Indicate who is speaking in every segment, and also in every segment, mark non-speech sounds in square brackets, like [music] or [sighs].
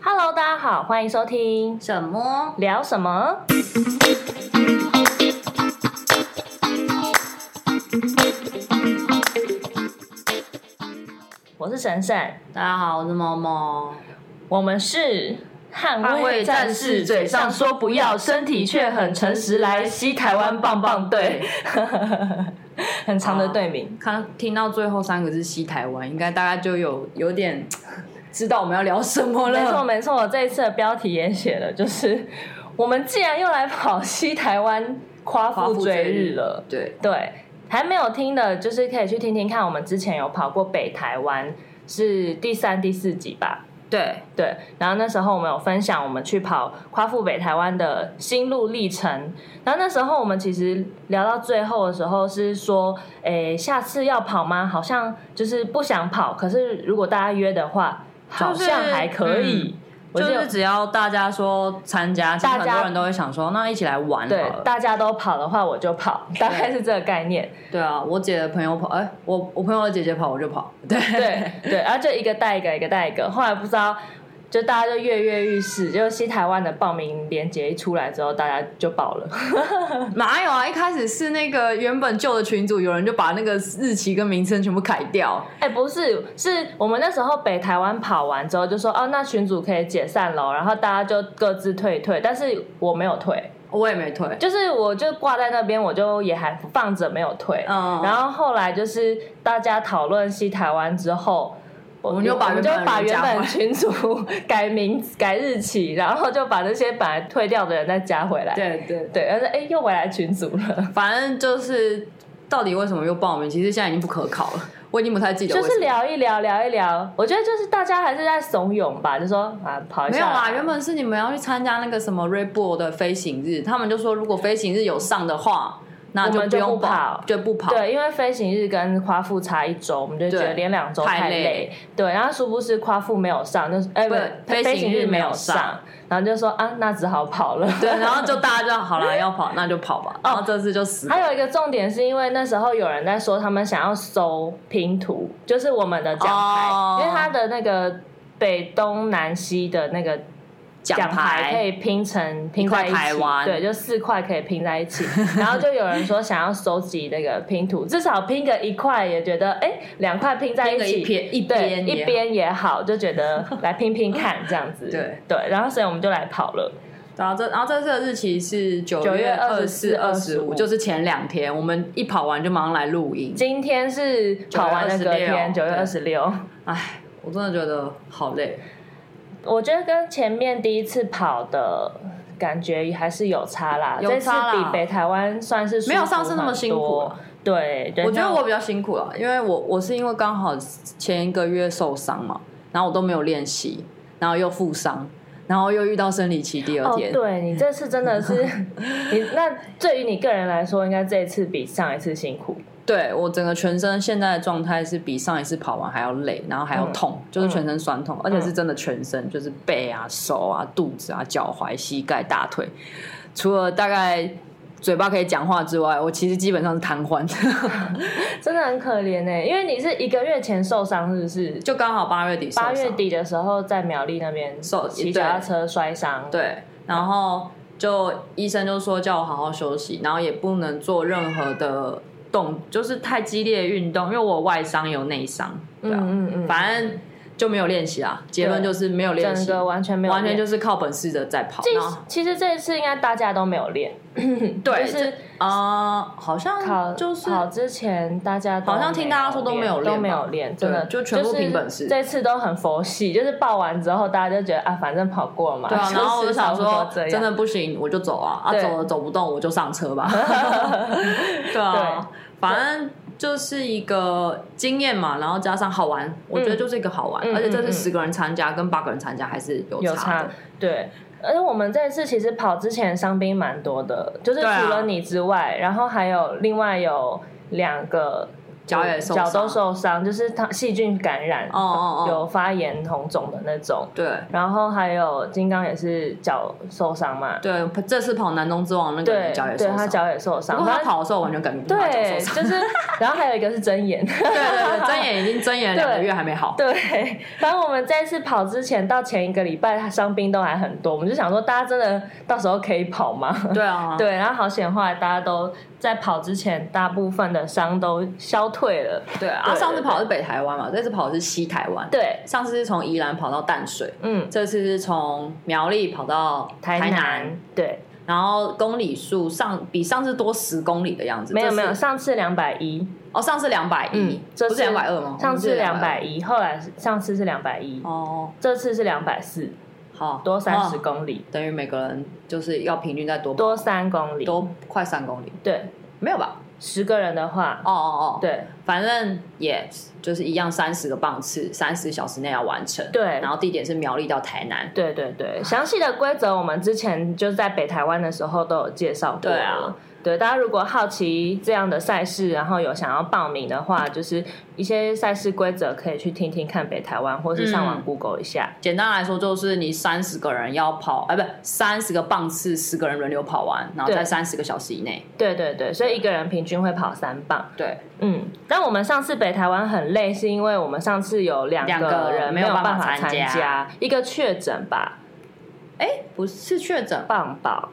Speaker 1: Hello，大家好，欢迎收听
Speaker 2: 什么？
Speaker 1: 聊什么？我是沈沈，
Speaker 2: 大家好，我是猫猫。
Speaker 1: 我们是捍
Speaker 2: 捍
Speaker 1: 卫
Speaker 2: 卫
Speaker 1: 战
Speaker 2: 战
Speaker 1: 士，
Speaker 2: 士
Speaker 1: 嘴上说不要，身体却很诚实。来西台湾棒棒队，很长的队名。
Speaker 2: 看听到最后三个字“西台湾”，应该大家就有有点知道我们要聊什么了。
Speaker 1: 没错没错，我这一次的标题也写了，就是我们既然又来跑西台湾夸父追日了，
Speaker 2: 对，
Speaker 1: 对，还没有听的，就是可以去听听看，我们之前有跑过北台湾，是第三、第四集吧。
Speaker 2: 对，
Speaker 1: 对，然后那时候我们有分享我们去跑夸父北台湾的心路历程。然后那时候我们其实聊到最后的时候是说，诶，下次要跑吗？好像就是不想跑，可是如果大家约的话，好
Speaker 2: 就是
Speaker 1: 像还可以。我
Speaker 2: 嗯就
Speaker 1: 记得
Speaker 2: 是只要大家说参加，其实
Speaker 1: 大
Speaker 2: 很
Speaker 1: 家
Speaker 2: 多人都会想说，那一起来玩好
Speaker 1: 对
Speaker 2: 了。
Speaker 1: 大家都跑的话，我就跑，大概是这个概念。
Speaker 2: 对啊，我姐的朋友跑，哎、我我朋友的姐姐跑，我就跑。 [laughs] 对
Speaker 1: [laughs] 对对，然后就一个带一个，一个带一个。后来不知道，就大家就跃跃欲试，就西台湾的报名链接一出来之后，大家就爆了。 [laughs]
Speaker 2: 哪有啊？一开始是那个原本旧的群组，有人就把那个日期跟名称全部改掉。
Speaker 1: 哎、不是，是我们那时候北台湾跑完之后就说，哦，那群组可以解散喽，然后大家就各自退一退，但是我没有退，
Speaker 2: 我也没退，
Speaker 1: 就是我就挂在那边，我就也还放着没有退。
Speaker 2: 嗯
Speaker 1: 然后后来就是大家讨论西台湾之后。我
Speaker 2: 们就把
Speaker 1: 我们就
Speaker 2: 原本
Speaker 1: 把
Speaker 2: 人
Speaker 1: 原
Speaker 2: 加回
Speaker 1: 本
Speaker 2: 来
Speaker 1: 群组改名字改日期，然后就把那些本来退掉的人再加回来。
Speaker 2: 对对
Speaker 1: 对，而且哎又回来群
Speaker 2: [laughs]
Speaker 1: 组了，
Speaker 2: 反正就是到底为什么又报名，其实现在已经不可考了，我已经不太记得
Speaker 1: 就
Speaker 2: 为什么。
Speaker 1: 是聊一聊聊一聊。我觉得就是大家还是在怂恿吧，就说啊跑一
Speaker 2: 没
Speaker 1: 下。
Speaker 2: 有啦，原本是你们要去参加那个什么 Red Bull 的飞行日，他们就说如果飞行日有上的话，那
Speaker 1: 我
Speaker 2: 就
Speaker 1: 们
Speaker 2: 不
Speaker 1: 就
Speaker 2: 用
Speaker 1: 不跑
Speaker 2: 就不跑。
Speaker 1: 对，因为飞行日跟夸父差一周，我们就觉得
Speaker 2: 对
Speaker 1: 连两周
Speaker 2: 太
Speaker 1: 太
Speaker 2: 累
Speaker 1: 对，然后殊不知夸父没有上，就是哎不
Speaker 2: 不
Speaker 1: 是
Speaker 2: 飞
Speaker 1: 飞
Speaker 2: 行
Speaker 1: 行
Speaker 2: 日
Speaker 1: 日没
Speaker 2: 没
Speaker 1: 有
Speaker 2: 有
Speaker 1: 上
Speaker 2: 上，
Speaker 1: 然后就说啊，那只好跑了。
Speaker 2: 对，然后就大家就好了，要跑那就跑
Speaker 1: 哦
Speaker 2: 吧。然后这次就死
Speaker 1: [laughs]
Speaker 2: 了。
Speaker 1: 还有一个重点是因为那时候有人在说他们想要搜拼图，就是我们的奖牌，
Speaker 2: 哦
Speaker 1: 因为它的那个北东南西的那个
Speaker 2: 奖
Speaker 1: 奖牌可
Speaker 2: 牌
Speaker 1: 以拼成拼在一
Speaker 2: 一块
Speaker 1: 起
Speaker 2: 台，湾
Speaker 1: 对，就四块可以拼在一起。然后就有人说想要收集那个拼图，至少拼个一块也觉得，哎、两块拼在
Speaker 2: 那
Speaker 1: 一
Speaker 2: 个一
Speaker 1: 起。
Speaker 2: 边一
Speaker 1: 对，
Speaker 2: 边
Speaker 1: 一
Speaker 2: 也
Speaker 1: 边也好，就觉得来拼拼看这样子。
Speaker 2: [laughs] 对
Speaker 1: 对，然后所以我们就来跑了。
Speaker 2: 然后这，然后这次的日期是九
Speaker 1: 9月
Speaker 2: 月二四、二
Speaker 1: 24
Speaker 2: 十五，就是前两天，我们一跑完就马上来录音。
Speaker 1: 今天是跑完的隔天，九
Speaker 2: 9
Speaker 1: 月
Speaker 2: 月
Speaker 1: 二
Speaker 2: 26
Speaker 1: 十六。
Speaker 2: 唉，我真的觉得好累。
Speaker 1: 我觉得跟前面第一次跑的感觉还是有差啦，
Speaker 2: 有差啦
Speaker 1: 这次比北台湾算是舒服
Speaker 2: 没有上次那么辛苦啊
Speaker 1: 很多。对，对
Speaker 2: 我觉得
Speaker 1: 那
Speaker 2: 我比较辛苦了，因为我我是因为刚好前一个月受伤嘛，然后我都没有练习，然后又负伤，然后又遇到生理期第二
Speaker 1: 哦，
Speaker 2: 天。
Speaker 1: 对你这次真的
Speaker 2: [laughs]
Speaker 1: 是你那对于你个人来说，应该这一次比上一次辛苦。
Speaker 2: 对我整个全身现在的状态是比上一次跑完还要累，然后还要痛，
Speaker 1: 嗯
Speaker 2: 就是全身酸痛，而且是真的全身，就是背啊、手啊、肚子啊、脚踝、膝盖、大腿，除了大概嘴巴可以讲话之外，我其实基本上是瘫痪。 [laughs]
Speaker 1: 真的很可怜呢、因为你是一个月前受伤，是不是？
Speaker 2: 就刚好八月底受
Speaker 1: 八
Speaker 2: 伤，
Speaker 1: 月底的时候在苗栗那边
Speaker 2: 受
Speaker 1: 骑
Speaker 2: 对
Speaker 1: 脚踏车摔伤，，
Speaker 2: 对，然后就医生就说叫我好好休息，然后也不能做任何的动，就是太激烈的运动，因为我外伤有内伤，对啊，
Speaker 1: 嗯嗯嗯，
Speaker 2: 反正就没有练习啊。结论就是没有练
Speaker 1: 整
Speaker 2: 习，
Speaker 1: 个完全没有练，
Speaker 2: 完全就是哦靠本事的在跑。然后
Speaker 1: 其其实这一次应该大家都没有练，
Speaker 2: 对，
Speaker 1: 就是
Speaker 2: 这啊、好
Speaker 1: 考
Speaker 2: 像就是
Speaker 1: 考之前大家都
Speaker 2: 好像听大家说都没有
Speaker 1: 练
Speaker 2: 练
Speaker 1: 都没有
Speaker 2: 吧
Speaker 1: 练，
Speaker 2: 对
Speaker 1: 真的
Speaker 2: 就全部凭本
Speaker 1: 就是
Speaker 2: 事
Speaker 1: 这次都很佛系，就是报完之后大家就觉得啊，反正跑过嘛。
Speaker 2: 对
Speaker 1: [laughs]
Speaker 2: 啊，
Speaker 1: 就
Speaker 2: 然后我
Speaker 1: 是
Speaker 2: 就想
Speaker 1: 差不
Speaker 2: 说
Speaker 1: 多，这
Speaker 2: 真
Speaker 1: 样。
Speaker 2: 的不行，我就走啊，啊，
Speaker 1: 对
Speaker 2: 走了走不动我就上
Speaker 1: [laughs]
Speaker 2: 车吧。 [laughs] 对啊，反正就是一个经验嘛，然后加上好玩，我觉得就是一个好玩，
Speaker 1: 嗯
Speaker 2: 而且这
Speaker 1: 嗯嗯
Speaker 2: 次十个人参加跟八个人参加还是有
Speaker 1: 有
Speaker 2: 差
Speaker 1: 差
Speaker 2: 的。，
Speaker 1: 对。而且我们这次其实跑之前伤兵蛮多的，就是除
Speaker 2: 对啊
Speaker 1: 了你之外，然后还有另外有两个
Speaker 2: 脚也受
Speaker 1: 脚
Speaker 2: 伤，
Speaker 1: 都受伤，就是它细菌感染，
Speaker 2: 哦哦哦
Speaker 1: 有发炎红肿的那种。
Speaker 2: 对
Speaker 1: 然后还有金刚也是脚受伤嘛，
Speaker 2: 对，这次跑南东之王那个
Speaker 1: 对
Speaker 2: 人脚也，受
Speaker 1: 对
Speaker 2: 伤，
Speaker 1: 他脚也受
Speaker 2: 不
Speaker 1: 伤，
Speaker 2: 过他
Speaker 1: 反正
Speaker 2: 跑的时候完全感觉不到他脚
Speaker 1: 对，[laughs]
Speaker 2: 受伤。
Speaker 1: 就是，然后还有一个是睁眼，
Speaker 2: [laughs] 对对对，睁眼已经睁眼两个月还没好。
Speaker 1: 对，反正我们这次跑之前到前一个礼拜，他伤兵都还很多，我们就想说大家真的到时候可以跑吗？
Speaker 2: 对啊，
Speaker 1: 对，然后好险，后来大家都在跑之前，大部分的伤都消退了。
Speaker 2: 对啊，
Speaker 1: 对
Speaker 2: 啊上次跑的是北台湾嘛，这次跑的是西台湾。，
Speaker 1: 对，
Speaker 2: 上次是从宜兰跑到淡水，
Speaker 1: 嗯，
Speaker 2: 这次是从苗栗跑到
Speaker 1: 台
Speaker 2: 南，
Speaker 1: 对，
Speaker 2: 然后公里数上比上次多十公里的样子。
Speaker 1: 没有
Speaker 2: 这次
Speaker 1: 没有，上次两百一，
Speaker 2: 哦，上次两百一
Speaker 1: 嗯，这
Speaker 2: 不是
Speaker 1: 次
Speaker 2: 两百二吗？
Speaker 1: 上次两
Speaker 2: 两
Speaker 1: 百一，后来是上次是两百一，
Speaker 2: 哦，
Speaker 1: 这次是两百四，
Speaker 2: 好
Speaker 1: 多三十
Speaker 2: 哦
Speaker 1: 公里，
Speaker 2: 等于每个人就是要平均再多
Speaker 1: 多三公里，
Speaker 2: 哦多快三公里，
Speaker 1: 对，
Speaker 2: 没有吧？
Speaker 1: 十个人的话，
Speaker 2: 哦哦哦，，
Speaker 1: 对
Speaker 2: 反正也就是一样，三十个棒次，三十小时内要完成。
Speaker 1: 对
Speaker 2: 然后地点是苗栗到台南。
Speaker 1: 对对对，详细的规则我们之前就在北台湾的时候都有介绍过
Speaker 2: 对啊
Speaker 1: 了。对，大家如果好奇这样的赛事，然后有想要报名的话，就是一些赛事规则可以去听听看北台湾，或是上网
Speaker 2: 嗯
Speaker 1: Google 一下。
Speaker 2: 简单来说，就是你三十个人要跑，哎、不，三十个棒次，十个人轮流跑完，然后
Speaker 1: 对
Speaker 2: 在三十个小时以内。
Speaker 1: 对对对，所以一个人平均会跑三磅。
Speaker 2: 对，
Speaker 1: 嗯，但我们上次北台湾很累，是因为我们上次有两
Speaker 2: 两个
Speaker 1: 人
Speaker 2: 没
Speaker 1: 有
Speaker 2: 有办
Speaker 1: 办
Speaker 2: 法
Speaker 1: 参
Speaker 2: 参加
Speaker 1: 一个确诊吧，
Speaker 2: 哎、不是确诊
Speaker 1: 棒宝。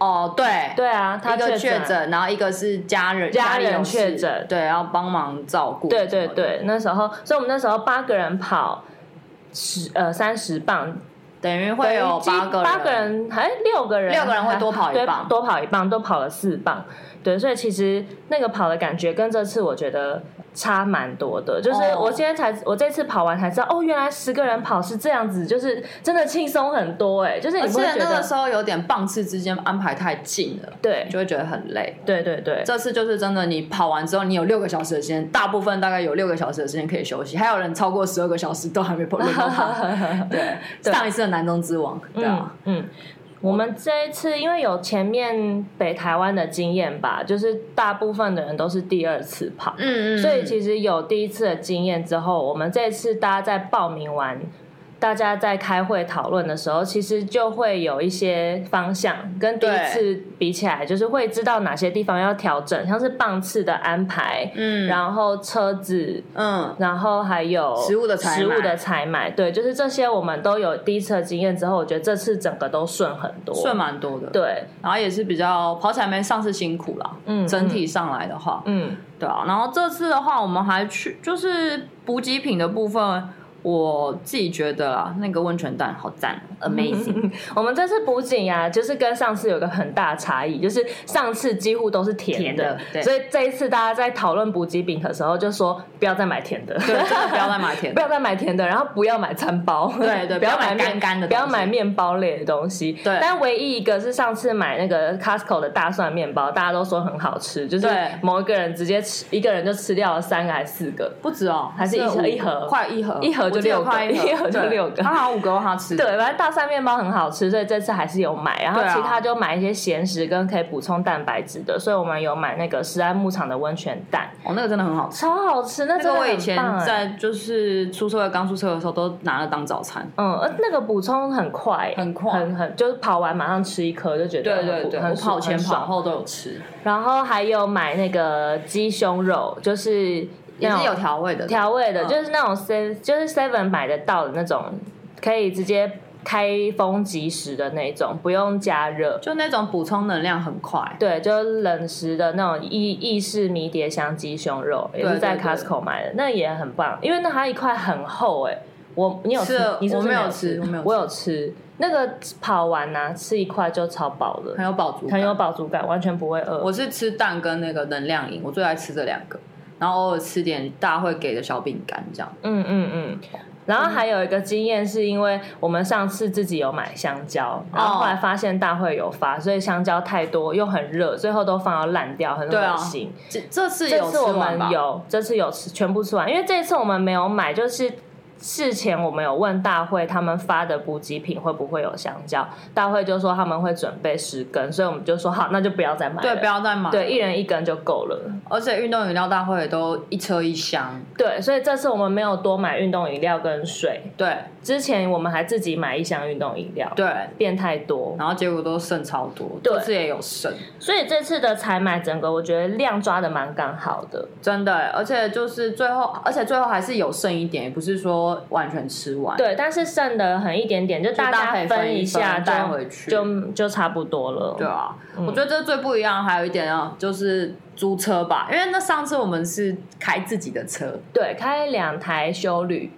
Speaker 2: 哦，对，
Speaker 1: 对啊，他
Speaker 2: 一个确诊，然后一个是家人
Speaker 1: 家
Speaker 2: 里有
Speaker 1: 人
Speaker 2: 事
Speaker 1: 确诊
Speaker 2: 对，要帮忙照顾。
Speaker 1: 对对，对，那时候，所以我们那时候八个人跑十呃三十磅，
Speaker 2: 等于会有八个人，
Speaker 1: 八个人还六个人，哎
Speaker 2: 六个人会多跑一
Speaker 1: 对
Speaker 2: 磅
Speaker 1: 多跑一磅，多跑了四磅。对，所以其实那个跑的感觉跟这次我觉得差蛮多的。就是
Speaker 2: 哦
Speaker 1: 我今天才，我这次跑完才知道，哦，原来十个人跑是这样子，就是真的轻松很多哎、就是你
Speaker 2: 哦而
Speaker 1: 不会
Speaker 2: 且
Speaker 1: 觉
Speaker 2: 那个
Speaker 1: 得
Speaker 2: 时候有点棒次之间安排太近了，
Speaker 1: 对
Speaker 2: 就会觉得很累。
Speaker 1: 对对对
Speaker 2: 这次就是真的，你跑完之后，你有六个小时的时间，大部分大概有六个小时的时间可以休息，还有人超过十二个小时都还没跑，轮到他 [laughs] 对，上一次的南中之王，对啊，
Speaker 1: 嗯。嗯我们这一次因为有前面北台湾的经验吧，就是大部分的人都是第二次跑，
Speaker 2: 嗯嗯
Speaker 1: 所以其实有第一次的经验之后，我们这次大家在报名完，大家在开会讨论的时候，其实就会有一些方向，跟第一
Speaker 2: 对
Speaker 1: 次比起来，就是会知道哪些地方要调整，像是棒次的安排，
Speaker 2: 嗯
Speaker 1: 然后车子。
Speaker 2: 嗯，
Speaker 1: 然后还有
Speaker 2: 食物的采买
Speaker 1: 食物的采买，对，就是这些我们都有第一次的经验之后，我觉得这次整个都顺很多，
Speaker 2: 顺蛮多的，，
Speaker 1: 对，
Speaker 2: 然后也是比较跑起来没上次辛苦啦，
Speaker 1: 嗯
Speaker 2: 整体上来的话，
Speaker 1: 嗯，
Speaker 2: 对啊，然后这次的话，我们还去就是补给品的部分，我自己觉得啦，那个温泉蛋好赞，amazing， [laughs]
Speaker 1: 我们这次补给呀、就是跟上次有个很大的差异，就是上次几乎都是甜
Speaker 2: 甜
Speaker 1: 的
Speaker 2: 的，对
Speaker 1: 所以这一次大家在讨论补给饼的时候，就说不要再买甜的，
Speaker 2: 对，真的不要再买甜
Speaker 1: 不
Speaker 2: 的，
Speaker 1: 要再买甜的，然后不要买餐包，
Speaker 2: 对对
Speaker 1: [laughs] 不要
Speaker 2: 不要买
Speaker 1: 面
Speaker 2: 干干的
Speaker 1: 不要
Speaker 2: 东西
Speaker 1: 买面包类的东西。
Speaker 2: 对
Speaker 1: 但唯一一个是上次买那个 Costco 的大蒜面包，大家都说很好吃，就是
Speaker 2: 对
Speaker 1: 某一个人直接吃，一个人就吃掉了三个还是四个。
Speaker 2: 不止哦，
Speaker 1: 还是一盒
Speaker 2: 五
Speaker 1: 一盒
Speaker 2: 快一盒，
Speaker 1: 一盒就
Speaker 2: 我记得
Speaker 1: 六个
Speaker 2: 快
Speaker 1: [laughs] 一
Speaker 2: 一
Speaker 1: 盒就
Speaker 2: 对
Speaker 1: 六个
Speaker 2: 他好像五个让他吃，
Speaker 1: 对，反正大蒜面包很好吃，所以这次还是有买。然后
Speaker 2: 对啊
Speaker 1: 其他就买一些咸食跟可以补充蛋白质的，所以我们有买那个食安牧场的温泉蛋，
Speaker 2: 哦，那个真的很好吃。
Speaker 1: 超好吃，那
Speaker 2: 那
Speaker 1: 真
Speaker 2: 个
Speaker 1: 的
Speaker 2: 我以
Speaker 1: 很
Speaker 2: 前
Speaker 1: 棒哎。
Speaker 2: 在就是出社会刚出社会的时候都拿了当早餐，
Speaker 1: 嗯，呃那个补充很快，
Speaker 2: 很快
Speaker 1: 很很就是跑完马上吃一颗就觉得很补很
Speaker 2: 我
Speaker 1: 爽
Speaker 2: 跑前
Speaker 1: 很
Speaker 2: 跑
Speaker 1: 爽。
Speaker 2: 后都有吃，
Speaker 1: 然后还有买那个鸡胸肉，就是
Speaker 2: 也
Speaker 1: 那
Speaker 2: 是有
Speaker 1: 种
Speaker 2: 调味的，
Speaker 1: 调味的，
Speaker 2: 嗯
Speaker 1: 就是那种 seven 就是 seven 买得到的那种，可以直接开封即食的那种，不用加热。
Speaker 2: 就那种补充能量很快。
Speaker 1: 对，就冷食的那种意意式迷迭香鸡胸肉，也是
Speaker 2: 对
Speaker 1: 在
Speaker 2: 对
Speaker 1: Costco 买的，那也很棒，因为那它一块很厚哎、我你有吃
Speaker 2: 是？
Speaker 1: 你是不是
Speaker 2: 我没有
Speaker 1: 有
Speaker 2: 吃我没有吃
Speaker 1: 我有吃。那个跑完呢、吃一块就超饱了
Speaker 2: 很，有饱足感，
Speaker 1: 很有饱足感，完全不会饿。
Speaker 2: 我是吃蛋跟那个能量饮，我最爱吃这两个，然后偶尔吃点大家会给的小饼干这样。
Speaker 1: 嗯嗯嗯。然后还有一个经验，是因为我们上次自己有买香
Speaker 2: 哦
Speaker 1: 蕉，然后后来发现大会有发，所以香蕉太多又很热，最后都放到烂掉，很
Speaker 2: 对啊
Speaker 1: 恶心。
Speaker 2: 这这次
Speaker 1: 这
Speaker 2: 啊有
Speaker 1: 次
Speaker 2: 吃
Speaker 1: 我
Speaker 2: 完吧
Speaker 1: 们？有，这次有吃全部吃完，因为这次我们没有买，就是事前我们有问大会，他们发的补给品会不会有香蕉？大会就说他们会准备十根，所以我们就说好，那就不要再买了。
Speaker 2: 对，不要再买。
Speaker 1: 对，一人一根就够了。
Speaker 2: 而且运动饮料大会也都一车一箱。
Speaker 1: 对，所以这次我们没有多买运动饮料跟水。
Speaker 2: 对
Speaker 1: 之前我们还自己买一箱运动饮料，
Speaker 2: 对，
Speaker 1: 变太多。
Speaker 2: 然后结果都剩超多，
Speaker 1: 对
Speaker 2: 这次也有剩，
Speaker 1: 所以这次的采买，整个我觉得量抓的蛮刚好的。
Speaker 2: 真的。欸而且就是最后，而且最后还是有剩一点，也不是说完全吃完。
Speaker 1: 对，但是剩的很一点点，就大
Speaker 2: 大家可
Speaker 1: 家
Speaker 2: 以分
Speaker 1: 一
Speaker 2: 一
Speaker 1: 下
Speaker 2: 分
Speaker 1: 就
Speaker 2: 带回去
Speaker 1: 就就差不多了。
Speaker 2: 对啊，
Speaker 1: 嗯
Speaker 2: 我觉得这最不一样，还有一点啊，就是租车吧，因为那上次我们是开自己的车，
Speaker 1: 对，开两台修旅，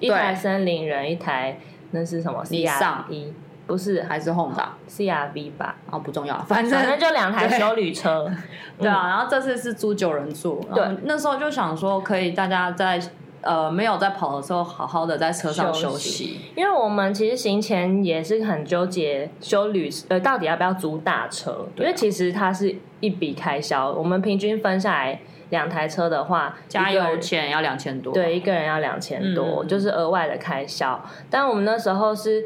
Speaker 1: 一
Speaker 2: 对
Speaker 1: 台森林人，一台那是什么
Speaker 2: 尼桑
Speaker 1: CR 一，不是
Speaker 2: 还是 Honda
Speaker 1: CRV 吧？
Speaker 2: 啊，不重要，反
Speaker 1: 反
Speaker 2: 正
Speaker 1: 正就两台修旅车。嗯
Speaker 2: 对啊。然后这次是租九人座，
Speaker 1: 对，
Speaker 2: 那时候就想说，可以大家在呃没有在跑的时候，好好的在车上
Speaker 1: 休
Speaker 2: 休
Speaker 1: 息
Speaker 2: 息。
Speaker 1: 因为我们其实行前也是很纠结修旅呃到底要不要租大车，
Speaker 2: 啊
Speaker 1: 因为其实它是一笔开销，我们平均分下来两台车的话，
Speaker 2: 加
Speaker 1: 一个人
Speaker 2: 油钱要两千多，
Speaker 1: 对，一个人要两千多，
Speaker 2: 嗯
Speaker 1: 就是额外的开销。但我们那时候是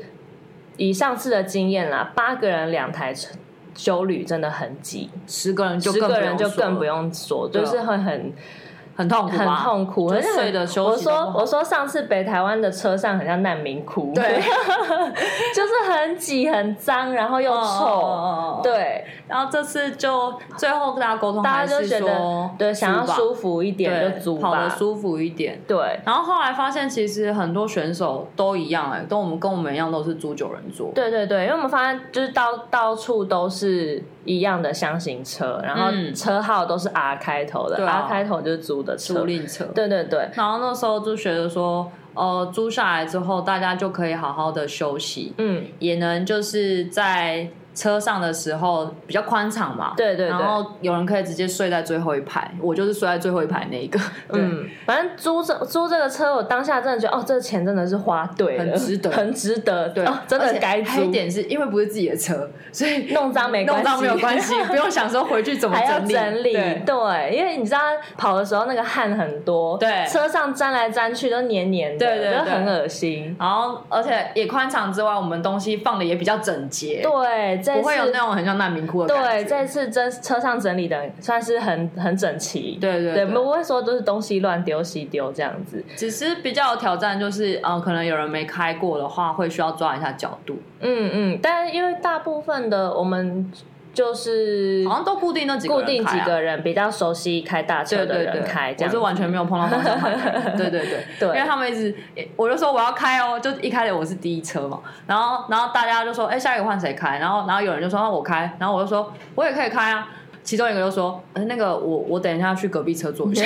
Speaker 1: 以上次的经验啦，八个人两台车。修旅真的很挤，
Speaker 2: 十个人就
Speaker 1: 十
Speaker 2: 更
Speaker 1: 个
Speaker 2: 不
Speaker 1: 人
Speaker 2: 用
Speaker 1: 就
Speaker 2: 说
Speaker 1: 更
Speaker 2: 了
Speaker 1: 不用说，
Speaker 2: 对
Speaker 1: 就
Speaker 2: 啊
Speaker 1: 是会很
Speaker 2: 很痛苦
Speaker 1: 很
Speaker 2: 吧，
Speaker 1: 痛苦，
Speaker 2: 就
Speaker 1: 而且很
Speaker 2: 睡得休
Speaker 1: 我
Speaker 2: 息都不好
Speaker 1: 说我说上次北台湾的车上很像难民窟，
Speaker 2: 对，
Speaker 1: [laughs] 就是很挤、很脏，然后又臭，
Speaker 2: 哦，
Speaker 1: 对，
Speaker 2: 然后这次就最后跟大家沟通，
Speaker 1: 大家就
Speaker 2: 还是
Speaker 1: 觉得
Speaker 2: 说
Speaker 1: 对想要
Speaker 2: 租吧
Speaker 1: 舒服一点就租
Speaker 2: 跑得
Speaker 1: 吧，
Speaker 2: 舒服一点。
Speaker 1: 对
Speaker 2: 然后后来发现，其实很多选手都一样、哎，跟我们跟我们一样都是租九人座。
Speaker 1: 对对对，因为我们发现就是到到处都是一样的箱型车，然后
Speaker 2: 嗯
Speaker 1: 车号都是 R 开头的、
Speaker 2: 对啊
Speaker 1: r 开头就是租的车
Speaker 2: 租，赁车。
Speaker 1: 对对对
Speaker 2: 然后那时候就觉得说，呃，租下来之后，大家就可以好好的休息，
Speaker 1: 嗯，
Speaker 2: 也能就是在车上的时候比较宽敞嘛。
Speaker 1: 对对对
Speaker 2: 然后有人可以直接睡在最后一排，我就是睡在最后一排那一个。对，
Speaker 1: 嗯，反正租这租这个车，我当下真的觉得，哦，这个钱真的是花对了，
Speaker 2: 很值得
Speaker 1: 很值得，
Speaker 2: 对，
Speaker 1: 哦真
Speaker 2: 而
Speaker 1: 的
Speaker 2: 且
Speaker 1: 该
Speaker 2: 还有一
Speaker 1: 租。
Speaker 2: 点是因为不是自己的车，所以
Speaker 1: 弄脏没关系
Speaker 2: 弄脏没
Speaker 1: [laughs]
Speaker 2: 有关 [laughs] 系，不用想说回去怎么
Speaker 1: 还要
Speaker 2: 整理。
Speaker 1: 整理，
Speaker 2: 对
Speaker 1: 对，因为你知道跑的时候那个汗很多，
Speaker 2: 对
Speaker 1: 车上沾来沾去都黏黏的，
Speaker 2: 对对对
Speaker 1: 就很恶心。
Speaker 2: 然后而且也宽敞之外，我们东西放的也比较整洁，
Speaker 1: 对，这
Speaker 2: 不
Speaker 1: 次
Speaker 2: 会有那种很像难民窟的感
Speaker 1: 对
Speaker 2: 觉。
Speaker 1: 这次真车上整理的算是很很整齐，
Speaker 2: 对对
Speaker 1: 对，不会说都是东西乱丢西丢这样子，
Speaker 2: 只是比较有挑战，就是呃，可能有人没开过的话，会需要抓一下角度，
Speaker 1: 嗯嗯，但因为大部分的我们就是
Speaker 2: 好像都固定那几个
Speaker 1: 固
Speaker 2: 人、啊
Speaker 1: 定几个，人比较熟悉开大车
Speaker 2: 对
Speaker 1: 的
Speaker 2: 对
Speaker 1: 人开，这
Speaker 2: 对，我
Speaker 1: 样子
Speaker 2: 就完全没有碰到方向盘
Speaker 1: [laughs]
Speaker 2: 的人，对对对。
Speaker 1: 对，
Speaker 2: 因为他们一直，我就说我要开哦，就一开始我是第一车嘛，然后然后大家就说，哎、下一个换谁开？然后然后有人就说那我开，然后我就说我也可以开啊。其中一个就说，呃、那个我我等一下去隔壁
Speaker 1: [laughs]
Speaker 2: 车坐一下，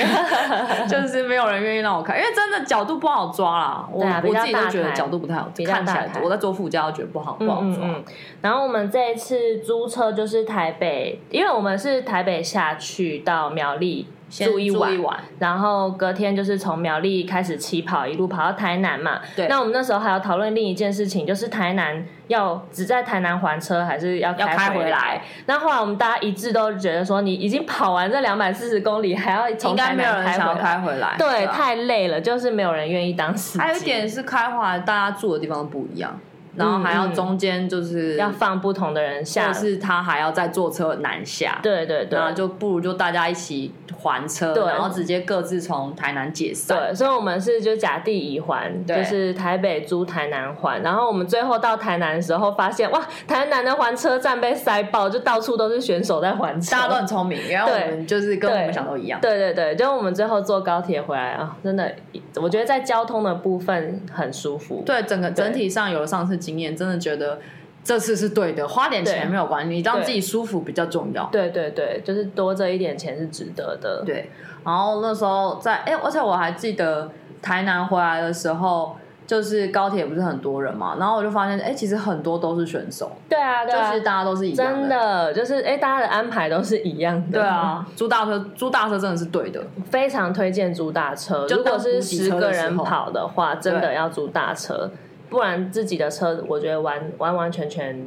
Speaker 2: 就是没有人愿意让我开，因为真的角度不好抓啦。我、
Speaker 1: 对啊
Speaker 2: 我
Speaker 1: 比较
Speaker 2: 自己都觉
Speaker 1: 大
Speaker 2: 得
Speaker 1: 台
Speaker 2: 角度不太好，
Speaker 1: 比较
Speaker 2: 看起
Speaker 1: 大
Speaker 2: 来
Speaker 1: 台
Speaker 2: 我在坐副驾，我觉得不好不好
Speaker 1: 嗯
Speaker 2: 抓。
Speaker 1: 嗯嗯，然后我们这一次租车就是台北，因为我们是台北下去到苗栗
Speaker 2: 先
Speaker 1: 住一
Speaker 2: 住
Speaker 1: 晚，
Speaker 2: 一晚
Speaker 1: 然后隔天就是从苗栗开始起跑，一路跑到台南嘛。
Speaker 2: 对
Speaker 1: 那我们那时候还要讨论另一件事情，就是台南要只在台南还车，还是要
Speaker 2: 要开
Speaker 1: 回
Speaker 2: 回来。
Speaker 1: 那后来我们大家一致都觉得说，你已经跑完这两百四十公里，还要从
Speaker 2: 应该
Speaker 1: 台
Speaker 2: 没有
Speaker 1: 南
Speaker 2: 人想
Speaker 1: 回
Speaker 2: 要
Speaker 1: 来。
Speaker 2: 开回来，
Speaker 1: 对，
Speaker 2: 啊
Speaker 1: 太累了，就是没有人愿意当司机。
Speaker 2: 还有一点是开回来，大家住的地方不一样，然后还要
Speaker 1: 嗯嗯
Speaker 2: 中间就是
Speaker 1: 要放不同的人下
Speaker 2: 或，是他还要再坐车南下，
Speaker 1: 对对对，
Speaker 2: 那就不如就大家一起还车，
Speaker 1: 对
Speaker 2: 然后直接各自从台南解散。
Speaker 1: 对，所以我们是就甲地乙还，
Speaker 2: 对
Speaker 1: 就是台北租台南还，然后我们最后到台南的时候，发现哇，台南的还车站被塞爆，就到处都是选手在还车。
Speaker 2: 大家都很聪明，然后我们就是跟我们想都一样。
Speaker 1: 对对对，就我们最后坐高铁回来啊，真的，我觉得在交通的部分很舒服。
Speaker 2: 对，整个整体上有了上次经验，真的觉得这次是对的，花点钱
Speaker 1: 对
Speaker 2: 没有关系，你让
Speaker 1: 对
Speaker 2: 自己舒服比较重要。
Speaker 1: 对对对，就是多这一点钱是值得的。
Speaker 2: 对，然后那时候在哎、而且我还记得台南回来的时候，就是高铁不是很多人嘛，然后我就发现哎、其实很多都是选手，
Speaker 1: 对啊，对啊，
Speaker 2: 就是大家都是一样
Speaker 1: 真
Speaker 2: 的
Speaker 1: 的嗯就是哎，大家的安排都是一样的。
Speaker 2: 对，啊，租大车租大车真的是对的，
Speaker 1: 非常推荐租大车。
Speaker 2: 就
Speaker 1: 如果
Speaker 2: 当补
Speaker 1: 是
Speaker 2: 给
Speaker 1: 十
Speaker 2: 车的
Speaker 1: 个
Speaker 2: 时
Speaker 1: 人
Speaker 2: 候
Speaker 1: 跑的话，真的
Speaker 2: 对
Speaker 1: 要租大车。不然自己的车，我觉得完完完全全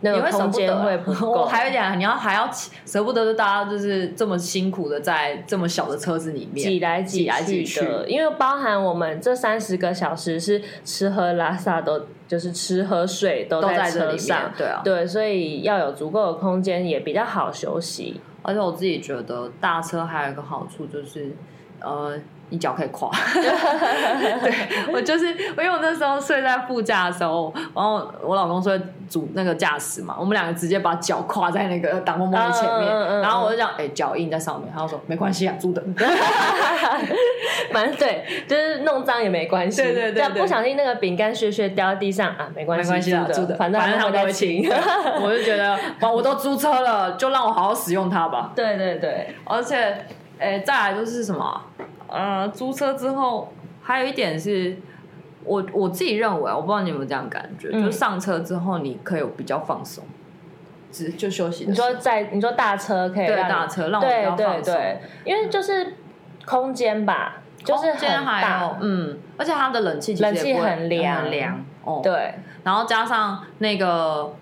Speaker 1: 那
Speaker 2: 你
Speaker 1: 个
Speaker 2: 会舍
Speaker 1: 空
Speaker 2: 不得
Speaker 1: 间
Speaker 2: 啊、
Speaker 1: 会不够。
Speaker 2: [laughs] 我还有点，你要还要舍不得，就大家就是这么辛苦的在这么小的车子里面
Speaker 1: 挤来挤
Speaker 2: 挤来挤
Speaker 1: 去的，因为包含我们这三十个小时是吃喝拉撒都，就是吃喝睡都
Speaker 2: 都在这
Speaker 1: 车
Speaker 2: 里面
Speaker 1: 上，，
Speaker 2: 对啊。
Speaker 1: 对，所以要有足够的空间，也比较好休息。
Speaker 2: 而且我自己觉得大车还有一个好处就是，呃，你脚可以
Speaker 1: [laughs]
Speaker 2: 跨。对我就是，因为我那时候睡在副驾的时候，然后我老公睡主那个驾驶嘛，我们两个直接把脚跨在那个挡风玻璃前面，
Speaker 1: 嗯嗯嗯嗯
Speaker 2: 然后我就讲，哎、脚印在上面，他就说没关系啊，租的。
Speaker 1: [laughs] 反正对，就是弄脏也没关系，
Speaker 2: 对对对对
Speaker 1: 这样不小心那个饼干屑屑掉地上啊，没关
Speaker 2: 没关系
Speaker 1: 系，
Speaker 2: 啦，
Speaker 1: 租
Speaker 2: 租
Speaker 1: 的，
Speaker 2: 的，
Speaker 1: 反正
Speaker 2: 反正他
Speaker 1: 他
Speaker 2: 们都
Speaker 1: 会
Speaker 2: 会
Speaker 1: 清
Speaker 2: 请。。 [laughs] 我就觉得，哇我都租车了，就让我好好使用它吧。
Speaker 1: [laughs] 对对对，
Speaker 2: 而且，诶、再来就是什么啊？呃，租车之后还有一点是，我我自己认为，我不知道你有没有这样感觉，
Speaker 1: 嗯
Speaker 2: 就上车之后你可以有比较放松，只就休息的
Speaker 1: 你
Speaker 2: 时候。
Speaker 1: 说在你说大车可以
Speaker 2: 对
Speaker 1: 让你
Speaker 2: 大车让我比
Speaker 1: 对
Speaker 2: 较
Speaker 1: 对
Speaker 2: 放松，
Speaker 1: 对，因为就是空间吧，就是
Speaker 2: 空间
Speaker 1: 很
Speaker 2: 哦还
Speaker 1: 大
Speaker 2: 有，嗯，而且它的冷气其实
Speaker 1: 冷气
Speaker 2: 也不会
Speaker 1: 很凉
Speaker 2: 很凉哦，
Speaker 1: 对，
Speaker 2: 然后加上那个，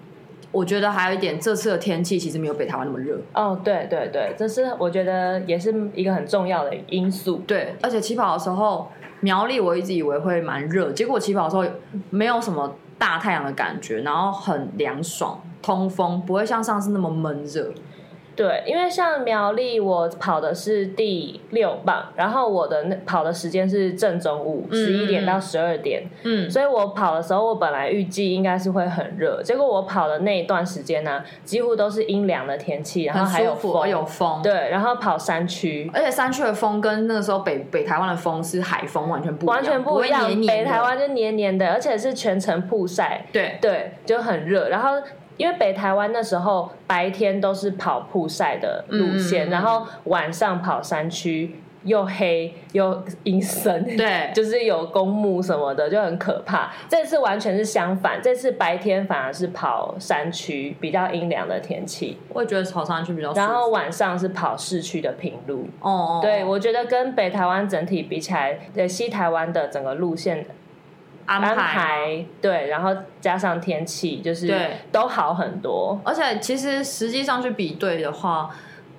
Speaker 2: 我觉得还有一点，这次的天气其实没有北台湾那么热。
Speaker 1: 哦，对对对，这是我觉得也是一个很重要的因素。
Speaker 2: 对，而且起跑的时候，苗栗我一直以为会蛮热，结果起跑的时候没有什么大太阳的感觉，然后很凉爽，通风，不会像上次那么闷热。
Speaker 1: 对，因为像苗栗，我跑的是第六棒，然后我的那跑的时间是正中午
Speaker 2: 嗯
Speaker 1: 十一点到十二点，
Speaker 2: 嗯，
Speaker 1: 所以我跑的时候，我本来预计应该是会很热，结果我跑的那一段时间呢、几乎都是阴凉的天气，然后还
Speaker 2: 很舒
Speaker 1: 有
Speaker 2: 服，哎
Speaker 1: 风，
Speaker 2: 有风。，
Speaker 1: 对，然后跑山区，
Speaker 2: 而且山区的风跟那个时候北北台湾的风是海风，完全不一样，
Speaker 1: 完全
Speaker 2: 不
Speaker 1: 不一样
Speaker 2: 会黏，黏
Speaker 1: 北
Speaker 2: 的
Speaker 1: 台湾就黏黏的，而且是全程曝晒，
Speaker 2: 对
Speaker 1: 对，就很热。然后因为北台湾那时候白天都是跑曝晒的路线，
Speaker 2: 嗯
Speaker 1: 然后晚上跑山区又黑又阴森，，
Speaker 2: 对，
Speaker 1: 就是有公墓什么的，就很可怕。这次完全是相反，这次白天反而是跑山区比较阴凉的天气，
Speaker 2: 我也觉得草山区比较舒服。
Speaker 1: 然后晚上是跑市区的平路。
Speaker 2: 哦哦，
Speaker 1: 对，我觉得跟北台湾整体比起来，呃，西台湾的整个路线
Speaker 2: 安
Speaker 1: 安
Speaker 2: 排
Speaker 1: 排对，然后加上天气，就是
Speaker 2: 对
Speaker 1: 都好很多。
Speaker 2: 而且其实实际上去比对的话，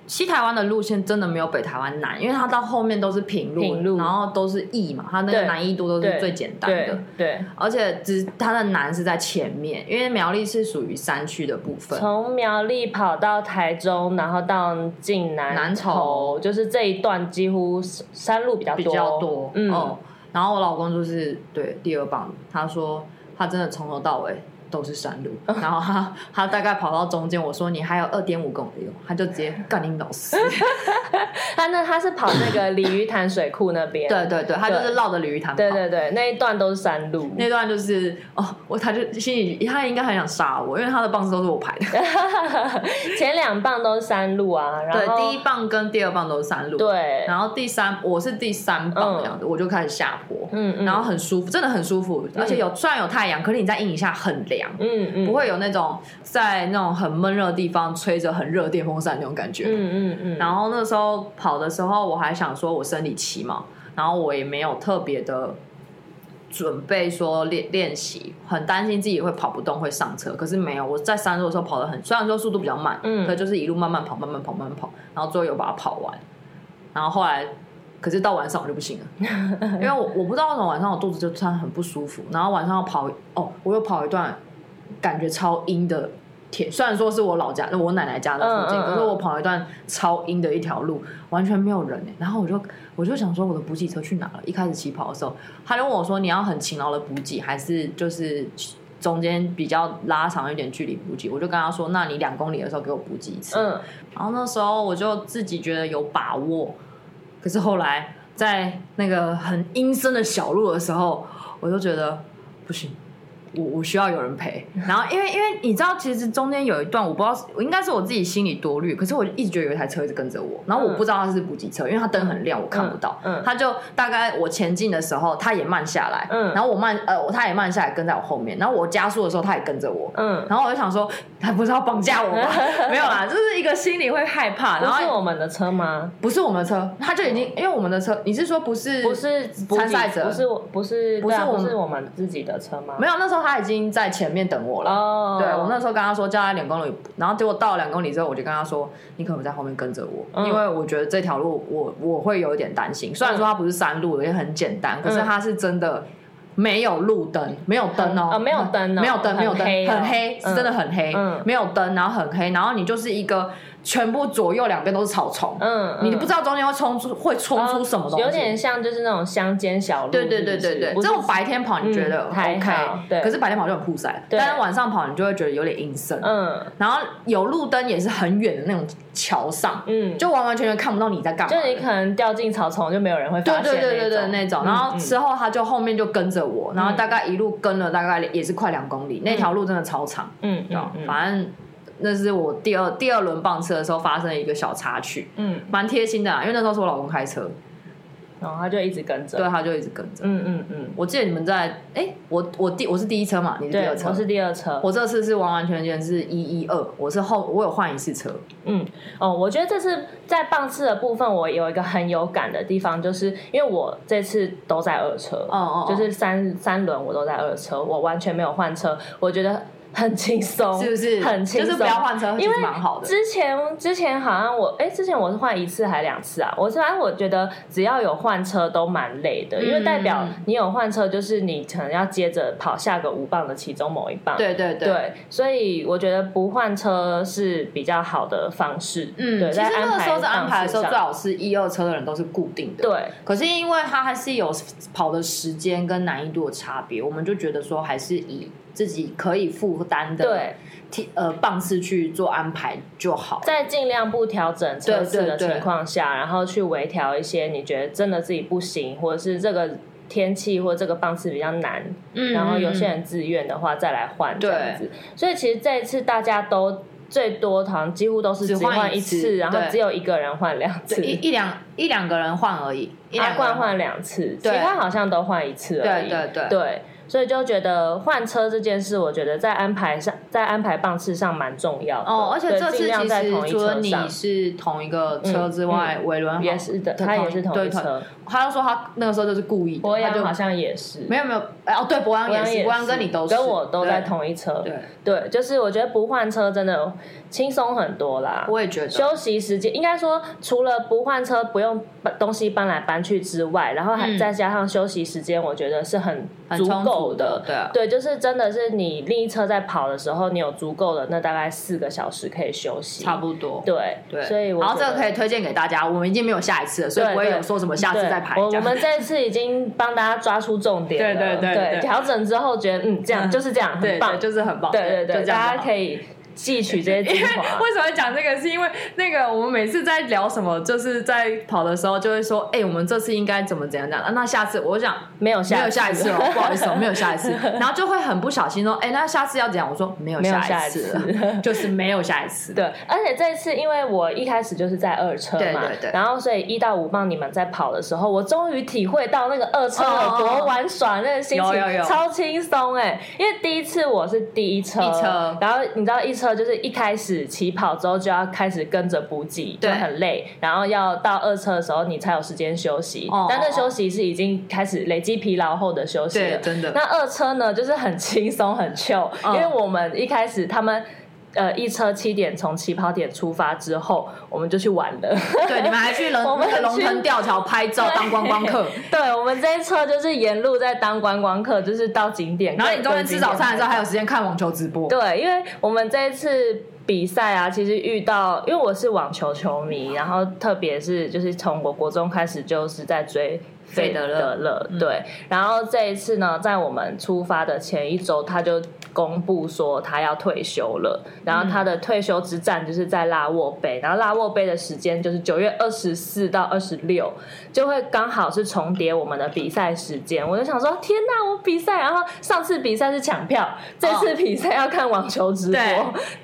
Speaker 2: 西台湾的路线真的没有北台湾难，因为它到后面都是平路，
Speaker 1: 平路
Speaker 2: 然后都是易嘛，它那个
Speaker 1: 对
Speaker 2: 难易度都是
Speaker 1: 对
Speaker 2: 最简单
Speaker 1: 对
Speaker 2: 的。
Speaker 1: 对，
Speaker 2: 而且只它的难是在前面，因为苗栗是属于山区的部分，
Speaker 1: 从苗栗跑到台中，然后到晋南
Speaker 2: 南投
Speaker 1: 投，就是这一段几乎山路比较
Speaker 2: 比
Speaker 1: 多，
Speaker 2: 较多。
Speaker 1: 嗯，
Speaker 2: 哦然后我老公就是对第二棒，他说他真的从头到尾。都是山
Speaker 1: [laughs]
Speaker 2: 路，然后他他大概跑到中间，我说你还有二点五公里哦，他就直接干你
Speaker 1: [laughs]
Speaker 2: 老师。
Speaker 1: 他啊那他是跑那个鲤鱼潭水库那边，
Speaker 2: 对对对，他就是绕着鲤鱼潭跑。
Speaker 1: 对对对，那一段都是山路，
Speaker 2: 那段就是哦，我他就心里他应该很想杀我，因为他的棒子都是我排的。
Speaker 1: 前两棒都是山路啊，然
Speaker 2: 对，
Speaker 1: 后
Speaker 2: 第一棒跟第二棒都是山路，，
Speaker 1: 对，
Speaker 2: 然后第三我是第三棒的样子，我就开始下坡，
Speaker 1: 嗯嗯，
Speaker 2: 然后很舒服，真的很舒服，而且有虽然有太阳，可是你在阴影下很凉。
Speaker 1: 嗯嗯，
Speaker 2: 不，会有那种在那种很闷热的地方吹着很热的电风扇那种感觉。
Speaker 1: 嗯嗯嗯，
Speaker 2: 然后那时候跑的时候，我还想说我生理期嘛，然后我也没有特别的准备说练练习，很担心自己会跑不动会上车，可是没有，我在山路的时候跑得很，虽然说速度比较慢，
Speaker 1: 嗯
Speaker 2: 可就是一路慢慢跑，慢慢跑，慢慢跑，然后最后有把它跑完，然后后来。可是到晚上我就不行了，因为我我不知道为什么晚上我肚子就突然很不舒服，然后晚上要跑哦，我又跑一段感觉超阴的铁，虽然说是我老家，我奶奶家的附
Speaker 1: 嗯
Speaker 2: 近，
Speaker 1: 嗯嗯
Speaker 2: 可是我跑一段超阴的一条路，完全没有人、欸、然后我就我就想说我的补给车去哪了？一开始起跑的时候，他就问我说你要很勤劳的补给，还是就是中间比较拉长一点距离补给？我就跟他说，那你两公里的时候给我补给一次。
Speaker 1: 嗯
Speaker 2: 然后那时候我就自己觉得有把握，可是后来在那个很阴森的小路的时候，我就觉得不行，我我需要有
Speaker 1: [laughs]
Speaker 2: 人陪。然后因为因为你知道，其实中间有一段我不知道，我应该是我自己心里多虑，可是我一直觉得有一台车一直跟着我，然后我不知道它是补给车，因为它灯很亮，我看不到。
Speaker 1: 嗯嗯
Speaker 2: 它就大概我前进的时候，它也慢下来，
Speaker 1: 嗯
Speaker 2: 然后我慢呃，我它也慢下来跟在我后面，然后我加速的时候，它也跟着我。
Speaker 1: 嗯，
Speaker 2: 然后我就想说，他不是要绑架我吗？ [laughs] 没有啦，就是一个心里会害怕。然
Speaker 1: 不
Speaker 2: 后
Speaker 1: 是我们的车吗？
Speaker 2: 不是我们的车，他就已经因为我们的车，你是说不是
Speaker 1: 不是补给
Speaker 2: 参赛者
Speaker 1: 不是我不是
Speaker 2: 不
Speaker 1: 对
Speaker 2: 是
Speaker 1: 啊
Speaker 2: 我
Speaker 1: 不
Speaker 2: 们
Speaker 1: 是我们自己的车吗？
Speaker 2: 没有，那时候他已经在前面等我了。
Speaker 1: 哦，
Speaker 2: 对我那时候跟他说叫他两公里，然后结果到了两公里之后，我就跟他说你可不可以在后面跟着我，
Speaker 1: 嗯
Speaker 2: 因为我觉得这条路我我会有一点担心。虽然说它不是山路，也很简单，可是
Speaker 1: 嗯
Speaker 2: 它是真的没有路灯，没有灯哦，
Speaker 1: 很呃没有灯哦
Speaker 2: 没有灯，
Speaker 1: 很
Speaker 2: 没有灯，
Speaker 1: 黑哦
Speaker 2: 很黑，是
Speaker 1: 嗯
Speaker 2: 真的很黑
Speaker 1: 嗯，
Speaker 2: 没有灯，然后很黑，然后你就是一个全部左右两边都是草丛，
Speaker 1: 嗯，嗯，哦
Speaker 2: 你不知道中间会冲出会冲出什么东西，
Speaker 1: 有点像就是那种乡间小路，
Speaker 2: 对对对
Speaker 1: 是不
Speaker 2: 对
Speaker 1: 是
Speaker 2: 对，
Speaker 1: 不
Speaker 2: 这
Speaker 1: 是
Speaker 2: 种白天跑你觉得
Speaker 1: 嗯还
Speaker 2: OK，、
Speaker 1: 好对
Speaker 2: 可是白天跑就很酷晒，
Speaker 1: 对
Speaker 2: 但是晚上跑你就会觉得有点阴森。
Speaker 1: 嗯
Speaker 2: 然后有路灯也是很远的那种桥上，
Speaker 1: 嗯，
Speaker 2: 就完完全全看不到你在干嘛
Speaker 1: 就
Speaker 2: 的。
Speaker 1: 你可能掉进草丛，就没有人会
Speaker 2: 对
Speaker 1: 发现
Speaker 2: 对对对对
Speaker 1: 种
Speaker 2: 那种，
Speaker 1: 嗯
Speaker 2: 然后
Speaker 1: 嗯
Speaker 2: 之后他就后面就跟着我，然后大概一路跟了大概也是快两公里，那条路真的超长，
Speaker 1: 嗯
Speaker 2: 对吧
Speaker 1: 嗯嗯
Speaker 2: 反正那是我第二第二轮棒车的时候发生了一个小插曲，
Speaker 1: 嗯，
Speaker 2: 蛮贴心的啊，因为那时候是我老公开车，
Speaker 1: 然后他就一直跟着，
Speaker 2: 对，啊他就一直跟着。
Speaker 1: 嗯嗯嗯，
Speaker 2: 我记得你们在哎、我我第我是第一车嘛，你是第
Speaker 1: 对，
Speaker 2: 二车
Speaker 1: 我，是第二车，
Speaker 2: 我这次是完完全全是一一二，我是后我有换一次车，
Speaker 1: 嗯，哦，我觉得这次在棒次的部分，我有一个很有感的地方，就是因为我这次都在二车，
Speaker 2: 哦哦
Speaker 1: 就是三三轮我都在二车，我完全没有换车，我觉得很轻松，
Speaker 2: 是不是
Speaker 1: 很轻松？
Speaker 2: 就是不要换车，
Speaker 1: 因为
Speaker 2: 其实蛮好的。
Speaker 1: 之前之前好像我哎、之前我是换一次还两次啊？我是反正我觉得只要有换车都蛮累的，因
Speaker 2: 嗯
Speaker 1: 为代表你有换车，就是你可能要接着跑下个五棒的其中某一棒。
Speaker 2: 对对对。
Speaker 1: 对，所以我觉得不换车是比较好的方式。
Speaker 2: 嗯，
Speaker 1: 对，
Speaker 2: 其实
Speaker 1: 在
Speaker 2: 那个时候在安排的时候，
Speaker 1: 上
Speaker 2: 最好是一二车的人都是固定的。。
Speaker 1: 对，
Speaker 2: 可是因为它还是有跑的时间跟难易度的差别，我们就觉得说还是以自己可以负担的
Speaker 1: 对
Speaker 2: 体呃棒次去做安排就好。
Speaker 1: 在尽量不调整车次的
Speaker 2: 对对对
Speaker 1: 情况下，然后去微调一些你觉得真的自己不行，或者是这个天气或者这个棒次比较难，
Speaker 2: 嗯
Speaker 1: 然后有些
Speaker 2: 嗯
Speaker 1: 人自愿的话再来换这样子。所以其实这一次大家都最多好像几乎都是
Speaker 2: 只
Speaker 1: 只
Speaker 2: 换
Speaker 1: 换
Speaker 2: 一
Speaker 1: 一
Speaker 2: 次
Speaker 1: 次，然后
Speaker 2: 对
Speaker 1: 只有一个人换两
Speaker 2: 对
Speaker 1: 次，
Speaker 2: 一一两一两个人换而已，一
Speaker 1: 阿
Speaker 2: 两个
Speaker 1: 冠
Speaker 2: 人
Speaker 1: 换两次，其
Speaker 2: 对
Speaker 1: 他好像都换一次而
Speaker 2: 对
Speaker 1: 已。
Speaker 2: 对对
Speaker 1: 对，所以就觉得换车这件事，我觉得在安排上，在安排棒次上蛮重要的。
Speaker 2: 哦，而且
Speaker 1: 对
Speaker 2: 这次
Speaker 1: 尽量
Speaker 2: 其
Speaker 1: 在
Speaker 2: 实
Speaker 1: 同一
Speaker 2: 除了
Speaker 1: 车
Speaker 2: 你
Speaker 1: 上，
Speaker 2: 是同一个车之外，伟伦好
Speaker 1: 也是的，他也是同
Speaker 2: 对
Speaker 1: 一。车。
Speaker 2: 他就说他那个时候就是故意的，
Speaker 1: 博
Speaker 2: 他就
Speaker 1: 洋好像也是，
Speaker 2: 没有没有，哎哦对，博洋也是，博洋跟你都是，
Speaker 1: 跟我都在
Speaker 2: 对
Speaker 1: 同一车。
Speaker 2: 对，
Speaker 1: 对，就是我觉得不换车真的轻松很多啦。
Speaker 2: 我也觉得，
Speaker 1: 休息时间应该说，除了不换车、不用把东西搬来搬去之外，然后还
Speaker 2: 嗯
Speaker 1: 再加上休息时间，我觉得是很
Speaker 2: 很
Speaker 1: 足
Speaker 2: 充
Speaker 1: 够
Speaker 2: 足的对啊
Speaker 1: 对，就是真的是你另一车在跑的时候，你有足够的那大概四个小时可以休息。
Speaker 2: 差不多。
Speaker 1: 对
Speaker 2: 对，
Speaker 1: 所以我
Speaker 2: 然后
Speaker 1: 觉
Speaker 2: 这
Speaker 1: 得
Speaker 2: 个可以推荐给大家，我们已经没有下一次了，所以
Speaker 1: 对
Speaker 2: 不会
Speaker 1: 对
Speaker 2: 有说什么下次
Speaker 1: 对
Speaker 2: 再排。
Speaker 1: 我
Speaker 2: 这
Speaker 1: 我
Speaker 2: 样
Speaker 1: 们这次已经帮大家抓出重点了，
Speaker 2: 对对对对
Speaker 1: 调整之后觉得嗯，这样
Speaker 2: 嗯
Speaker 1: 就是这样，
Speaker 2: 对
Speaker 1: 很棒，
Speaker 2: 对就是很棒，
Speaker 1: 对对
Speaker 2: 就
Speaker 1: 对，
Speaker 2: 这样就好
Speaker 1: 大家可以汲取这些精
Speaker 2: [laughs] 因为
Speaker 1: 华。
Speaker 2: 为什么会讲这个？是因为那个我们每次在聊什么，就是在跑的时候就会说，哎、我们这次应该怎么怎样怎样。啊、那下次我就想
Speaker 1: 没有
Speaker 2: 没
Speaker 1: 下
Speaker 2: 有下一次
Speaker 1: [laughs]
Speaker 2: 哦，不好意思、哦，没有下一次。然后就会很不小心说，哎、那下次要怎样？我说没有
Speaker 1: 没有
Speaker 2: 下
Speaker 1: 下
Speaker 2: 一
Speaker 1: 一
Speaker 2: 次
Speaker 1: 次
Speaker 2: 了， [laughs] 就是没有下一次。
Speaker 1: 对，而且这次因为我一开始就是在二车嘛，
Speaker 2: 对对对
Speaker 1: 然后所以一到五棒你们在跑的时候，我终于体会到那个二车有多玩耍，那个心情
Speaker 2: 哦有有有
Speaker 1: 超轻松哎！因为第一次我是第一车，
Speaker 2: 一车
Speaker 1: 然后你知道一车就是一开始起跑之后就要开始跟着补给，就
Speaker 2: 对
Speaker 1: 很累，然后要到二车的时候你才有时间休息，
Speaker 2: 哦
Speaker 1: 但那
Speaker 2: 哦
Speaker 1: 休息是已经开始累积疲劳后的休息了
Speaker 2: 对，，真的。
Speaker 1: 那二车呢，就是很轻松很 chill，、
Speaker 2: 嗯
Speaker 1: 因为我们一开始他们。呃，一车七点从起跑点出发之后，我们就去玩
Speaker 2: [laughs]
Speaker 1: 了。 [laughs]
Speaker 2: 对，你们还去龙
Speaker 1: 我们
Speaker 2: 那个龙
Speaker 1: 去
Speaker 2: 腾吊桥拍照当观光
Speaker 1: [laughs]
Speaker 2: 客，
Speaker 1: 对，我们这一车就是沿路在当观光客，就是到景点。
Speaker 2: 然后你中
Speaker 1: 各个景
Speaker 2: 间
Speaker 1: 点
Speaker 2: 吃早餐的时候
Speaker 1: 拍
Speaker 2: 还有时间看网球直播。
Speaker 1: 对，因为我们这一次比赛啊，其实遇到，因为我是网球球迷，然后特别是就是从我国中开始就是在追。
Speaker 2: 费德勒
Speaker 1: 勒
Speaker 2: 嗯
Speaker 1: 对，然后这一次呢，在我们出发的前一周，他就公布说他要退休了，然后他的退休之战就是在拉沃杯，然后拉沃杯的时间就是九月二十四到二十六，就会刚好是重叠我们的比赛时间。我就想说，天哪，我比赛，然后上次比赛是抢票，这次比赛要看网球直播，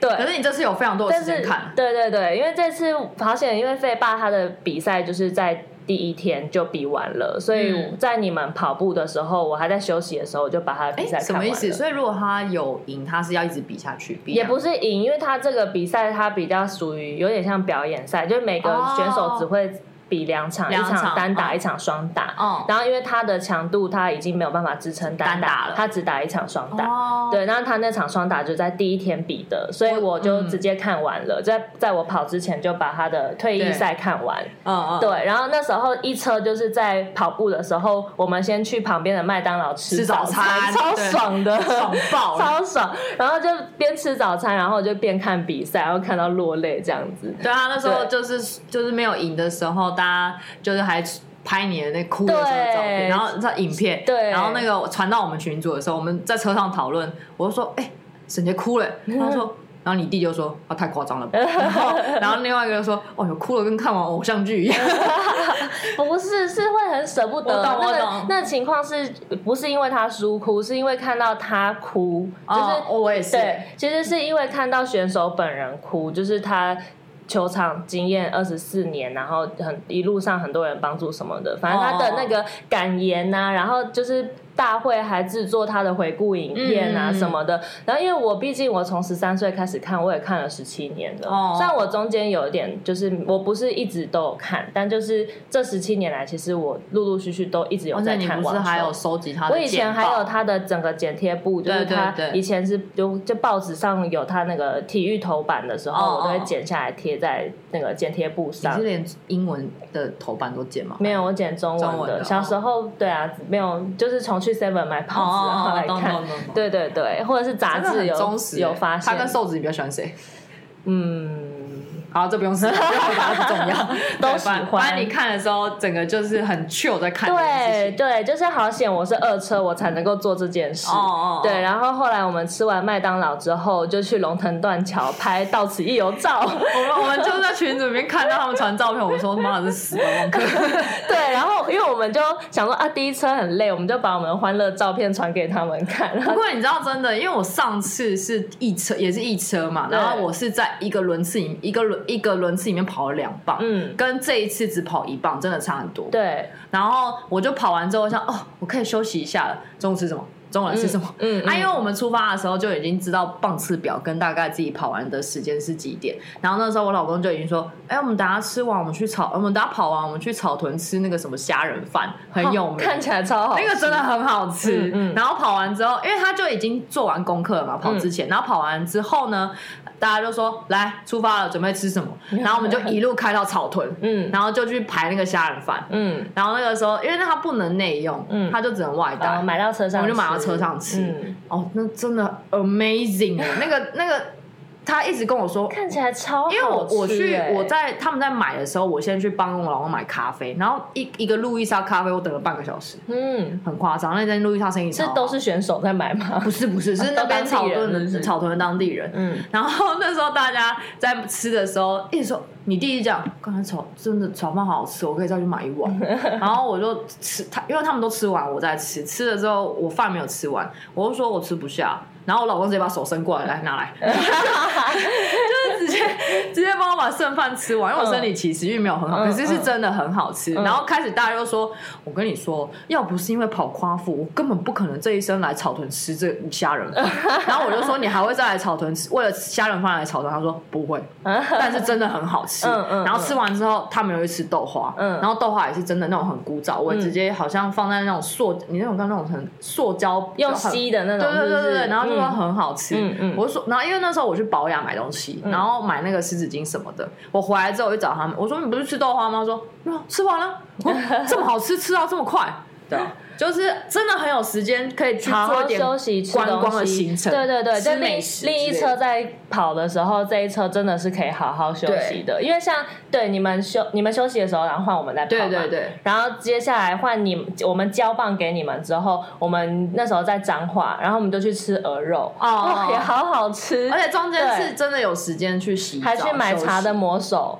Speaker 1: 对，
Speaker 2: 可是你这次有非常多的
Speaker 1: 但
Speaker 2: 时
Speaker 1: 是
Speaker 2: 间看，啊
Speaker 1: 对对对，因为这次好险，因为费霸他的比赛就是在第一天就比完了，所以
Speaker 2: 嗯
Speaker 1: 在你们跑步的时候，我还在休息的时候，我就把他的比赛
Speaker 2: 哎，什
Speaker 1: 看
Speaker 2: 么
Speaker 1: 完
Speaker 2: 意思？
Speaker 1: 了。
Speaker 2: 所以如果他有赢，他是要一直比下去，比
Speaker 1: 也
Speaker 2: 下
Speaker 1: 不是赢，因为他这个比赛它比较属于有点像表演赛，就是每个
Speaker 2: 哦
Speaker 1: 选手只会比两场，
Speaker 2: 两
Speaker 1: 一场
Speaker 2: 场
Speaker 1: 单打，
Speaker 2: 哦
Speaker 1: 一场双打。
Speaker 2: 哦
Speaker 1: 然后因为他的强度他已经没有办法支撑单
Speaker 2: 单打了
Speaker 1: 他只打一场双打。
Speaker 2: 哦，
Speaker 1: 啊对，那他那场双打就在第一天比的，所以我
Speaker 2: 嗯
Speaker 1: 就直接看完了，在在我跑之前就把他的退役
Speaker 2: 对
Speaker 1: 赛看完。
Speaker 3: 嗯嗯，
Speaker 1: 对，然后那时候一车就是在跑步的时候，我们先去旁边的麦当劳吃
Speaker 2: 吃早
Speaker 1: 餐，
Speaker 2: 餐
Speaker 1: 超
Speaker 2: 对
Speaker 1: 爽的，
Speaker 2: 爽爆了。
Speaker 1: [laughs] 超爽。然后就边吃早餐，然后就边看比赛，然后看到落泪这样子。
Speaker 2: 对啊，那时候
Speaker 1: 对
Speaker 2: 就是就是没有赢的时候，大家就是还拍你的那哭的时候的照
Speaker 1: 对
Speaker 2: 片，然后照影片，
Speaker 1: 对
Speaker 2: 然后那个传到我们群组的时候，我们在车上讨论，我就说，哎、沈杰哭了、他说。然后你弟就说：“啊，太夸张了吧！”然
Speaker 1: [laughs]
Speaker 2: 后，然后另外一个就说：“哦哟，哭了跟看完偶像剧一样。
Speaker 1: 嗯不是，是会很舍不得。
Speaker 2: 我懂
Speaker 1: 那
Speaker 2: 我
Speaker 1: 个
Speaker 2: 懂
Speaker 1: 那情况是不是因为他输哭，是因为看到他哭，就
Speaker 2: 哦
Speaker 1: 是
Speaker 2: 我也是，嗯
Speaker 1: 对，其实是因为看到选手本人哭，就是他球场经验二十四年，然后很一路上很多人帮助什么的，反正他的那个感言呐、
Speaker 2: 哦
Speaker 1: 然后就是。大会还制作他的回顾影片啊
Speaker 2: 嗯
Speaker 1: 什么的，然后因为我毕竟我从十三岁开始看，我也看了十七年了。
Speaker 2: 哦
Speaker 1: 虽然我中间有一点就是我不是一直都有看，但就是这十七年来，其实我陆陆续续都一直有
Speaker 2: 而且
Speaker 1: 在
Speaker 2: 哦你
Speaker 1: 看
Speaker 2: 不
Speaker 1: 网
Speaker 2: 是
Speaker 1: 球。
Speaker 2: 还有收集他的
Speaker 1: 我以前
Speaker 2: 剪
Speaker 1: 还
Speaker 2: 报
Speaker 1: 有他的整个剪贴簿，就是
Speaker 2: 对对
Speaker 1: 他
Speaker 2: 对
Speaker 1: 以前是就就报纸上有他那个体育头版的时候，
Speaker 2: 哦
Speaker 1: 我都会
Speaker 2: 哦
Speaker 1: 剪下来贴在那个剪贴簿
Speaker 2: 你
Speaker 1: 上
Speaker 2: 是。连英文的头版都剪吗？
Speaker 1: 没有，我剪中文
Speaker 2: 中文
Speaker 1: 的。
Speaker 2: 的
Speaker 1: 小时候，对啊，没有，就是从去 Seven 买
Speaker 2: 哦，
Speaker 1: 报纸然后
Speaker 2: 哦
Speaker 1: 啊来
Speaker 2: 哦，懂
Speaker 1: 看
Speaker 2: 懂。懂懂。
Speaker 1: [laughs] 对对对，或者是杂
Speaker 2: 真的
Speaker 1: 志
Speaker 2: 很
Speaker 1: 有
Speaker 2: 忠实欸，
Speaker 1: 有发现
Speaker 2: 他，跟瘦子，你比较喜欢谁？
Speaker 1: 嗯，
Speaker 2: 好，这不用说，答不重要，
Speaker 1: [laughs] 都
Speaker 2: 对
Speaker 1: 喜欢
Speaker 2: 反反正你看的时候，整个就是很 chill 在看这件事
Speaker 1: 对
Speaker 2: 情。
Speaker 1: 对，就是好险我是二车，我才能够做这件事。
Speaker 2: 哦哦，哦
Speaker 1: 对，，然后后来我们吃完麦当劳之后，就去龙腾断桥拍《到此一游》照。
Speaker 2: 我们我们就在群组里面看到他们传照片，我说妈的，这是死观光客。
Speaker 1: 对，然后因为我们就想说啊，第一车很累，我们就把我们的欢乐照片传给他们看。 [laughs] 然
Speaker 2: 不
Speaker 1: 后
Speaker 2: 过你知道，真的，因为我上次是一车，也是一车嘛，
Speaker 1: 对
Speaker 2: 然后我是在一个轮次里，一个轮一个轮次里面跑了两棒，
Speaker 1: 嗯，
Speaker 2: 跟这一次只跑一棒，真的差很多。
Speaker 1: 对，
Speaker 2: 然后我就跑完之后我想，哦，我可以休息一下了。中午吃什么？中午来吃什么？
Speaker 1: 嗯嗯嗯
Speaker 2: 啊，因为我们出发的时候就已经知道棒次表跟大概自己跑完的时间是几点。然后那时候我老公就已经说，哎、我们等下吃完，我们去草，我们等下跑完，我们去草屯吃那个什么虾仁饭，很有名。
Speaker 1: 嗯哦看起来超好吃，
Speaker 2: 那个真的很好吃。
Speaker 1: 嗯嗯
Speaker 2: 然后跑完之后，因为他就已经做完功课了嘛，跑之
Speaker 1: 嗯
Speaker 2: 前，然后跑完之后呢，大家就说来出发了，准备吃什么？然后我们就一路开到草屯，
Speaker 1: 嗯
Speaker 2: [laughs] 然后就去排那个虾仁饭。
Speaker 1: 嗯，
Speaker 2: 然后那个时候，因为它不能内用，
Speaker 1: 嗯
Speaker 2: 它就只能外带。
Speaker 1: 然后买到车上吃，
Speaker 2: 我就买到车上吃
Speaker 1: 嗯，
Speaker 2: 哦，那真的 amazing 欸那
Speaker 1: [laughs]
Speaker 2: 个那个，他一直跟我说，
Speaker 1: 看起来超好吃
Speaker 2: 因
Speaker 1: 欸、
Speaker 2: 为我我去我在他们在买的时候，我先去帮我老公买咖啡，然后一一个路易莎咖啡我等了半个小时，
Speaker 1: 嗯，
Speaker 2: 很夸张。那间路易莎生意
Speaker 1: 这
Speaker 2: 超好
Speaker 1: 都是选手在买吗
Speaker 2: 不？是不是是那边
Speaker 1: 都当地人
Speaker 2: 草屯
Speaker 1: 是不是
Speaker 2: 的草屯的当地人，
Speaker 1: 嗯，
Speaker 2: [laughs] 然后那时候大家在吃的时候，一直说你弟弟讲，刚才炒真的炒饭好好吃，我可以再去买一碗。然后我就吃他，因为他们都吃完，我再吃。吃了之后，我饭没有吃完，我就说我吃不下。然后我老公直接把手伸过来，来
Speaker 1: [laughs]
Speaker 2: 拿来，就是直接直接帮我把剩饭吃完，因为我生理期食欲没有很好，
Speaker 1: 嗯
Speaker 2: 可是是真的很好吃。
Speaker 1: 嗯
Speaker 2: 然后开始大家就说，我跟你说，要不是因为跑夸父，我根本不可能这一生来草屯吃这虾仁
Speaker 1: [laughs]
Speaker 2: 饭。然后我就说，你还会再来草屯吃？为了虾仁饭来草屯？他说不
Speaker 1: [laughs]
Speaker 2: 会，但是真的很好吃。
Speaker 1: 嗯嗯
Speaker 2: 然后吃完之后，他们有去吃豆花，
Speaker 1: 嗯
Speaker 2: 然后豆花也是真的那种很古早味，
Speaker 1: 嗯
Speaker 2: 直接好像放在那种塑，你那种跟那种很塑胶
Speaker 1: 用
Speaker 2: 很
Speaker 1: 吸的那种，
Speaker 2: 对对对
Speaker 1: 是不
Speaker 2: 对
Speaker 1: 是
Speaker 2: 对，然后就说
Speaker 1: 嗯
Speaker 2: 很好吃。
Speaker 1: 嗯嗯
Speaker 2: 我就说，然后因为那时候我去保养买东西，然后买那个湿纸巾什么的，我回来之
Speaker 1: [laughs]
Speaker 2: 嗯啊哦后我就找他们，我说你不是吃豆花吗？他说没有，吃完了，我说这么好吃，吃到这么快。
Speaker 3: 对啊，
Speaker 2: 就是真的很有时间可以去
Speaker 1: 好
Speaker 2: 做
Speaker 1: 好
Speaker 2: 一点
Speaker 1: 休息，吃
Speaker 2: 观
Speaker 1: 东
Speaker 2: 光的
Speaker 1: 西
Speaker 2: 行程
Speaker 1: 对对对，
Speaker 2: 吃
Speaker 1: 就
Speaker 2: 美
Speaker 1: 另
Speaker 2: 食
Speaker 1: 另一
Speaker 2: 之类
Speaker 1: 车
Speaker 2: 的
Speaker 1: 在跑的时候，这一车真的是可以好好休息的，因为像对你们休你们休息的时候，然后换我们在跑
Speaker 2: 对
Speaker 1: 嘛
Speaker 2: 对对，
Speaker 1: 然后接下来换你，我们交棒给你们之后，我们那时候在彰化，然后我们就去吃鹅肉，
Speaker 2: 哦
Speaker 1: 哇也好好吃，
Speaker 2: 而且中间
Speaker 1: 对
Speaker 2: 是真的有时间去洗澡，
Speaker 1: 还去买茶的
Speaker 2: 休息，
Speaker 1: 魔手，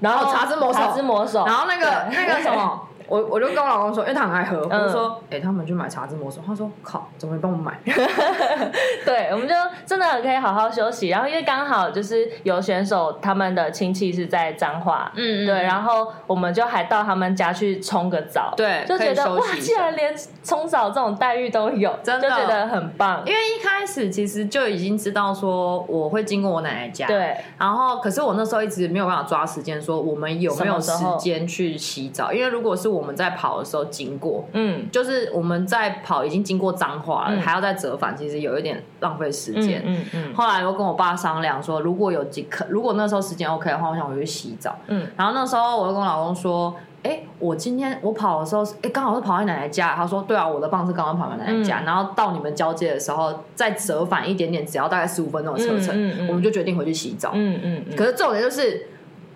Speaker 1: 然后
Speaker 2: 哦茶之魔手
Speaker 1: 茶之魔手，
Speaker 2: 然后那个那个什
Speaker 1: [laughs]
Speaker 2: 么。我我就跟我老公说，因为他很爱喝，我
Speaker 1: 嗯
Speaker 2: 就说，哎、他们去买茶之魔手，他说，靠，怎么没帮我买？
Speaker 1: 嗯 [laughs] 对，我们就真的可以好好休息。然后因为刚好就是有选手他们的亲戚是在彰化，
Speaker 2: 嗯
Speaker 1: 对，然后我们就还到他们家去冲个澡，
Speaker 2: 对
Speaker 1: 就觉
Speaker 2: 可以
Speaker 1: 得
Speaker 2: 休
Speaker 1: 哇
Speaker 2: 息，一下
Speaker 1: 竟然连冲澡这种待遇都有，
Speaker 2: 真的
Speaker 1: 就觉得很棒
Speaker 2: [laughs] 因。为一开始其实就已经知道说我会经过我奶奶家，，
Speaker 1: 对，
Speaker 2: 然后可是我那时候一直没有办法抓时间，说我们有没有
Speaker 1: 什
Speaker 2: 时
Speaker 1: 么时候
Speaker 2: 间去洗澡，因为如果是我们在跑的时候经过，
Speaker 1: 嗯，
Speaker 2: 就是我们在跑已经经过脏话了，
Speaker 1: 嗯
Speaker 2: 还要再折返，其实有一点浪费时间。
Speaker 1: 嗯嗯
Speaker 2: 后来我跟我爸商量说，如果有几可，如果那时候时间 OK 的话，我想回去洗澡。
Speaker 1: 嗯
Speaker 2: 然后那时候我就跟我老公说，哎、我今天我跑的时候，哎、刚好是跑到奶奶家。他说，对啊，我的棒是刚刚跑到奶奶
Speaker 1: 嗯
Speaker 2: 家，然后到你们交接的时候再折返一点点，只要大概十五分钟的车程，
Speaker 1: 嗯嗯嗯
Speaker 2: 我们就决定回去洗澡。
Speaker 1: 嗯嗯嗯，
Speaker 2: 可是重点就是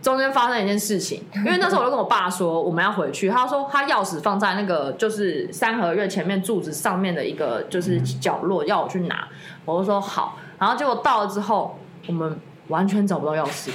Speaker 2: 中间发生一件事情，因为那时候我就跟我爸说我们要回去，他说他钥匙放在那个就是三合院前面柱子上面的一个就是
Speaker 1: 嗯
Speaker 2: 角落，要我去拿。我就说好，然后结果到了之后，我们完全找不到钥匙，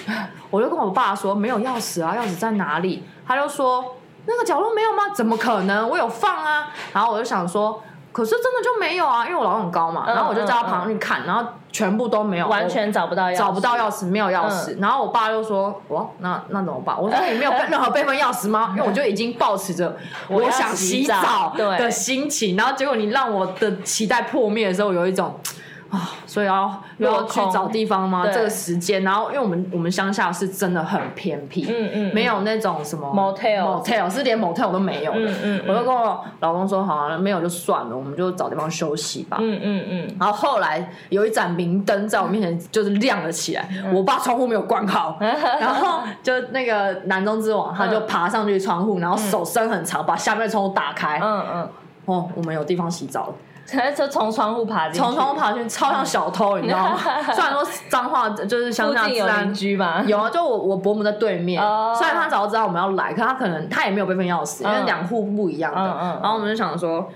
Speaker 2: 我就跟我爸说没有钥匙啊，钥匙在哪里？他就说那个角落没有吗？怎么可能？我有放啊。然后我就想说。可是真的就没有啊，因为我老公很高嘛，
Speaker 1: 嗯
Speaker 2: 然后我就叫他跑上去看，然后全部都没有，
Speaker 1: 完
Speaker 2: 我
Speaker 1: 全找不到钥匙，嗯
Speaker 2: [laughs] 找不到钥匙，没有钥匙。然后我爸就说：“哇，那那怎么办？”我说：“哎你没有任何备份钥匙吗？” [laughs] 因为我就已经抱持着
Speaker 1: 我要
Speaker 2: 我想洗澡
Speaker 1: 洗澡对
Speaker 2: 的心情，然后结果你让我的期待破灭的时候，我有一种。 [sighs] 啊，所以要
Speaker 1: 落
Speaker 2: 要去
Speaker 1: 空
Speaker 2: 找地方吗？
Speaker 1: 对
Speaker 2: 这个时间，然后因为我们我们乡下是真的很偏僻，
Speaker 1: 嗯嗯嗯
Speaker 2: 没有那种什么
Speaker 1: Motel
Speaker 2: motel 是连 motel 都没有的。
Speaker 1: 嗯嗯嗯
Speaker 2: 我就跟我老公说，好、啊，没有就算了，我们就找地方休息吧。
Speaker 1: 嗯嗯嗯， [laughs]
Speaker 2: 然后后来有一盏明灯在我面前就是亮了起来，我爸窗户没有关好，
Speaker 1: 嗯
Speaker 2: [laughs] 然后就那个南中之王他就爬上去窗户，然后手伸很长，把下面的窗户打 [laughs] 开，
Speaker 1: 嗯嗯， [laughs]
Speaker 2: 哦，我们有地方洗澡了，
Speaker 1: 才就从窗户爬进去，
Speaker 2: 从窗户爬进去超像小偷，你知道吗？虽然说脏话就是乡
Speaker 1: 附
Speaker 2: 下
Speaker 1: 近
Speaker 2: 治
Speaker 1: 有
Speaker 2: 安
Speaker 1: 邻居吧？
Speaker 2: 有啊，就我我伯母在对面
Speaker 1: 哦
Speaker 2: 虽然他早就知道我们要来，可他可能他也没有备份钥匙，因为两户不一样的。
Speaker 1: 嗯嗯嗯
Speaker 2: 然后我们就想说。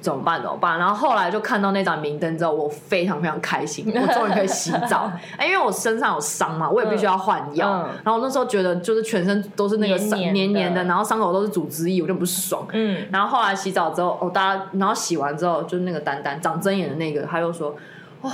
Speaker 2: 怎么办？怎么办？然后后来就看到那盏明灯之后，我非常非常开心，
Speaker 1: [laughs]
Speaker 2: 我终于可以洗澡。哎，因为我身上有伤嘛，我也必须要换药。
Speaker 1: 嗯嗯
Speaker 2: 然后我那时候觉得就是全身都是那个伤
Speaker 1: 黏黏的
Speaker 2: 黏黏的，然后伤口都是组织液，我就不爽。
Speaker 1: 嗯，
Speaker 2: 然后后来洗澡之后，哦，大家，然后洗完之后，就是那个丹丹长针眼的那个，他又说，哇、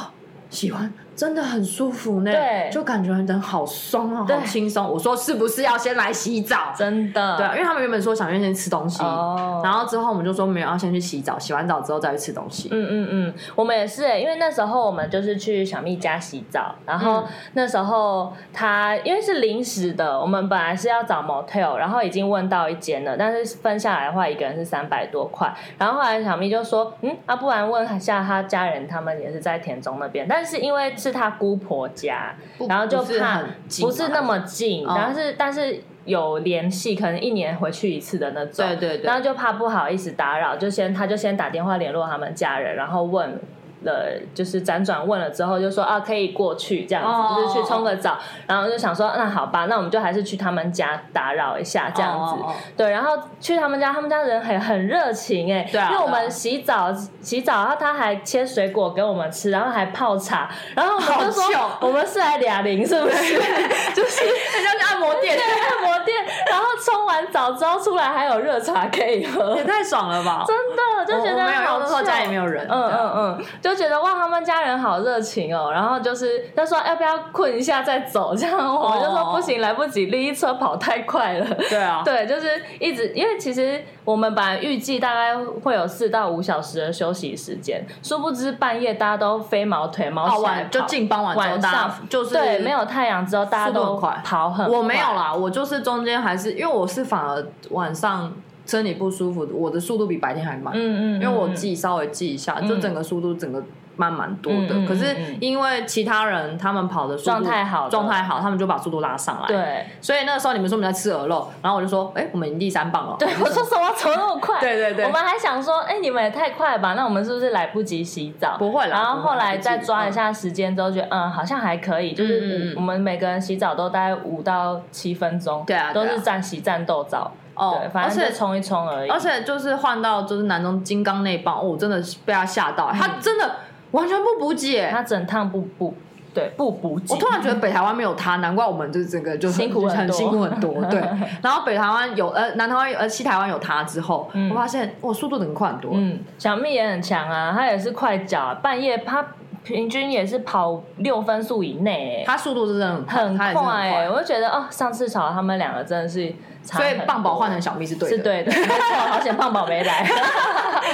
Speaker 2: 洗完真的很舒服呢，
Speaker 1: 对
Speaker 2: 就感觉人好松哦，
Speaker 1: 对
Speaker 2: 好轻松。我说是不是要先来洗澡？
Speaker 1: 真的，
Speaker 2: 对啊，因为他们原本说想先吃东西，
Speaker 1: 哦
Speaker 2: 然后之后我们就说没有，要先去洗澡，洗完澡之后再去吃东西。
Speaker 1: 嗯嗯嗯，我们也是、欸，因为那时候我们就是去小蜜家洗澡，然后
Speaker 2: 嗯
Speaker 1: 那时候他因为是临时的，我们本来是要找 motel，然后已经问到一间了，但是分下来的话，一个人是三百多块。然后后来小蜜就说，嗯，啊，不然问一下他家人，他们也是在田中那边，但是因为是他姑婆家，
Speaker 2: 不
Speaker 1: 然后就
Speaker 2: 不是
Speaker 1: 怕
Speaker 2: 很近
Speaker 1: 不
Speaker 2: 嘛
Speaker 1: 是那么近，
Speaker 2: 哦
Speaker 1: 但是但是有联系，可能一年回去一次的那种。
Speaker 2: 对对对
Speaker 1: 然后就怕不好意思打扰，就先他就先打电话联络他们家人，然后问。了，就是辗转问了之后，就说啊，可以过去这样子，
Speaker 2: 哦
Speaker 1: 就是去冲个澡，然后就想说，那好吧，那我们就还是去他们家打扰一下这样子。
Speaker 2: 哦哦哦
Speaker 1: 对，然后去他们家，他们家人很很热情哎、
Speaker 2: 对啊
Speaker 1: 因为我
Speaker 2: 对啊
Speaker 1: 们洗澡洗澡，然后他还切水果给我们吃，然后还泡茶，然后我们就
Speaker 2: 好糗
Speaker 1: 说我们是来俩零是不是？ [laughs] 就是
Speaker 2: 人家是按摩店
Speaker 1: 对，按摩店，然后冲完澡之后出来还有热茶可以喝 [laughs]
Speaker 2: 也。太爽了吧！
Speaker 1: 真的就觉
Speaker 2: 我
Speaker 1: 得
Speaker 2: 我没有
Speaker 1: 好
Speaker 2: 用，那时候
Speaker 1: 糗
Speaker 2: 家里没有啊人，
Speaker 1: 嗯嗯嗯，就觉得哇，他们家人好热情哦。然后就是他说哎要不要困一下再走，这样我们就
Speaker 2: 哦
Speaker 1: 说不行，来不及，第一车跑太快了。 [laughs]
Speaker 2: 对啊，
Speaker 1: 对，就是一直，因为其实我们本来预计大概会有四到五小时的休息时间，殊不知半夜大家都飞毛腿毛
Speaker 2: 好
Speaker 1: 起来
Speaker 2: 哦晚就
Speaker 1: 跑
Speaker 2: 进傍晚之后，
Speaker 1: 晚
Speaker 2: 大家
Speaker 1: 上
Speaker 2: 就是
Speaker 1: 对没有太阳之后，大家
Speaker 2: 速度
Speaker 1: 都
Speaker 2: 很快
Speaker 1: 跑很快。
Speaker 2: 我没有啦，我就是中间还是因为我是反而晚上身体不舒服，我的速度比白天还慢，
Speaker 1: 嗯，嗯嗯，嗯
Speaker 2: 因为我记稍微记一下，就整个速度整个慢蛮多的。
Speaker 1: 嗯嗯
Speaker 2: 可是
Speaker 1: 嗯嗯
Speaker 2: 因为其他人他们跑的速度
Speaker 1: 状态好了
Speaker 2: 状态好，他们就把速度拉上来。，
Speaker 1: 对，
Speaker 2: 所以那个时候你们说我们在吃鹅肉，然后我就说，哎、我们已经第三棒了。 [laughs]
Speaker 1: 对，我说什么怎么那么快？
Speaker 2: 对对对
Speaker 1: 我们还想说，哎、你们也太快了吧？那我们是不是来不及洗澡？
Speaker 2: 不会啦
Speaker 1: 然后后来再抓一
Speaker 2: 不会
Speaker 1: 下时间之后，觉得嗯，好像还可以，就
Speaker 2: 嗯嗯嗯
Speaker 1: 是我们每个人洗澡都大概五到七分钟，
Speaker 2: 对啊对
Speaker 1: 都
Speaker 2: 啊
Speaker 1: 是站洗战斗澡，
Speaker 2: 哦
Speaker 1: 对，反正
Speaker 2: 而
Speaker 1: 就
Speaker 2: 且
Speaker 1: 冲一冲而已
Speaker 2: 而。且就是换到就是南中金刚那一棒，哦，我真的是被他吓到，
Speaker 1: 嗯
Speaker 2: 他真的完全不补给、
Speaker 1: 他整趟不不对不补给，
Speaker 2: 我突然觉得北台湾没有他，难怪我们就是整个就
Speaker 1: 辛苦
Speaker 2: 很
Speaker 1: 很多
Speaker 2: 辛苦很
Speaker 1: [laughs]
Speaker 2: 多。对，然后北台湾有呃南台湾有呃西台湾有他之后，
Speaker 1: 嗯
Speaker 2: 我发现我速度能快很多。
Speaker 1: 嗯，小蜜也很强啊，他也是快脚啊、半夜他平均也是跑六分速以内、欸，
Speaker 2: 他速度是真的很快，
Speaker 1: 很
Speaker 2: 他
Speaker 1: 快
Speaker 2: 也是很
Speaker 1: 哎、我就觉得哦，上次吵他们两个真的是差
Speaker 2: 所
Speaker 1: 很多，欸
Speaker 2: 以棒宝换成小蜜是对的，
Speaker 1: 是对的，没错，好险棒宝没来，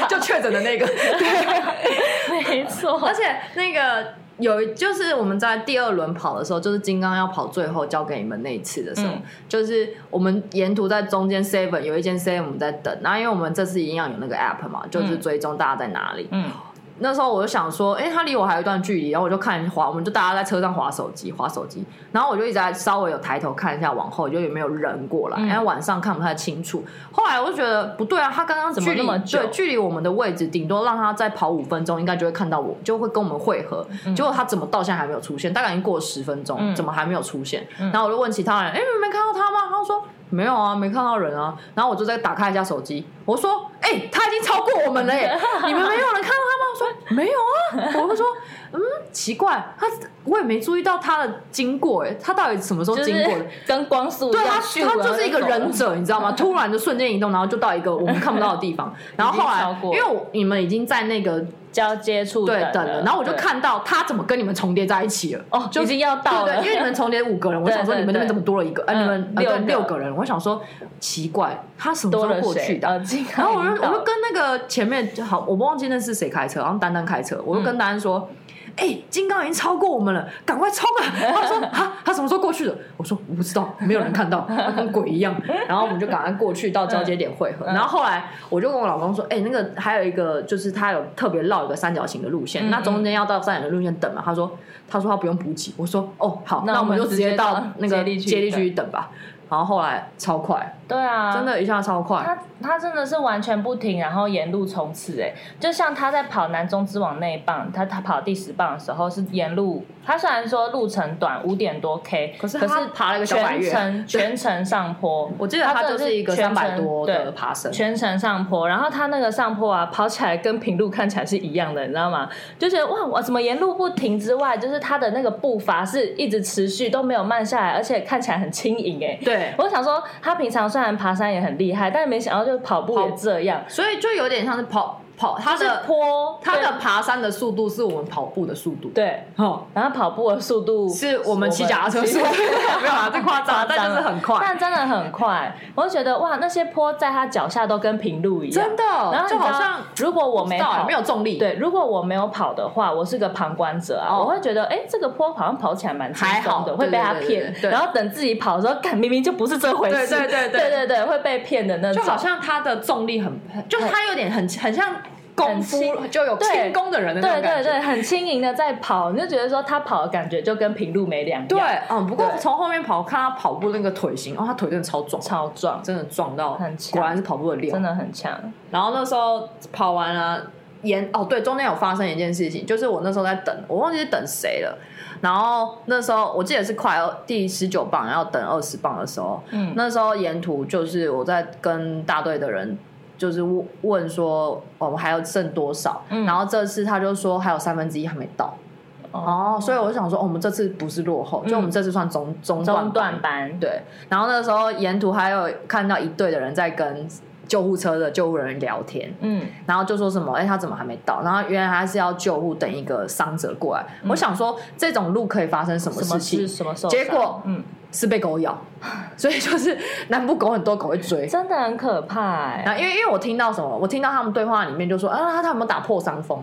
Speaker 2: 就确诊
Speaker 1: [laughs]
Speaker 2: 的那个。
Speaker 1: 没
Speaker 2: [laughs]
Speaker 1: 错，
Speaker 2: 而且那个有一，就是我们在第二轮跑的时候，就是金刚要跑最后交给你们那一次的时候，
Speaker 1: 嗯
Speaker 2: 就是我们沿途在中间 seven 有一间 seven 我们在等，然后因为我们这次一样有那个 app 嘛，就是追踪大家在哪里。
Speaker 1: 嗯，
Speaker 2: 那时候我就想说，哎、他离我还有一段距离，然后我就看滑，我们就大家在车上滑手机，滑手机，然后我就一直在稍微有抬头看一下往后，就有没有人过来，
Speaker 1: 嗯
Speaker 2: 因为晚上看不太清楚。后来我就觉得不对啊，他刚刚
Speaker 1: 怎么
Speaker 2: 距离
Speaker 1: 那么久
Speaker 2: 对距离我们的位置，顶多让他再跑五分钟，应该就会看到我，就会跟我们会合。结果他怎么到现在还没有出现？大概已经过了十分钟，
Speaker 1: 嗯
Speaker 2: 怎么还没有出现？然后我就问其他人，哎、你们没看到他吗？他说。没有啊，没看到人啊。然后我就再打开一下手机，我说：“哎、他已经超过我们了耶！你们没有人看到他吗？”我说：“没有啊。”我就说：“嗯，奇怪，他我也没注意到他的经过，哎，他到底什么时候
Speaker 1: 就
Speaker 2: 经
Speaker 1: 是
Speaker 2: 过的？
Speaker 1: 跟光速一
Speaker 2: 对
Speaker 1: 样，
Speaker 2: 他，
Speaker 1: 咻
Speaker 2: 他就是一个，
Speaker 1: 然
Speaker 2: 忍
Speaker 1: 后走了
Speaker 2: 者，你知道
Speaker 1: [laughs]
Speaker 2: 吗？突然就瞬间移动，然后就到一个我们看不到的地方。然后后
Speaker 1: 已经
Speaker 2: 来
Speaker 1: 超，
Speaker 2: 因
Speaker 1: 过
Speaker 2: 为我你们已经在那个
Speaker 1: 交接处
Speaker 2: 对
Speaker 1: 等
Speaker 2: 等了，然后我就
Speaker 1: 对
Speaker 2: 看到他怎么跟你们重叠在一起了。
Speaker 1: 哦，
Speaker 2: 就
Speaker 1: 已经要到
Speaker 2: 对
Speaker 1: 了，
Speaker 2: 对，因为你们重叠五
Speaker 1: [laughs]
Speaker 2: 个人，我
Speaker 1: 对
Speaker 2: 想说
Speaker 1: 对
Speaker 2: 你们那边
Speaker 1: 对
Speaker 2: 怎么多了一个？哎，你们
Speaker 1: 嗯
Speaker 2: 呃对
Speaker 1: 六
Speaker 2: 六
Speaker 1: 个
Speaker 2: 个人，我想说奇怪，他什么
Speaker 1: 多
Speaker 2: 时候
Speaker 1: 了
Speaker 2: 过去
Speaker 1: 谁
Speaker 2: 的？
Speaker 1: 呃金
Speaker 2: [laughs] 然
Speaker 1: 刚
Speaker 2: 后
Speaker 1: 已
Speaker 2: 我就
Speaker 1: 经到了，
Speaker 2: 我就跟那个前面好，我忘记那是谁开车，然后丹丹开车，我就跟丹丹说：“
Speaker 1: 嗯
Speaker 2: 哎、金刚已经超过我们了，赶快冲啊！”
Speaker 1: [laughs]
Speaker 2: 他说：“啊，他什么时候过去的？”我说：“我不知道，没有人看到， [laughs] 他跟鬼一样。”然后我们就赶快过去到交接点汇
Speaker 1: 嗯
Speaker 2: 合。然后后来我就跟我老公说：“哎、那个还有一个就是他有特别绕一个三角形的路线，
Speaker 1: 嗯
Speaker 2: 那中间要到三角形的路线等嘛。”他说：“他说他不用补给。”我说：“哦，好，
Speaker 1: 那
Speaker 2: 那
Speaker 1: 我
Speaker 2: 我们
Speaker 1: 们
Speaker 2: 就
Speaker 1: 直
Speaker 2: 直接
Speaker 1: 接到
Speaker 2: 到那个
Speaker 1: 接力区
Speaker 2: 接力
Speaker 1: 等
Speaker 2: 区等吧。”然后后来超快，
Speaker 1: 对啊，
Speaker 2: 真。的，一下超快。
Speaker 1: 他他真的是完全不停，然后沿路冲刺，哎，就像他在跑南中之王那一棒，他他跑第十棒的时候是沿路，他虽然说路程短五点多 K，
Speaker 2: 可是
Speaker 1: 可
Speaker 2: 他
Speaker 1: 是
Speaker 2: 爬了一个小百
Speaker 1: 全
Speaker 2: 越
Speaker 1: 程全程上坡，
Speaker 2: [laughs] 我记得他
Speaker 1: 真
Speaker 2: 就
Speaker 1: 的
Speaker 2: 是一个
Speaker 1: 全
Speaker 2: 三
Speaker 1: 程
Speaker 2: 百多的
Speaker 1: 对。
Speaker 2: 爬升，
Speaker 1: 全程上坡，然后他那个上坡啊，跑起来跟平路看起来是一样的，你知道吗？就觉得哇，我怎么沿路不停之外，就是他的那个步伐是一直持续都没有慢下来，而且看起来很轻盈哎。
Speaker 2: 对，
Speaker 1: 我想说，他平常虽然爬山也很厉害，但没想到就跑步也这样，
Speaker 2: 所以就有点像是跑跑他
Speaker 1: 就是
Speaker 2: 的
Speaker 1: 坡
Speaker 2: 他的爬山的速度是我们跑步的速度，
Speaker 1: 对，对
Speaker 2: 哦，
Speaker 1: 然后跑步的速度
Speaker 2: 是我们骑脚踏车
Speaker 1: 我们
Speaker 2: 速度，没有啊啦，
Speaker 1: [laughs]
Speaker 2: 这夸张，但就是很快，
Speaker 1: 但真的很快。我就觉得哇，那些坡在他脚下都跟平路一样，
Speaker 2: 真的哦
Speaker 1: 然后，你
Speaker 2: 就好
Speaker 1: 知道
Speaker 2: 像
Speaker 1: 如果我
Speaker 2: 不知
Speaker 1: 没
Speaker 2: 道欸
Speaker 1: 跑，
Speaker 2: 没有重力，，
Speaker 1: 对，如果我没有跑的话，我是个旁观者啊，
Speaker 2: 哦
Speaker 1: 我会觉得，哎、这个坡好像跑起来蛮轻
Speaker 2: 还好
Speaker 1: 松的，会被他
Speaker 2: 对对对
Speaker 1: 骗
Speaker 2: 对。对
Speaker 1: 然后等自己跑的时候，干明明就不是这回事，
Speaker 2: 对对对对
Speaker 1: 对对对会被骗的那
Speaker 2: 就
Speaker 1: 种。
Speaker 2: 好像他的重力很，很就是他有点很很像功夫
Speaker 1: 很轻
Speaker 2: 就有
Speaker 1: 对
Speaker 2: 轻功的人的那
Speaker 1: 对
Speaker 2: 种感
Speaker 1: 对
Speaker 2: 觉。
Speaker 1: 对，很轻盈的在跑，你就觉得说他跑的感觉就跟平路没两样，
Speaker 2: 对，，嗯，不过
Speaker 1: 对
Speaker 2: 从后面跑，看他跑步那个腿型，哦，他腿真的超壮，
Speaker 1: 超壮，
Speaker 2: 真的壮到，
Speaker 1: 很强
Speaker 2: 果然是跑步的料
Speaker 1: 真。的很强。
Speaker 2: 然后那时候跑完了、沿哦对，中间有发生一件事情，就是我那时候在等，我忘记是等谁了。然后那时候我记得是快二第十九棒要等二十棒的时候，
Speaker 1: 嗯
Speaker 2: 那时候沿途就是我在跟大队的人就是问问说我们、哦、还有剩多少，
Speaker 1: 嗯
Speaker 2: 然后这次他就说还有三分之一还没到。
Speaker 1: 哦
Speaker 2: 哦，所以我就想说、哦我们这次不是落后，就我们这次算中中段
Speaker 1: 嗯中段班，
Speaker 2: 对，然后那时候沿途还有看到一队的人在跟救护车的救护人员聊天，
Speaker 1: 嗯，
Speaker 2: 然后就说什么，哎、他怎么还没到？然后原来他是要救护，等一个伤者过来。我想说，这种路可以发生什么
Speaker 1: 什么
Speaker 2: 事
Speaker 1: 事
Speaker 2: 情？
Speaker 1: 嗯什么时候？
Speaker 2: 结果
Speaker 1: 嗯，
Speaker 2: 是被狗咬， [laughs] 所以就是南部狗很多狗会
Speaker 1: [laughs]
Speaker 2: 追。
Speaker 1: 真的很可怕哎、
Speaker 2: 然后
Speaker 1: [laughs]
Speaker 2: 因为因为我听到什么，我听到他们对话里面就说，啊，他他有没有打破伤风？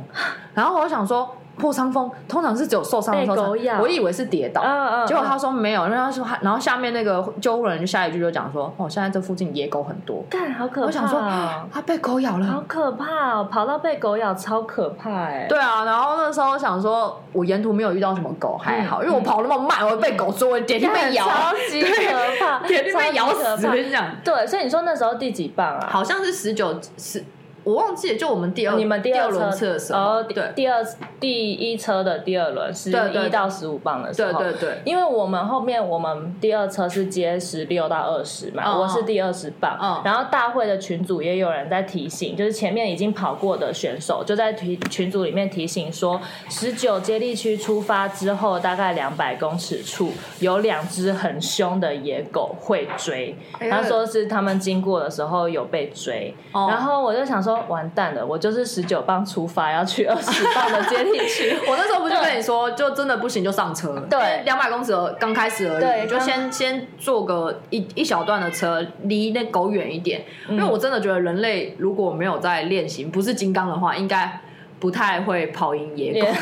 Speaker 2: 然后我就想说，破伤风通常是只有受伤的时候
Speaker 1: 被狗
Speaker 2: 才，
Speaker 1: 咬
Speaker 2: 我以为是跌倒，
Speaker 1: 嗯嗯
Speaker 2: 结果他说没有，然后他说他，然后下面那个救护人就下一句就讲说，哦，现在这附近野狗很多，
Speaker 1: 干好可怕、哦！
Speaker 2: 我想说啊他被狗咬
Speaker 1: 好
Speaker 2: 了。
Speaker 1: 可怕哦，跑到被狗咬超可怕哎、
Speaker 2: 对啊，然后那时候想说，我沿途没有遇到什么狗，还好，因为我跑那么慢，我被狗追，我铁定被咬，
Speaker 1: 超级可
Speaker 2: [laughs]
Speaker 1: 怕，
Speaker 2: 铁定被咬
Speaker 1: 超级
Speaker 2: 死。
Speaker 1: 可
Speaker 2: 我
Speaker 1: 怕
Speaker 2: 跟你讲，
Speaker 1: 对，所以你说那时候第几棒啊？
Speaker 2: 好像是十九十，我忘记了，就我们第二
Speaker 1: 你们
Speaker 2: 第
Speaker 1: 二
Speaker 2: 轮次的时候，
Speaker 1: 哦，
Speaker 2: 对
Speaker 1: 第第二第一车的第二轮是
Speaker 2: 对对
Speaker 1: 一到十五磅的时
Speaker 2: 对
Speaker 1: 候，
Speaker 2: 对对，
Speaker 1: 因为我们后面我们第二车是接十六到二十嘛，
Speaker 2: 嗯
Speaker 1: 我是第二十棒，
Speaker 2: 嗯
Speaker 1: 然后大会的群组也有人在提醒，就是前面已经跑过的选手就在提群组里面提醒说，十九接力区出发之后大概两百公尺处有两只很凶的野狗会追，
Speaker 2: 哎呀
Speaker 1: 他说是他们经过的时候有被追，
Speaker 2: 哦
Speaker 1: 然后我就想说完蛋了，我就是十九棒出发要去二十棒的接力区，
Speaker 2: 我那时候不就跟你说，就真的不行就上车了，
Speaker 1: 对
Speaker 2: 两百公尺而刚开始而已，
Speaker 1: 对
Speaker 2: 就
Speaker 1: 刚
Speaker 2: 先先坐个一一小段的车，离那狗远一点，因为我真的觉得人类如果没有在练习，不是金刚的话，应该不太会跑赢 [laughs] 野狗。
Speaker 1: [laughs]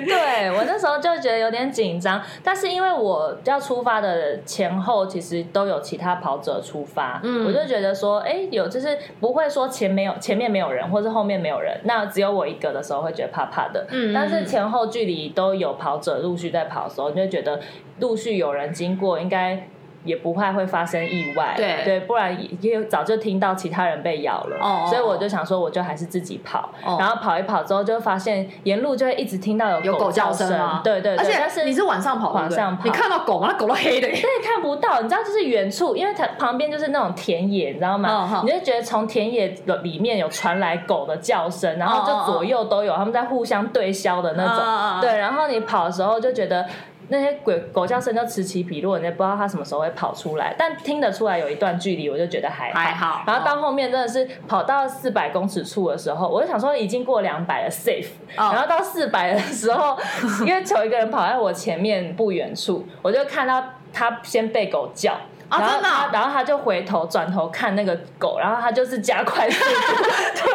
Speaker 1: 对我那时候就觉得有点紧张，但是因为我要出发的前后其实都有其他跑者出发，
Speaker 2: 嗯
Speaker 1: 我就觉得说，哎，有就是不会说前没有前面没有人，或是后面没有人，那只有我一个的时候会觉得怕怕的，
Speaker 2: 嗯
Speaker 1: 但是前后距离都有跑者陆续在跑的时候，你就觉得陆续有人经过，应该。也不怕会发生意外，
Speaker 2: 对
Speaker 1: 对，不然也也有早就听到其他人被咬了，
Speaker 2: 哦哦
Speaker 1: 所以我就想说，我就还是自己跑，
Speaker 2: 哦
Speaker 1: 然后跑一跑之后，就发现沿路就会一直听到
Speaker 2: 有
Speaker 1: 狗
Speaker 2: 狗叫
Speaker 1: 声
Speaker 2: 吗？
Speaker 1: 对对对，
Speaker 2: 而且
Speaker 1: 但是
Speaker 2: 你是晚上跑，对不对
Speaker 1: 晚上跑
Speaker 2: 你看到狗吗？那狗都黑的耶。
Speaker 1: 对看不到，你知道就是远处，因为它旁边就是那种田野，你知道
Speaker 2: 嗯
Speaker 1: 吗？
Speaker 2: 嗯
Speaker 1: 你就觉得从田野里面有传来狗的叫声，然后
Speaker 2: 嗯嗯嗯
Speaker 1: 就左右都有，他们在互相对消的那
Speaker 2: 嗯嗯嗯
Speaker 1: 种。对，然后你跑的时候就觉得。那些鬼狗叫声就此起彼落，你也不知道它什么时候会跑出来，但听得出来有一段距离，我就觉得还好。
Speaker 2: 还好嗯
Speaker 1: 然后到后面真的是跑到四百公尺处的时候，我就想说已经过两百了，safe。
Speaker 2: 哦
Speaker 1: 然后到四百的时
Speaker 2: [laughs]
Speaker 1: 候，因为有一个人跑在我前面不远处，我就看到他先被狗叫。
Speaker 2: 啊
Speaker 1: 然后
Speaker 2: 真的啊
Speaker 1: 他，然后他就回头转头看那个狗，然后他就是加快速
Speaker 2: [laughs]
Speaker 1: 度，对，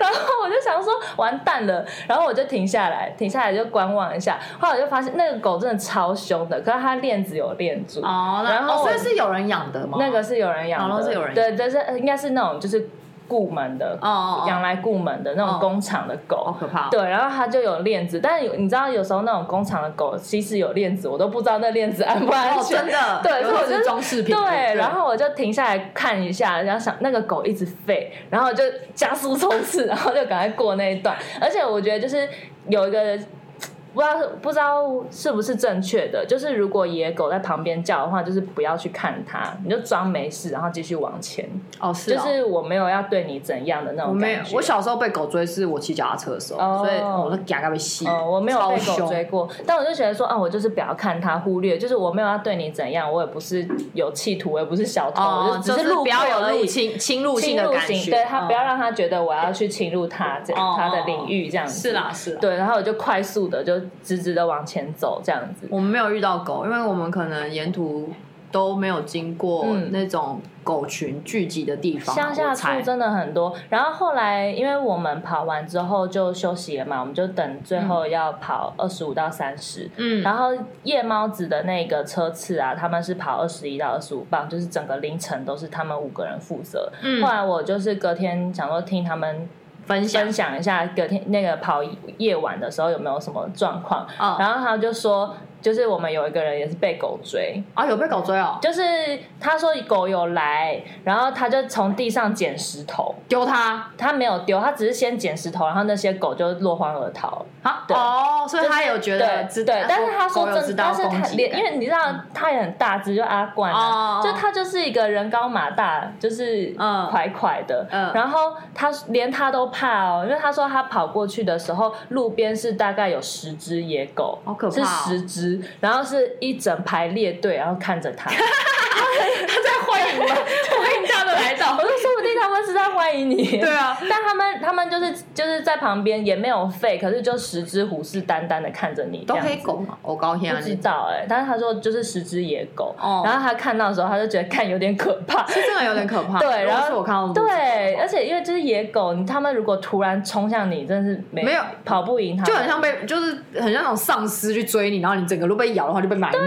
Speaker 1: 然后我就想说完蛋了，然后我就停下来，停下来就观望一下，后来我就发现那个狗真的超凶的，可是它链子有链住，
Speaker 2: 哦，那
Speaker 1: 然后我
Speaker 2: 哦所以是有人养的吗？
Speaker 1: 那个是有人养
Speaker 2: 哦
Speaker 1: 的，
Speaker 2: 都是有人养
Speaker 1: 对，但是呃应该是那种就是雇门的，
Speaker 2: 哦哦哦
Speaker 1: 养来雇门的那
Speaker 2: 哦
Speaker 1: 种工厂的狗，
Speaker 2: 好可怕哦。
Speaker 1: 对，然后它就有链子，但有你知道，有时候那种工厂的狗，即使有链子，我都不知道那链子安不安
Speaker 2: 哦，
Speaker 1: 全。
Speaker 2: 真的，
Speaker 1: 对，
Speaker 2: 有
Speaker 1: 所以
Speaker 2: 时候
Speaker 1: 我就是
Speaker 2: 装饰品。
Speaker 1: 对，
Speaker 2: 对，
Speaker 1: 然后我就停下来看一下，然后想那个狗一直吠，然后我就加速冲刺， [laughs] 然后就赶快过那一段。而且我觉得就是有一个。不知道是不知道是不是正确的，就是如果野狗在旁边叫的话，就是不要去看它，你就装没事，然后继续往前。
Speaker 2: 哦是哦，
Speaker 1: 就是我没有要对你怎样的那
Speaker 2: 我
Speaker 1: 种
Speaker 2: 没
Speaker 1: 感
Speaker 2: 有
Speaker 1: 觉。，
Speaker 2: 我小时候被狗追是我骑脚踏车的时候，
Speaker 1: 哦
Speaker 2: 所以哦我都嘎嘎被吸。
Speaker 1: 哦，我没有被
Speaker 2: 超
Speaker 1: 狗
Speaker 2: 凶
Speaker 1: 追过，但我就觉得说，啊，我就是不要看它，忽略，就是我没有要对你怎样，我也不是有企图，我也不是小偷，我
Speaker 2: 哦，
Speaker 1: 就
Speaker 2: 就
Speaker 1: 只
Speaker 2: 是
Speaker 1: 路
Speaker 2: 不
Speaker 1: 过
Speaker 2: 要有
Speaker 1: 而
Speaker 2: 入
Speaker 1: 已。
Speaker 2: 侵侵入性
Speaker 1: 侵
Speaker 2: 的
Speaker 1: 入
Speaker 2: 感
Speaker 1: 性，
Speaker 2: 觉，
Speaker 1: 对他不要
Speaker 2: 嗯
Speaker 1: 让他觉得我要去侵入他这
Speaker 2: 哦
Speaker 1: 他
Speaker 2: 哦
Speaker 1: 的
Speaker 2: 哦
Speaker 1: 领域这样子。
Speaker 2: 是啦是啦。
Speaker 1: 对，然后我就快速的就直直的往前走这样子。
Speaker 2: 我们没有遇到狗，因为我们可能沿途都没有经过
Speaker 1: 嗯
Speaker 2: 那种狗群聚集的地方，
Speaker 1: 乡下
Speaker 2: 我猜
Speaker 1: 处真的很多。然后后来，因为我们跑完之后就休息了嘛，我们就等最后要跑二十五到三十、
Speaker 2: 嗯
Speaker 1: 然后夜猫子的那个车次啊，他们是跑二十一到二十五磅，就是整个凌晨都是他们五个人负责。
Speaker 2: 嗯
Speaker 1: 后来我就是隔天想说听他们
Speaker 2: 分享
Speaker 1: 分享一下隔天那个跑夜晚的时候有没有什么状况，
Speaker 2: 哦
Speaker 1: 然后他就说，就是我们有一个人也是被狗追，
Speaker 2: 啊，有被狗追哦，
Speaker 1: 就是他说狗有来，然后他就从地上捡石头，
Speaker 2: 丢它
Speaker 1: 他没有丢，他只是先捡石头，然后那些狗就落荒而逃。
Speaker 2: 啊
Speaker 1: 对
Speaker 2: 哦，所以他有觉得
Speaker 1: 对对，但是他说
Speaker 2: 狗有知
Speaker 1: 真，
Speaker 2: 道
Speaker 1: 但是
Speaker 2: 攻
Speaker 1: 他
Speaker 2: 击
Speaker 1: 连
Speaker 2: 感，
Speaker 1: 因为你知道他也很大只，就阿冠
Speaker 2: 哦
Speaker 1: 啊、
Speaker 2: 哦哦
Speaker 1: 就他就是一个人高马大，就是
Speaker 2: 嗯
Speaker 1: 快快的。
Speaker 2: 嗯
Speaker 1: 然后他连他都怕哦，因为他说他跑过去的时候，路边是大概有十只野狗，
Speaker 2: 好可怕哦
Speaker 1: 是十只，然后是一整排列队，然后看
Speaker 2: [laughs]
Speaker 1: 着他。
Speaker 2: [laughs] 他在欢迎我们，欢迎他的来到
Speaker 1: [laughs] 我，就说不定他们是在欢欢迎你。
Speaker 2: 对啊，
Speaker 1: 但他们他们就是就是在旁边也没有吠，可是就十只虎视眈眈的看着你这
Speaker 2: 都
Speaker 1: 样子。
Speaker 2: 黑狗嘛，我高兴啊
Speaker 1: 不知
Speaker 2: 你。
Speaker 1: 道哎、但是他说就是十只野狗，
Speaker 2: 哦
Speaker 1: 然后他看到的时候，他就觉得看有点可怕。
Speaker 2: 是真的有点可
Speaker 1: [laughs]
Speaker 2: 怕。
Speaker 1: 对然后
Speaker 2: 如果是我看到的
Speaker 1: 对，而且因为就是野狗，你他们如果突然冲向你，真的是没
Speaker 2: 没有
Speaker 1: 跑不赢它，
Speaker 2: 就很像被，就是很像那种丧尸去追你，然后你整个路被咬的话就被埋没。
Speaker 1: 很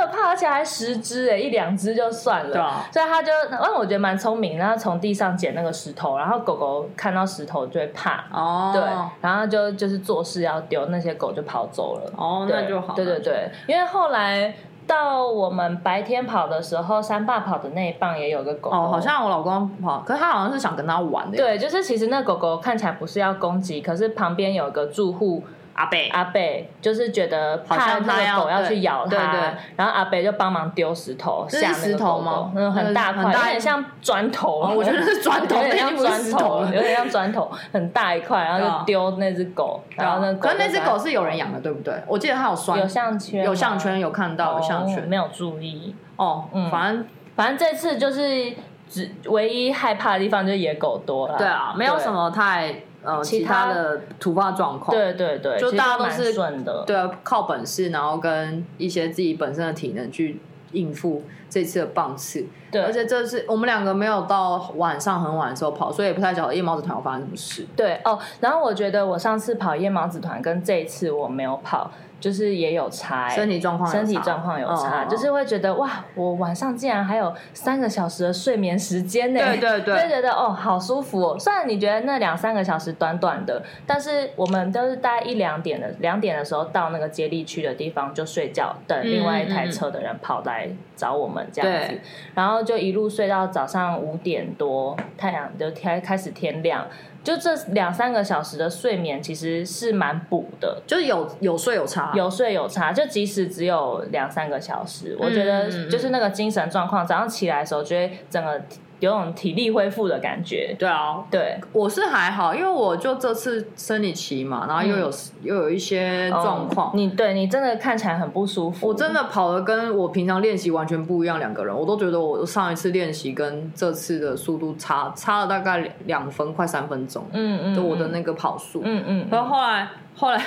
Speaker 1: 可怕，而且还十只哎，一两只就算了。
Speaker 2: 对啊
Speaker 1: 所以他就，嗯，我觉得蛮聪明，然后从地上捡那个石头，然后狗狗看到石头就会怕，
Speaker 2: 哦
Speaker 1: 对，然后就就是做事要丢，那些狗就跑走了。
Speaker 2: 哦，
Speaker 1: 对
Speaker 2: 那就好。
Speaker 1: 对对对，因为后来到我们白天跑的时候，山爸跑的那一棒也有个狗狗
Speaker 2: 哦，好像我老公跑，可是他好像是想跟他玩的。，
Speaker 1: 对，就是其实那狗狗看起来不是要攻击，可是旁边有一个住户。
Speaker 2: 阿贝，
Speaker 1: 阿贝就是觉得
Speaker 2: 好
Speaker 1: 怕
Speaker 2: 像他
Speaker 1: 那
Speaker 2: 要
Speaker 1: 个狗要去咬它，
Speaker 2: 对对对
Speaker 1: 然后阿贝就帮忙丢石头，
Speaker 2: 这
Speaker 1: 吓
Speaker 2: 是
Speaker 1: 那个
Speaker 2: 石头
Speaker 1: 狗
Speaker 2: 吗
Speaker 1: 狗嗯，很大
Speaker 2: 那是
Speaker 1: 块，
Speaker 2: 很大
Speaker 1: 有点像砖头、
Speaker 2: 哦我觉得是砖头
Speaker 1: [laughs] 有点
Speaker 2: 那已
Speaker 1: 像
Speaker 2: 经不是
Speaker 1: 砖
Speaker 2: 石
Speaker 1: 头
Speaker 2: 头
Speaker 1: 了，
Speaker 2: 了
Speaker 1: 有点像砖头，很大一块，然
Speaker 2: 对
Speaker 1: 后
Speaker 2: 啊
Speaker 1: 就丢那只狗，然后那狗
Speaker 2: 可是那只
Speaker 1: 就
Speaker 2: 狗是有人养的，对不对？我记得它有拴
Speaker 1: 有项圈吗，
Speaker 2: 有项圈，有看到有项
Speaker 1: 哦
Speaker 2: 圈。
Speaker 1: 没有注意。
Speaker 2: 哦
Speaker 1: 嗯，
Speaker 2: 反正
Speaker 1: 反正这次就是只唯一害怕的地方就是野狗多了，
Speaker 2: 对啊，没有什么太呃
Speaker 1: 其
Speaker 2: 其
Speaker 1: 他
Speaker 2: 他的突发状况。
Speaker 1: 对，对对，
Speaker 2: 就
Speaker 1: 其实
Speaker 2: 大家都
Speaker 1: 蛮
Speaker 2: 是
Speaker 1: 顺的，
Speaker 2: 对啊，靠本事，然后跟一些自己本身的体能去应付这次的棒次。
Speaker 1: 对，
Speaker 2: 而且这次我们两个没有到晚上很晚的时候跑，所以也不太晓得夜猫子团有发生什么事。
Speaker 1: 对哦，然后我觉得我上次跑夜盲子团跟这一次我没有跑，就是也有差欸、
Speaker 2: 身体状况有差，
Speaker 1: 身体状况有差，
Speaker 2: 嗯
Speaker 1: 就是会觉得哇，我晚上竟然还有三个小时的睡眠时间呢、
Speaker 2: 对对对
Speaker 1: 就觉得哦，好舒服哦。虽然你觉得那两三个小时短短的，但是我们都是大概一两点的，两点的时候到那个接力区的地方就睡觉，等另外一台车的人跑来找我们这样子，
Speaker 2: 对
Speaker 1: 然后就一路睡到早上五点多，太阳就开开始天亮。就这两三个小时的睡眠其实是蛮补的，
Speaker 2: 就是有有睡有差，
Speaker 1: 有睡有差，就即使只有两三个小时，我觉
Speaker 2: 嗯
Speaker 1: 得
Speaker 2: 嗯
Speaker 1: 就是那个精神状况，早上起来的时候，觉得整个有种体力恢复的感觉。
Speaker 2: 对啊。
Speaker 1: 对，
Speaker 2: 我是还好，因为我就这次生理期嘛，然后又有、
Speaker 1: 嗯
Speaker 2: 又有一些状况
Speaker 1: 哦，你对你真的看起来很不舒服。
Speaker 2: 我真的跑的跟我平常练习完全不一样，两个人，我都觉得我上一次练习跟这次的速度差差了大概两两分快三分钟，
Speaker 1: 嗯，嗯嗯，
Speaker 2: 就我的那个跑速。
Speaker 1: 嗯嗯，
Speaker 2: 然后后来后来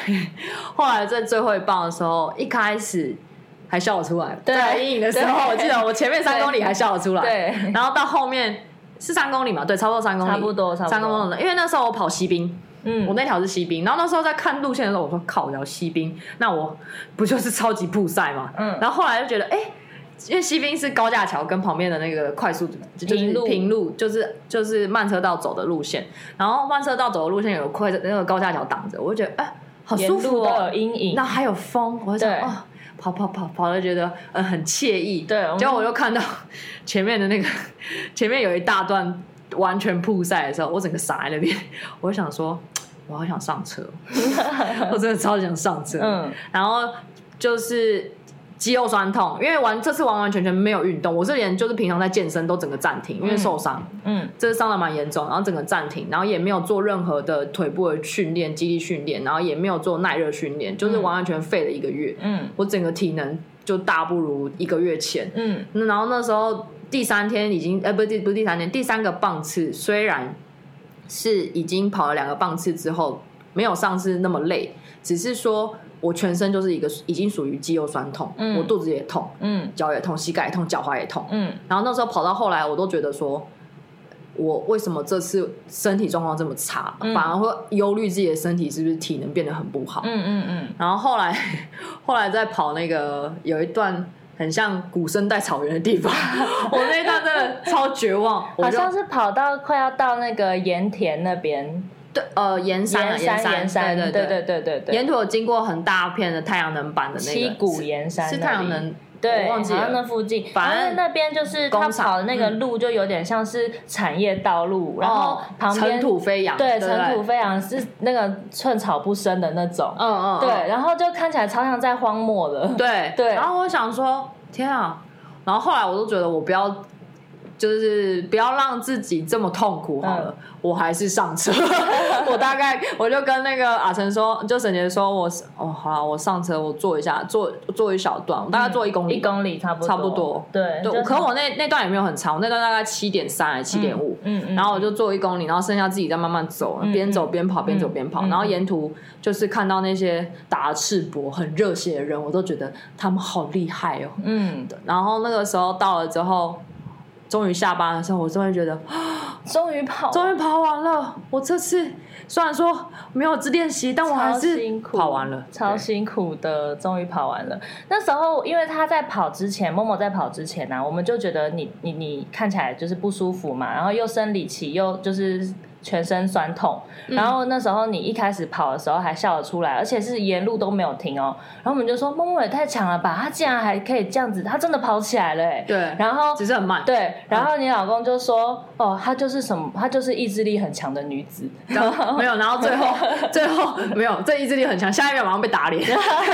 Speaker 2: 后来在最后一棒的时候，一开始还笑得出来，
Speaker 1: 对
Speaker 2: 在阴影的时
Speaker 1: 对
Speaker 2: 候，我记得我前面三公里还笑得出来， [laughs]
Speaker 1: 对，
Speaker 2: 然后到后面。是三公里嘛？对，差不多三公里，
Speaker 1: 差不多差不多
Speaker 2: 三公里。因为那时候我跑西滨，
Speaker 1: 嗯，
Speaker 2: 我那条是西滨，然后那时候在看路线的时候，我说靠，我要西滨，那我不就是超级铺赛嘛？
Speaker 1: 嗯
Speaker 2: 然后后来就觉得，哎、因为西滨是高架桥跟旁边的那个快速就是
Speaker 1: 平路
Speaker 2: 平路，就是就是慢车道走的路线，然后慢车道走的路线有快那个高架桥挡着，我就觉得哎、好
Speaker 1: 沿
Speaker 2: 舒
Speaker 1: 路
Speaker 2: 服
Speaker 1: 都有
Speaker 2: 哦，
Speaker 1: 阴影
Speaker 2: 那。还有风，我就想
Speaker 1: 对
Speaker 2: 哦，跑跑跑跑就觉得呃很惬意，
Speaker 1: 对我们
Speaker 2: 结果我就看到 [laughs] 前面的那个前面有一大段完全曝晒的时候，我整个傻在那边， [laughs] 我就想说我好想
Speaker 1: [laughs]
Speaker 2: 上车，我真的超级想上车，
Speaker 1: 嗯，
Speaker 2: 然后就是。肌肉酸痛，因为完这次完完全全没有运动，我是连就是平常在健身都整个暂停，因为受伤，
Speaker 1: 嗯
Speaker 2: 这伤的蛮严重，然后整个暂停，然后也没有做任何的腿部的训练、肌力训练，然后也没有做耐热训练，就是完完全废了一个月。
Speaker 1: 嗯
Speaker 2: 我整个体能就大不如一个月前。
Speaker 1: 嗯
Speaker 2: 那然后那时候第三天已经，呃，不是第不是第三天，第三个棒次虽然是已经跑了两个棒次之后，没有上次那么累，只是说我全身就是一个已经属于肌肉酸痛，
Speaker 1: 嗯
Speaker 2: 我肚子也痛，
Speaker 1: 嗯
Speaker 2: 脚也痛，膝盖也痛，脚踝也痛。
Speaker 1: 嗯，
Speaker 2: 然后那时候跑到后来，我都觉得说，我为什么这次身体状况这么差，
Speaker 1: 嗯
Speaker 2: 反而会忧虑自己的身体是不是体能变得很不好。
Speaker 1: 嗯嗯嗯，
Speaker 2: [laughs] 然后后来后来再跑那个有一段很像古生代草原的地方， [laughs] 我那一段真的超绝望，我
Speaker 1: 好
Speaker 2: 就
Speaker 1: 像是跑到快要到那个盐田那边，
Speaker 2: 对呃盐山啊
Speaker 1: 盐
Speaker 2: 山
Speaker 1: 盐山，
Speaker 2: 对
Speaker 1: 对
Speaker 2: 对
Speaker 1: 对对对，
Speaker 2: 沿途有经过很大片的太阳能板的那个
Speaker 1: 七股
Speaker 2: 是
Speaker 1: 盐山
Speaker 2: 是
Speaker 1: 那
Speaker 2: 太阳
Speaker 1: 里
Speaker 2: 能，
Speaker 1: 对，
Speaker 2: 我忘记
Speaker 1: 好像那
Speaker 2: 了。
Speaker 1: 附近，
Speaker 2: 反
Speaker 1: 反正
Speaker 2: 正
Speaker 1: 那边就是他
Speaker 2: 工厂嗯
Speaker 1: 跑的那个路，就有点像是产业道路，然后
Speaker 2: 哦
Speaker 1: 旁边
Speaker 2: 尘土飞扬，
Speaker 1: 对
Speaker 2: 不
Speaker 1: 尘土，飞扬是那个寸草不生的那种，
Speaker 2: 嗯嗯，嗯
Speaker 1: 对，然后就看起来超像在荒漠的，
Speaker 2: 对
Speaker 1: 对
Speaker 2: 然后我想说，天啊！然后后来我都觉得我不要就是不要让自己这么痛苦好
Speaker 1: 嗯
Speaker 2: 了，我还是
Speaker 1: [laughs]
Speaker 2: 上车。我大概我就跟那个阿成说，就沈杰说我是哦好啦，我上车，我坐一下，坐坐一小段，我大概坐一公
Speaker 1: 嗯
Speaker 2: 里，
Speaker 1: 一公里差不多，
Speaker 2: 差不多
Speaker 1: 对
Speaker 2: 对，
Speaker 1: 就
Speaker 2: 可我那那段也没有很长，我那段大概七点三还七点五，
Speaker 1: 嗯嗯，
Speaker 2: 然后我就做一公里，然后剩下自己再慢慢走，边走边跑，边走边跑。
Speaker 1: 嗯
Speaker 2: 然后沿途就是看到那些打赤膊很热血的人，我都觉得他们好厉害哦。
Speaker 1: 嗯，
Speaker 2: 然后那个时候到了之后，终于下班的时候，我终于觉得，
Speaker 1: 终于跑，
Speaker 2: 终于跑完了。我这次虽然说没有练习，但我还
Speaker 1: 超
Speaker 2: 是
Speaker 1: 辛苦
Speaker 2: 跑完了。
Speaker 1: 超辛苦的，终于跑完了。那时候，因为他在跑之前，默默在跑之前呢、啊我们就觉得你你你看起来就是不舒服嘛，然后又生理期，又就是全身酸痛。
Speaker 2: 嗯
Speaker 1: 然后那时候你一开始跑的时候还笑得出来，而且是沿路都没有停哦。然后我们就说，默默也太强了吧，他竟然还可以这样子，他真的跑起来了哎、
Speaker 2: 对，嗯然后
Speaker 1: 然后
Speaker 2: 只是很慢。
Speaker 1: 对，然后你老公就说：“哦，她就是什么，她就是意志力很强的女
Speaker 2: [laughs]
Speaker 1: 子。
Speaker 2: 然后没有，然后
Speaker 1: [laughs]
Speaker 2: 最后最后没有，这意志力很强，下一秒马上被打脸。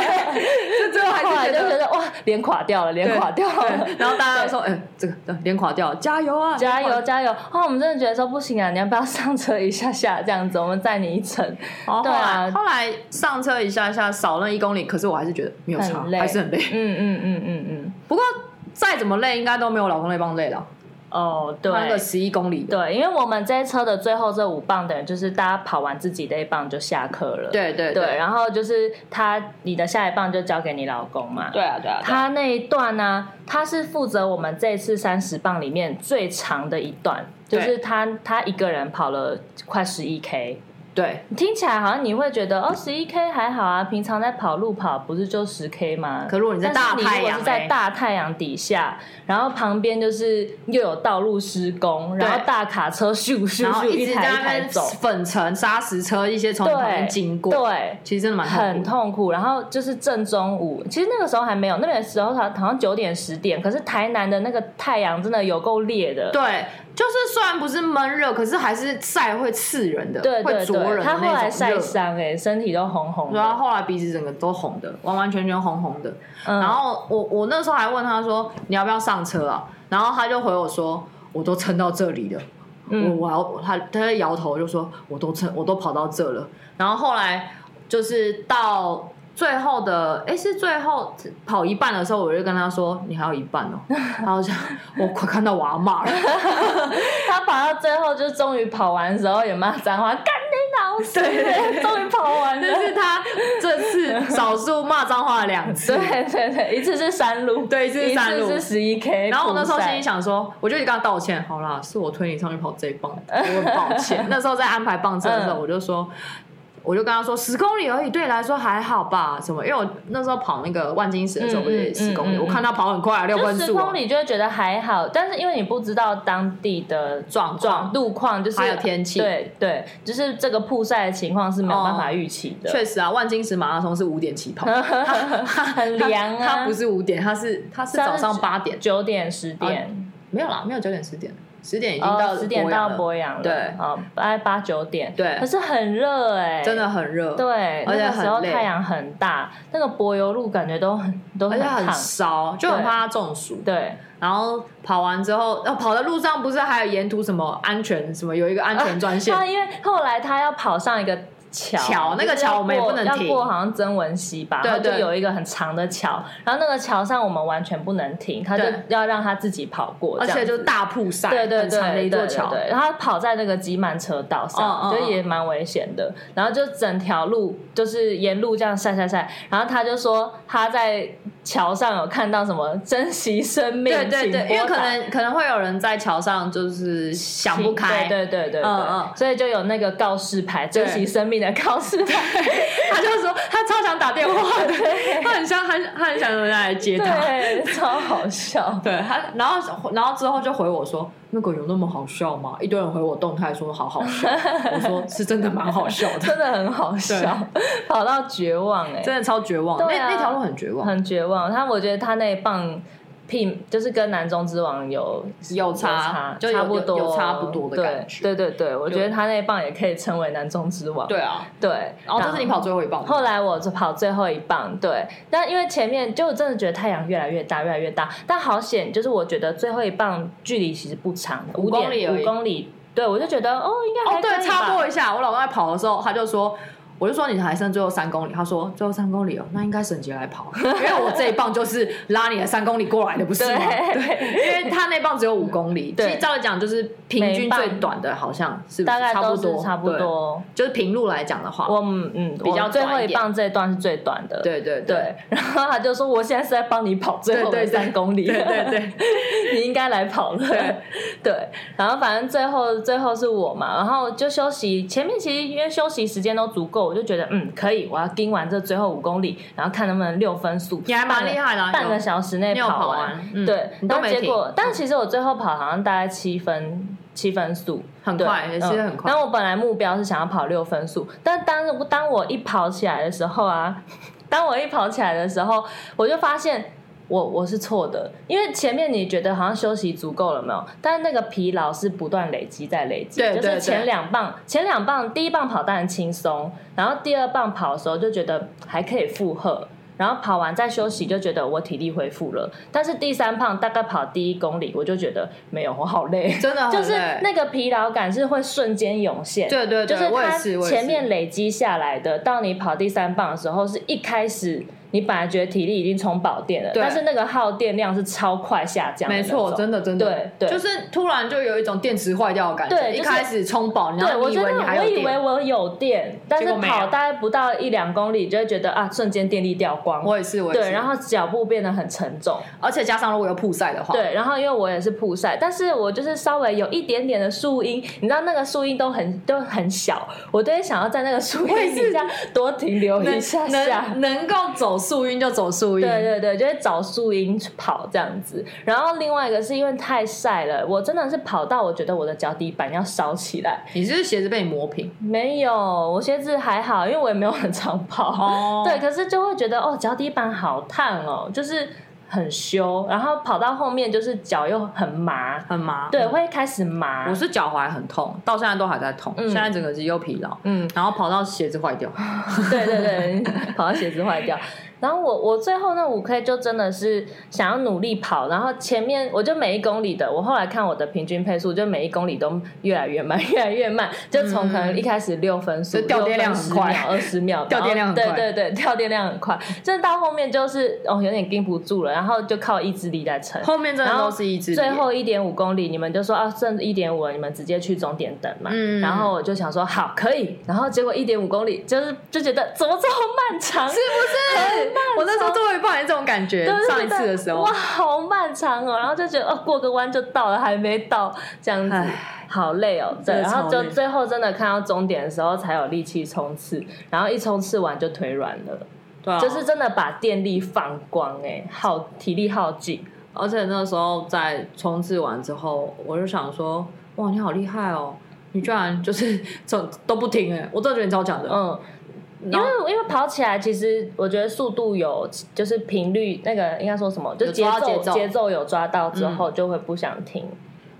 Speaker 2: 这最后”还
Speaker 1: 后来
Speaker 2: 是
Speaker 1: 就
Speaker 2: 觉
Speaker 1: 觉
Speaker 2: 得
Speaker 1: 得哇，脸垮掉了，脸垮掉了。
Speaker 2: 对，然后大家都说，哎、这个脸垮掉，加油啊，
Speaker 1: [laughs] 加油加油！哦，我们真的觉得说不行啊，你要不要上车一下下这样子？我们载你一程，
Speaker 2: 然后后
Speaker 1: 对
Speaker 2: 来、
Speaker 1: 啊
Speaker 2: 后来上车一下下少了一公里，可是我还是觉得没有差，
Speaker 1: 很累，
Speaker 2: 还是很累。
Speaker 1: 嗯嗯嗯嗯嗯，
Speaker 2: 不过再怎么累，应该都没有老公那帮累了。
Speaker 1: 哦，对
Speaker 2: 他那个十一公里的，
Speaker 1: 对，因为我们这一车的最后这五棒的人，就是大家跑完自己的一棒就下课了。
Speaker 2: 对对
Speaker 1: 对，然后就是他你的下一棒就交给你老公嘛。
Speaker 2: 对啊对啊，对啊
Speaker 1: 他那一段呢、他是负责我们这次三十磅里面最长的一段，就
Speaker 2: 对
Speaker 1: 是他他一个人跑了快十一 K。
Speaker 2: 对
Speaker 1: 听起来好像你会觉得哦，十一 K 还好啊，平常在跑路跑不是就十 K 吗？
Speaker 2: 可如果你在大
Speaker 1: 但是你
Speaker 2: 太
Speaker 1: 如果
Speaker 2: 阳
Speaker 1: 是在
Speaker 2: 欸
Speaker 1: 大太阳底下，然后旁边就是又有道路施工，然后
Speaker 2: 对
Speaker 1: 大卡车咻咻
Speaker 2: 然后
Speaker 1: 咻
Speaker 2: 一
Speaker 1: 一
Speaker 2: 直
Speaker 1: 台
Speaker 2: 在
Speaker 1: 一
Speaker 2: 那
Speaker 1: 台
Speaker 2: 边
Speaker 1: 走，
Speaker 2: 粉尘、砂石车一些从你旁边
Speaker 1: 对，
Speaker 2: 经过，
Speaker 1: 对，
Speaker 2: 其实真的蛮
Speaker 1: 很
Speaker 2: 痛苦
Speaker 1: 痛苦。然后就是正中午，其实那个时候还没有，那个时候好好像九点十点，可是台南的那个太阳真的有够烈的。
Speaker 2: 的。对，啊就是虽然不是闷热，可是还是晒会刺人的，
Speaker 1: 对
Speaker 2: 会
Speaker 1: 对
Speaker 2: 灼人
Speaker 1: 对，
Speaker 2: 的
Speaker 1: 他后来
Speaker 2: 那种
Speaker 1: 晒
Speaker 2: 热。
Speaker 1: 伤哎、身体都红红的。
Speaker 2: 对啊，后来鼻子整个都红的，完完全全红红的。
Speaker 1: 嗯
Speaker 2: 然后我我那时候还问他说你要不要上车啊？然后他就回我说我都撑到这里了，
Speaker 1: 嗯
Speaker 2: 我我要他他在摇头就说我都撑我都跑到这了。然后后来就是到最后的哎是最后跑一半的时候，我就跟他说你还有一半
Speaker 1: [laughs]
Speaker 2: 哦，然后就我快看到我要骂了，
Speaker 1: [laughs] 他跑到最后，就终于跑完的时候也骂脏话，干你老师！终于跑完
Speaker 2: 这
Speaker 1: 了。
Speaker 2: 是他这次少数骂脏话的两
Speaker 1: [laughs]
Speaker 2: 次。
Speaker 1: 对对对，一次是山路，
Speaker 2: 对一次是山路
Speaker 1: 一次是十一 K。
Speaker 2: 然后我那时候心里，想说，我就跟他道歉，好啦，是我推你上去跑这一棒，我很抱
Speaker 1: [laughs]
Speaker 2: 歉。那时候在安排棒车的时候，
Speaker 1: 嗯
Speaker 2: 我就说，我就跟他说，十公里而已，对你来说还好吧？什么？因为我那时候跑那个万金石的时候，
Speaker 1: 嗯
Speaker 2: 我也
Speaker 1: 嗯
Speaker 2: 十公里，
Speaker 1: 嗯嗯
Speaker 2: 我看他跑很快啊，六
Speaker 1: 就
Speaker 2: 分
Speaker 1: 十
Speaker 2: 速啊
Speaker 1: 公，里就会觉得还好，但是因为你不知道当地的
Speaker 2: 壮
Speaker 1: 状
Speaker 2: 壮，
Speaker 1: 路况，就是
Speaker 2: 哦还有天气
Speaker 1: 对对，就是这个曝晒的情况是没有办法预期的。
Speaker 2: 确实啊，万金石马拉松是五点起跑，
Speaker 1: [laughs] 很凉啊
Speaker 2: 他不是五点，他是他是
Speaker 1: 它是
Speaker 2: 早上八
Speaker 1: [laughs]
Speaker 2: 点，
Speaker 1: 九点十点，
Speaker 2: 没有啦，没有九点十点，十啊点已经到
Speaker 1: 哦，十点
Speaker 2: 博洋
Speaker 1: 到
Speaker 2: 了
Speaker 1: 博洋了，
Speaker 2: 对
Speaker 1: 哦，大概八九点，
Speaker 2: 对
Speaker 1: 可是很热哎，
Speaker 2: 真的很热，
Speaker 1: 对，
Speaker 2: 而且
Speaker 1: 那个时候
Speaker 2: 很累
Speaker 1: 太阳很大，那个柏油路感觉都很都
Speaker 2: 而且很
Speaker 1: 烫，
Speaker 2: 烧，就很怕他中暑。
Speaker 1: 对，
Speaker 2: 然后跑完之后，呃，跑的路上不是还有沿途什么安全什么有一个安全专线，
Speaker 1: 他因为后来他要跑上一个桥，
Speaker 2: 桥那个
Speaker 1: 就是要
Speaker 2: 桥我们也
Speaker 1: 过
Speaker 2: 不能
Speaker 1: 要
Speaker 2: 停
Speaker 1: 过好像曾文溪吧，
Speaker 2: 对
Speaker 1: 然后就
Speaker 2: 对
Speaker 1: 有一个很长的桥，然后那个桥上我们完全不能停，他就
Speaker 2: 对
Speaker 1: 要让他自己跑过，这
Speaker 2: 而
Speaker 1: 样
Speaker 2: 且
Speaker 1: 子
Speaker 2: 就大铺晒，
Speaker 1: 对对
Speaker 2: 很长的
Speaker 1: 对
Speaker 2: 一
Speaker 1: 对
Speaker 2: 座
Speaker 1: 对
Speaker 2: 桥，
Speaker 1: 对，然后他跑在那个挤满车道上，
Speaker 2: 嗯嗯
Speaker 1: 就也蛮危险的。然后就整条路就是沿路这样晒晒晒，然后他就说他在桥上有看到什么珍惜生命，
Speaker 2: 对对对
Speaker 1: 请拨
Speaker 2: 因为可
Speaker 1: 打
Speaker 2: 能可能会有人在桥上就是想不开，
Speaker 1: 对对对对对，
Speaker 2: 嗯嗯
Speaker 1: 所以就有那个告示牌，
Speaker 2: 对
Speaker 1: 珍惜生命的告示牌，
Speaker 2: 他就说他超想打 [laughs] 电话的，
Speaker 1: [laughs]
Speaker 2: 他很想很他很想有人来接他。
Speaker 1: 对，超好笑。
Speaker 2: 对他，然后然后之后就回我说，那个有那么好笑吗？一堆人回我动态说好好笑，我说是真的蛮好笑 [laughs] 的，
Speaker 1: 真的很好笑，跑到绝望哎、
Speaker 2: 真的超绝望，
Speaker 1: 对啊
Speaker 2: 那那条路很绝望，
Speaker 1: 很绝望。他我觉得他那一棒媲，就是跟南中之王有
Speaker 2: 有
Speaker 1: 差
Speaker 2: 差，就有
Speaker 1: 差不多
Speaker 2: 有有差不多的感觉
Speaker 1: 对对对对，我觉得他那一棒也可以称为南中之王。
Speaker 2: 对啊，
Speaker 1: 对，
Speaker 2: 然后这是你跑最后一棒，
Speaker 1: 后来我就跑最后一棒，对，但因为前面就真的觉得太阳越来越大，越来越大，但好险，就是我觉得最后一棒距离其实不长，
Speaker 2: 五公里
Speaker 1: 点
Speaker 2: 而已
Speaker 1: 五公里，对我就觉得哦，应该
Speaker 2: 哦
Speaker 1: 还，可以
Speaker 2: 对，插
Speaker 1: 吧
Speaker 2: 播一下，我老公在跑的时候，他就说。我就说你还剩最后三公里，他说最后三公里哦，那应该沈杰来跑，因为我这一棒就是拉你的三公里过来的，不是吗？
Speaker 1: 对
Speaker 2: 因为他那棒只有五公里，其
Speaker 1: 对
Speaker 2: 实照理讲就是平
Speaker 1: 每
Speaker 2: 均
Speaker 1: 棒
Speaker 2: 最短的，好像是
Speaker 1: [laughs]
Speaker 2: 不
Speaker 1: 大
Speaker 2: 是
Speaker 1: 概
Speaker 2: 差
Speaker 1: 都
Speaker 2: 不
Speaker 1: 是
Speaker 2: 多，
Speaker 1: 差不
Speaker 2: 对。
Speaker 1: 多。
Speaker 2: 就是平路来讲的话，
Speaker 1: 我嗯嗯，
Speaker 2: 比较
Speaker 1: 我最
Speaker 2: 短
Speaker 1: 后
Speaker 2: 一
Speaker 1: 一
Speaker 2: 点
Speaker 1: 棒这一段是最短的，
Speaker 2: 对对
Speaker 1: 对。然后他就说：“我现在是在帮你跑最后的
Speaker 2: 对对对
Speaker 1: 三公里，
Speaker 2: 对对对，
Speaker 1: [laughs] 你应该来跑了。
Speaker 2: 对
Speaker 1: [laughs] 对然后反正最后最后是我嘛，然后就休息。前面其实因为休息时间都足够，我就觉得嗯可以，我要盯完这最后五公里，然后看能不能六分速。
Speaker 2: 你还蛮厉害的啊，
Speaker 1: 半个
Speaker 2: 时
Speaker 1: 小时内
Speaker 2: 你有跑
Speaker 1: 完，
Speaker 2: 完嗯
Speaker 1: 对。
Speaker 2: 你都
Speaker 1: 但
Speaker 2: 没
Speaker 1: 结
Speaker 2: 停
Speaker 1: 果，但其实我最后跑好像大概七分七分速，
Speaker 2: 很
Speaker 1: 对
Speaker 2: 快，也是很
Speaker 1: 嗯。。
Speaker 2: 快
Speaker 1: 但我本来目标是想要跑六分速，但当当我一跑起来的时候啊， [laughs] 当我一跑起来的时候，我就发现我我是错的，因为前面你觉得好像休息足够了没有？但那个疲劳是不断累积在累积，
Speaker 2: 对
Speaker 1: 就
Speaker 2: 对
Speaker 1: 是
Speaker 2: 对
Speaker 1: 前两棒前两棒第一棒跑当然轻松，然后第二棒跑的时候就觉得还可以负荷。然后跑完再休息，就觉得我体力恢复了。但是第三棒大概跑第一公里，我就觉得没有，我好累，
Speaker 2: 真的很累
Speaker 1: 就是那个疲劳感是会瞬间涌现。
Speaker 2: 嗯对对
Speaker 1: 就
Speaker 2: 对
Speaker 1: 是
Speaker 2: 我也
Speaker 1: 它
Speaker 2: 是我也
Speaker 1: 前
Speaker 2: 是
Speaker 1: 面累积下来的，到你跑第三棒的时候，是一开始你本来觉得体力已经充饱电了，
Speaker 2: 对
Speaker 1: 但是那个耗电量是超快下降的
Speaker 2: 没
Speaker 1: 那种，
Speaker 2: 错，真的真的，
Speaker 1: 对对
Speaker 2: 就是突然就有一种电池坏掉的感觉，
Speaker 1: 对就是
Speaker 2: 一开始充饱，然
Speaker 1: 对，
Speaker 2: 后
Speaker 1: 我
Speaker 2: 你
Speaker 1: 觉
Speaker 2: 以
Speaker 1: 得
Speaker 2: 为你还有
Speaker 1: 我以为
Speaker 2: 电，
Speaker 1: 我有电，但
Speaker 2: 结
Speaker 1: 是
Speaker 2: 果没有
Speaker 1: 跑大概不到一两公里，就会觉得啊，瞬间电力掉光。
Speaker 2: 我也是，我也
Speaker 1: 对，
Speaker 2: 是
Speaker 1: 然后脚步变得很沉重。
Speaker 2: 而且加上如果有曝晒的话，
Speaker 1: 对，然后因为我也是曝晒，但是我就是稍微有一点点的树荫，你知道那个树荫都很都很小，我都会想要在那个树荫
Speaker 2: 我也是
Speaker 1: 底下多停留一下下。
Speaker 2: 能能够走速晕就走速晕，
Speaker 1: 对对对，就是找树荫去跑这样子。然后另外一个是因为太晒了，我真的是跑到我觉得我的脚底板要烧起来。
Speaker 2: 你是不是鞋子被你磨平
Speaker 1: 没有，我鞋子还好，因为我也没有很常跑。
Speaker 2: 哦
Speaker 1: 对，可是就会觉得哦，脚底板好烫哦，就是很羞。然后跑到后面就是脚又很麻，
Speaker 2: 很麻，
Speaker 1: 对，会开始麻。
Speaker 2: 我是脚踝很痛，到现在都还在痛，
Speaker 1: 嗯
Speaker 2: 现在整个肌肉疲劳，
Speaker 1: 嗯，
Speaker 2: 然后跑到鞋子
Speaker 1: [laughs]
Speaker 2: 坏掉，
Speaker 1: 对对对，跑到鞋子坏掉。然后我我最后那五 K 就真的是想要努力跑，然后前面我就每一公里的，我后来看我的平均配速，就每一公里都越来越慢， [laughs] 越来越慢，就从可能一开始六分速，
Speaker 2: 嗯就掉电量很快
Speaker 1: 二十秒，
Speaker 2: [laughs] 掉电量很快
Speaker 1: 然后对对对，掉电量很快，真的到后面就是哦有点盯不住了，然后就靠意志力在撑。
Speaker 2: 后面真的
Speaker 1: 然后
Speaker 2: 都是一只
Speaker 1: 最后一点五公里，你们就说啊，剩一点五，你们直接去终点等嘛。
Speaker 2: 嗯
Speaker 1: 然后我就想说好可以，然后结果一点五公里就是就觉得怎么这么漫长？
Speaker 2: 是不是？ [laughs] 我那时候做一半也是这种感觉
Speaker 1: 对就，
Speaker 2: 上
Speaker 1: 觉
Speaker 2: 一
Speaker 1: 得
Speaker 2: 次的时候
Speaker 1: 哇，，好漫长哦，然后就觉得哦，过个弯就到了，还没到，这样子
Speaker 2: 唉
Speaker 1: 好累哦。对，
Speaker 2: 真的
Speaker 1: 然后
Speaker 2: 超
Speaker 1: 就
Speaker 2: 累
Speaker 1: 最后真的看到终点的时候才有力气冲刺，然后一冲刺完就腿软了，
Speaker 2: 对啊，
Speaker 1: 就是真的把电力放光哎、耗体力耗尽。
Speaker 2: 而且那时候在冲刺完之后，我就想说，哇，你好厉害哦！你居然就是 [laughs] 从都不停哎、我真的觉得你超强的。
Speaker 1: 嗯，因
Speaker 2: 然后
Speaker 1: 为因为跑起来，其实我觉得速度有，就是频率那个应该说什么，就
Speaker 2: 有
Speaker 1: 节
Speaker 2: 抓到
Speaker 1: 奏
Speaker 2: 节奏嗯
Speaker 1: 节奏有抓到之后，就会不想停，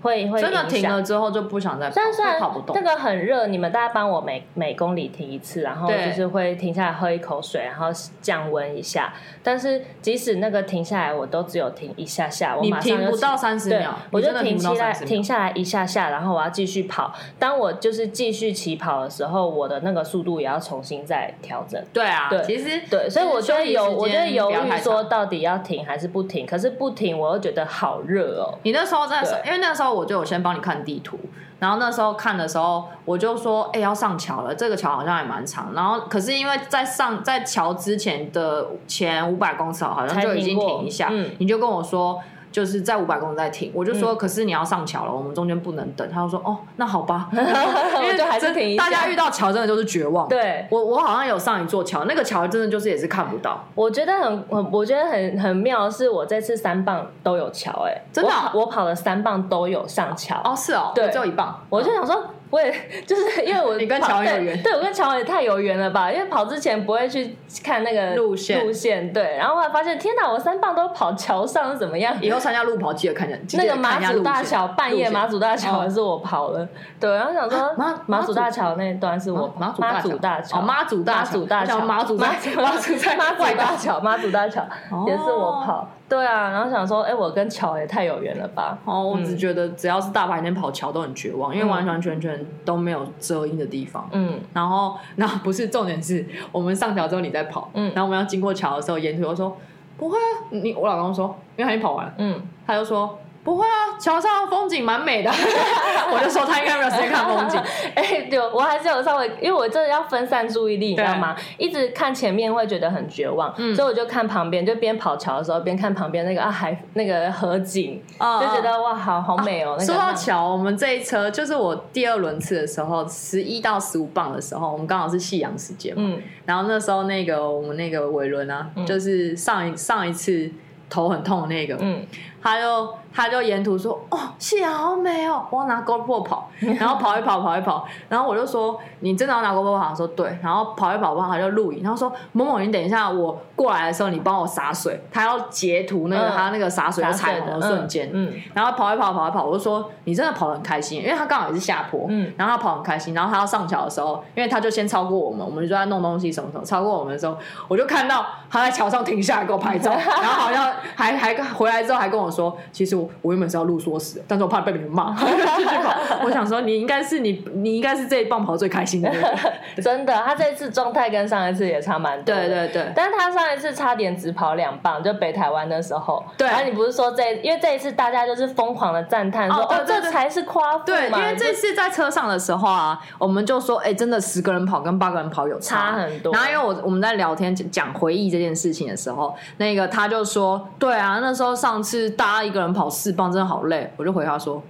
Speaker 1: 会会
Speaker 2: 真的
Speaker 1: 影
Speaker 2: 停
Speaker 1: 响
Speaker 2: 了。之后就不想再跑，
Speaker 1: 虽然虽
Speaker 2: 会
Speaker 1: 然
Speaker 2: 跑不动
Speaker 1: 那。个很热，你们大家帮我每每公里停一次，然后
Speaker 2: 对
Speaker 1: 就是会停下来喝一口水，然后降温一下。但是即使那个停下来，我都只有停一下下，我
Speaker 2: 你
Speaker 1: 马上
Speaker 2: 停
Speaker 1: 就
Speaker 2: 不
Speaker 1: 起
Speaker 2: 到30
Speaker 1: 对
Speaker 2: 秒
Speaker 1: 我
Speaker 2: 你
Speaker 1: 就
Speaker 2: 真的
Speaker 1: 停
Speaker 2: 停不到
Speaker 1: 下来，
Speaker 2: 30秒
Speaker 1: 停下来一下下，然后我要继续跑。当我就是继续起跑的时候，我的那个速度也要重新再调整。
Speaker 2: 对啊，
Speaker 1: 对
Speaker 2: 其实
Speaker 1: 对，所以我就会有，我就会犹豫。
Speaker 2: 其实休息时间不要太
Speaker 1: 说
Speaker 2: 长
Speaker 1: 到底要停还是不停。可是不停，我又觉得好热哦。
Speaker 2: 你那时候在
Speaker 1: 对，
Speaker 2: 因为那时候我就有先帮你看地图，然后那时候看的时候，我就说，哎、要上桥了，这个桥好像也蛮长。然后可是因为在上在桥之前的前五百公尺好像
Speaker 1: 才
Speaker 2: 就已
Speaker 1: 停
Speaker 2: 经
Speaker 1: 过
Speaker 2: 停一下，
Speaker 1: 嗯
Speaker 2: 你就跟我说。就是在五百公尺再停，我就说，可是你要上桥了，我们中间不能等。他就说，哦，那
Speaker 1: [laughs]
Speaker 2: 好吧，因
Speaker 1: 我
Speaker 2: 为
Speaker 1: 就还是
Speaker 2: 真
Speaker 1: 停一下
Speaker 2: 大家遇到桥真的就是绝望。，
Speaker 1: 对，
Speaker 2: 我我好像有上一座桥，那个桥真的就是也是看不到，
Speaker 1: 我觉得很很，我觉得很很妙的是，我这次三棒都有桥，哎，
Speaker 2: 真的
Speaker 1: 我
Speaker 2: 哦
Speaker 1: 跑我跑了三棒都有上桥。
Speaker 2: 哦，是哦，
Speaker 1: 对
Speaker 2: 只有一棒，
Speaker 1: 我就想说，我也就是因为我
Speaker 2: 你跟
Speaker 1: 跑
Speaker 2: 乔有
Speaker 1: 对
Speaker 2: 缘
Speaker 1: 对我跟乔也太有缘了吧？因为跑之前不会去看那个
Speaker 2: 路线
Speaker 1: 路线对，然后后来发现天哪，我三棒都跑桥上是怎么样？
Speaker 2: 以后参加路跑记得看人，记得
Speaker 1: 那个
Speaker 2: 看
Speaker 1: 马
Speaker 2: 人家
Speaker 1: 祖
Speaker 2: 路
Speaker 1: 大
Speaker 2: 线
Speaker 1: 桥半夜
Speaker 2: 路线
Speaker 1: 马祖大桥
Speaker 2: 哦啊
Speaker 1: 还是我跑了，对，然后想说
Speaker 2: 马
Speaker 1: 马
Speaker 2: 马
Speaker 1: 祖
Speaker 2: 祖啊
Speaker 1: 大桥那段是我
Speaker 2: 哦马马祖
Speaker 1: 马
Speaker 2: 大
Speaker 1: 哦祖
Speaker 2: 桥
Speaker 1: 大桥
Speaker 2: 哦马祖大
Speaker 1: 马
Speaker 2: 桥
Speaker 1: 祖大
Speaker 2: 我
Speaker 1: 桥
Speaker 2: 想马祖
Speaker 1: 马
Speaker 2: 大 [laughs] 马祖
Speaker 1: [laughs]
Speaker 2: 在
Speaker 1: 马祖
Speaker 2: 外
Speaker 1: 大
Speaker 2: 大
Speaker 1: 桥马祖大桥
Speaker 2: 哦
Speaker 1: 也是我跑，对啊，然后想说哎，我跟桥也太有缘了吧，
Speaker 2: 哦，我
Speaker 1: 嗯
Speaker 2: 只觉得只要是大白天跑桥都很绝望，因为完完全全都没有遮阴的地方。
Speaker 1: 嗯
Speaker 2: 然后，然后不是重点是我们上桥之后你再跑，
Speaker 1: 嗯
Speaker 2: 然后我们要经过桥的时候，沿途又说不会啊，你我老公说，因为他已经跑完了，
Speaker 1: 嗯，
Speaker 2: 他就说不会啊，桥上的风景蛮美的， [laughs] 我就说他应该没有时间看风景，
Speaker 1: [laughs] 哎，对，我还是有稍微，因为我真的要分散注意力，你知
Speaker 2: 对
Speaker 1: 道吗？一直看前面会觉得很绝望，
Speaker 2: 嗯
Speaker 1: 所以我就看旁边，就边跑桥的时候边看旁边那个啊海那个河景，
Speaker 2: 就
Speaker 1: 就觉得哇，好好美哦。那个
Speaker 2: 哦说到
Speaker 1: 浪
Speaker 2: 桥，我们这一车就是我第二轮次的时候，十一到十五磅的时候，我们刚好是夕阳时间嘛。
Speaker 1: 嗯
Speaker 2: 然后那时候那个我们那个伟伦啊，
Speaker 1: 嗯
Speaker 2: 就是上一上一次头很痛的那个，
Speaker 1: 嗯，
Speaker 2: 他就他就沿途说：“哦，夕阳好美哦，我要拿
Speaker 1: [laughs]
Speaker 2: GoPro 跑。”然后跑一跑，跑一跑，然后我就说：“你真的要拿 GoPro 跑？”他说：“对。”然后跑一跑，跑一跑他就录影，然后说：“某某，你等一下，我过来的时候，你帮我洒水。”他要截图那个、
Speaker 1: 嗯
Speaker 2: 他那个洒水和彩虹的瞬间。
Speaker 1: 嗯
Speaker 2: 然后跑一跑，跑一跑，我就说你真的跑得很开心，因为他刚好也是下坡，
Speaker 1: 嗯
Speaker 2: 然后他跑得很开心，然后他要上桥的时候，因为他就先超过我们，我们就在弄东西什么什么，超过我们的时候，我就看到他在桥上停下来给我拍照，然后好像还还回来之后还跟我说，其实我我原本是要录缩死的，但是我怕被别人骂， [laughs] 我就继续跑。我想说你应该是你你应该是这一棒跑得最开心的那个，
Speaker 1: 嗯，真的，他这次状态跟上一次也差蛮多。
Speaker 2: 对。对对。
Speaker 1: 但他上一次差点只跑两棒，就北台湾的时候。
Speaker 2: 对
Speaker 1: 然后你不是说这，因为这一次大家就是疯狂的赞叹说，
Speaker 2: 哦对
Speaker 1: 哦，
Speaker 2: 对
Speaker 1: 这
Speaker 2: 对
Speaker 1: 才是夸父嘛。
Speaker 2: 对，因为这次在车上的时候啊，我们就说，哎、真的十个人跑跟八个人跑有
Speaker 1: 差很多
Speaker 2: 然后因为我我们在聊天讲回忆这件事情的时候，那个他就说，对啊，那时候上次大家一个人跑四棒真的好累，我就回他说，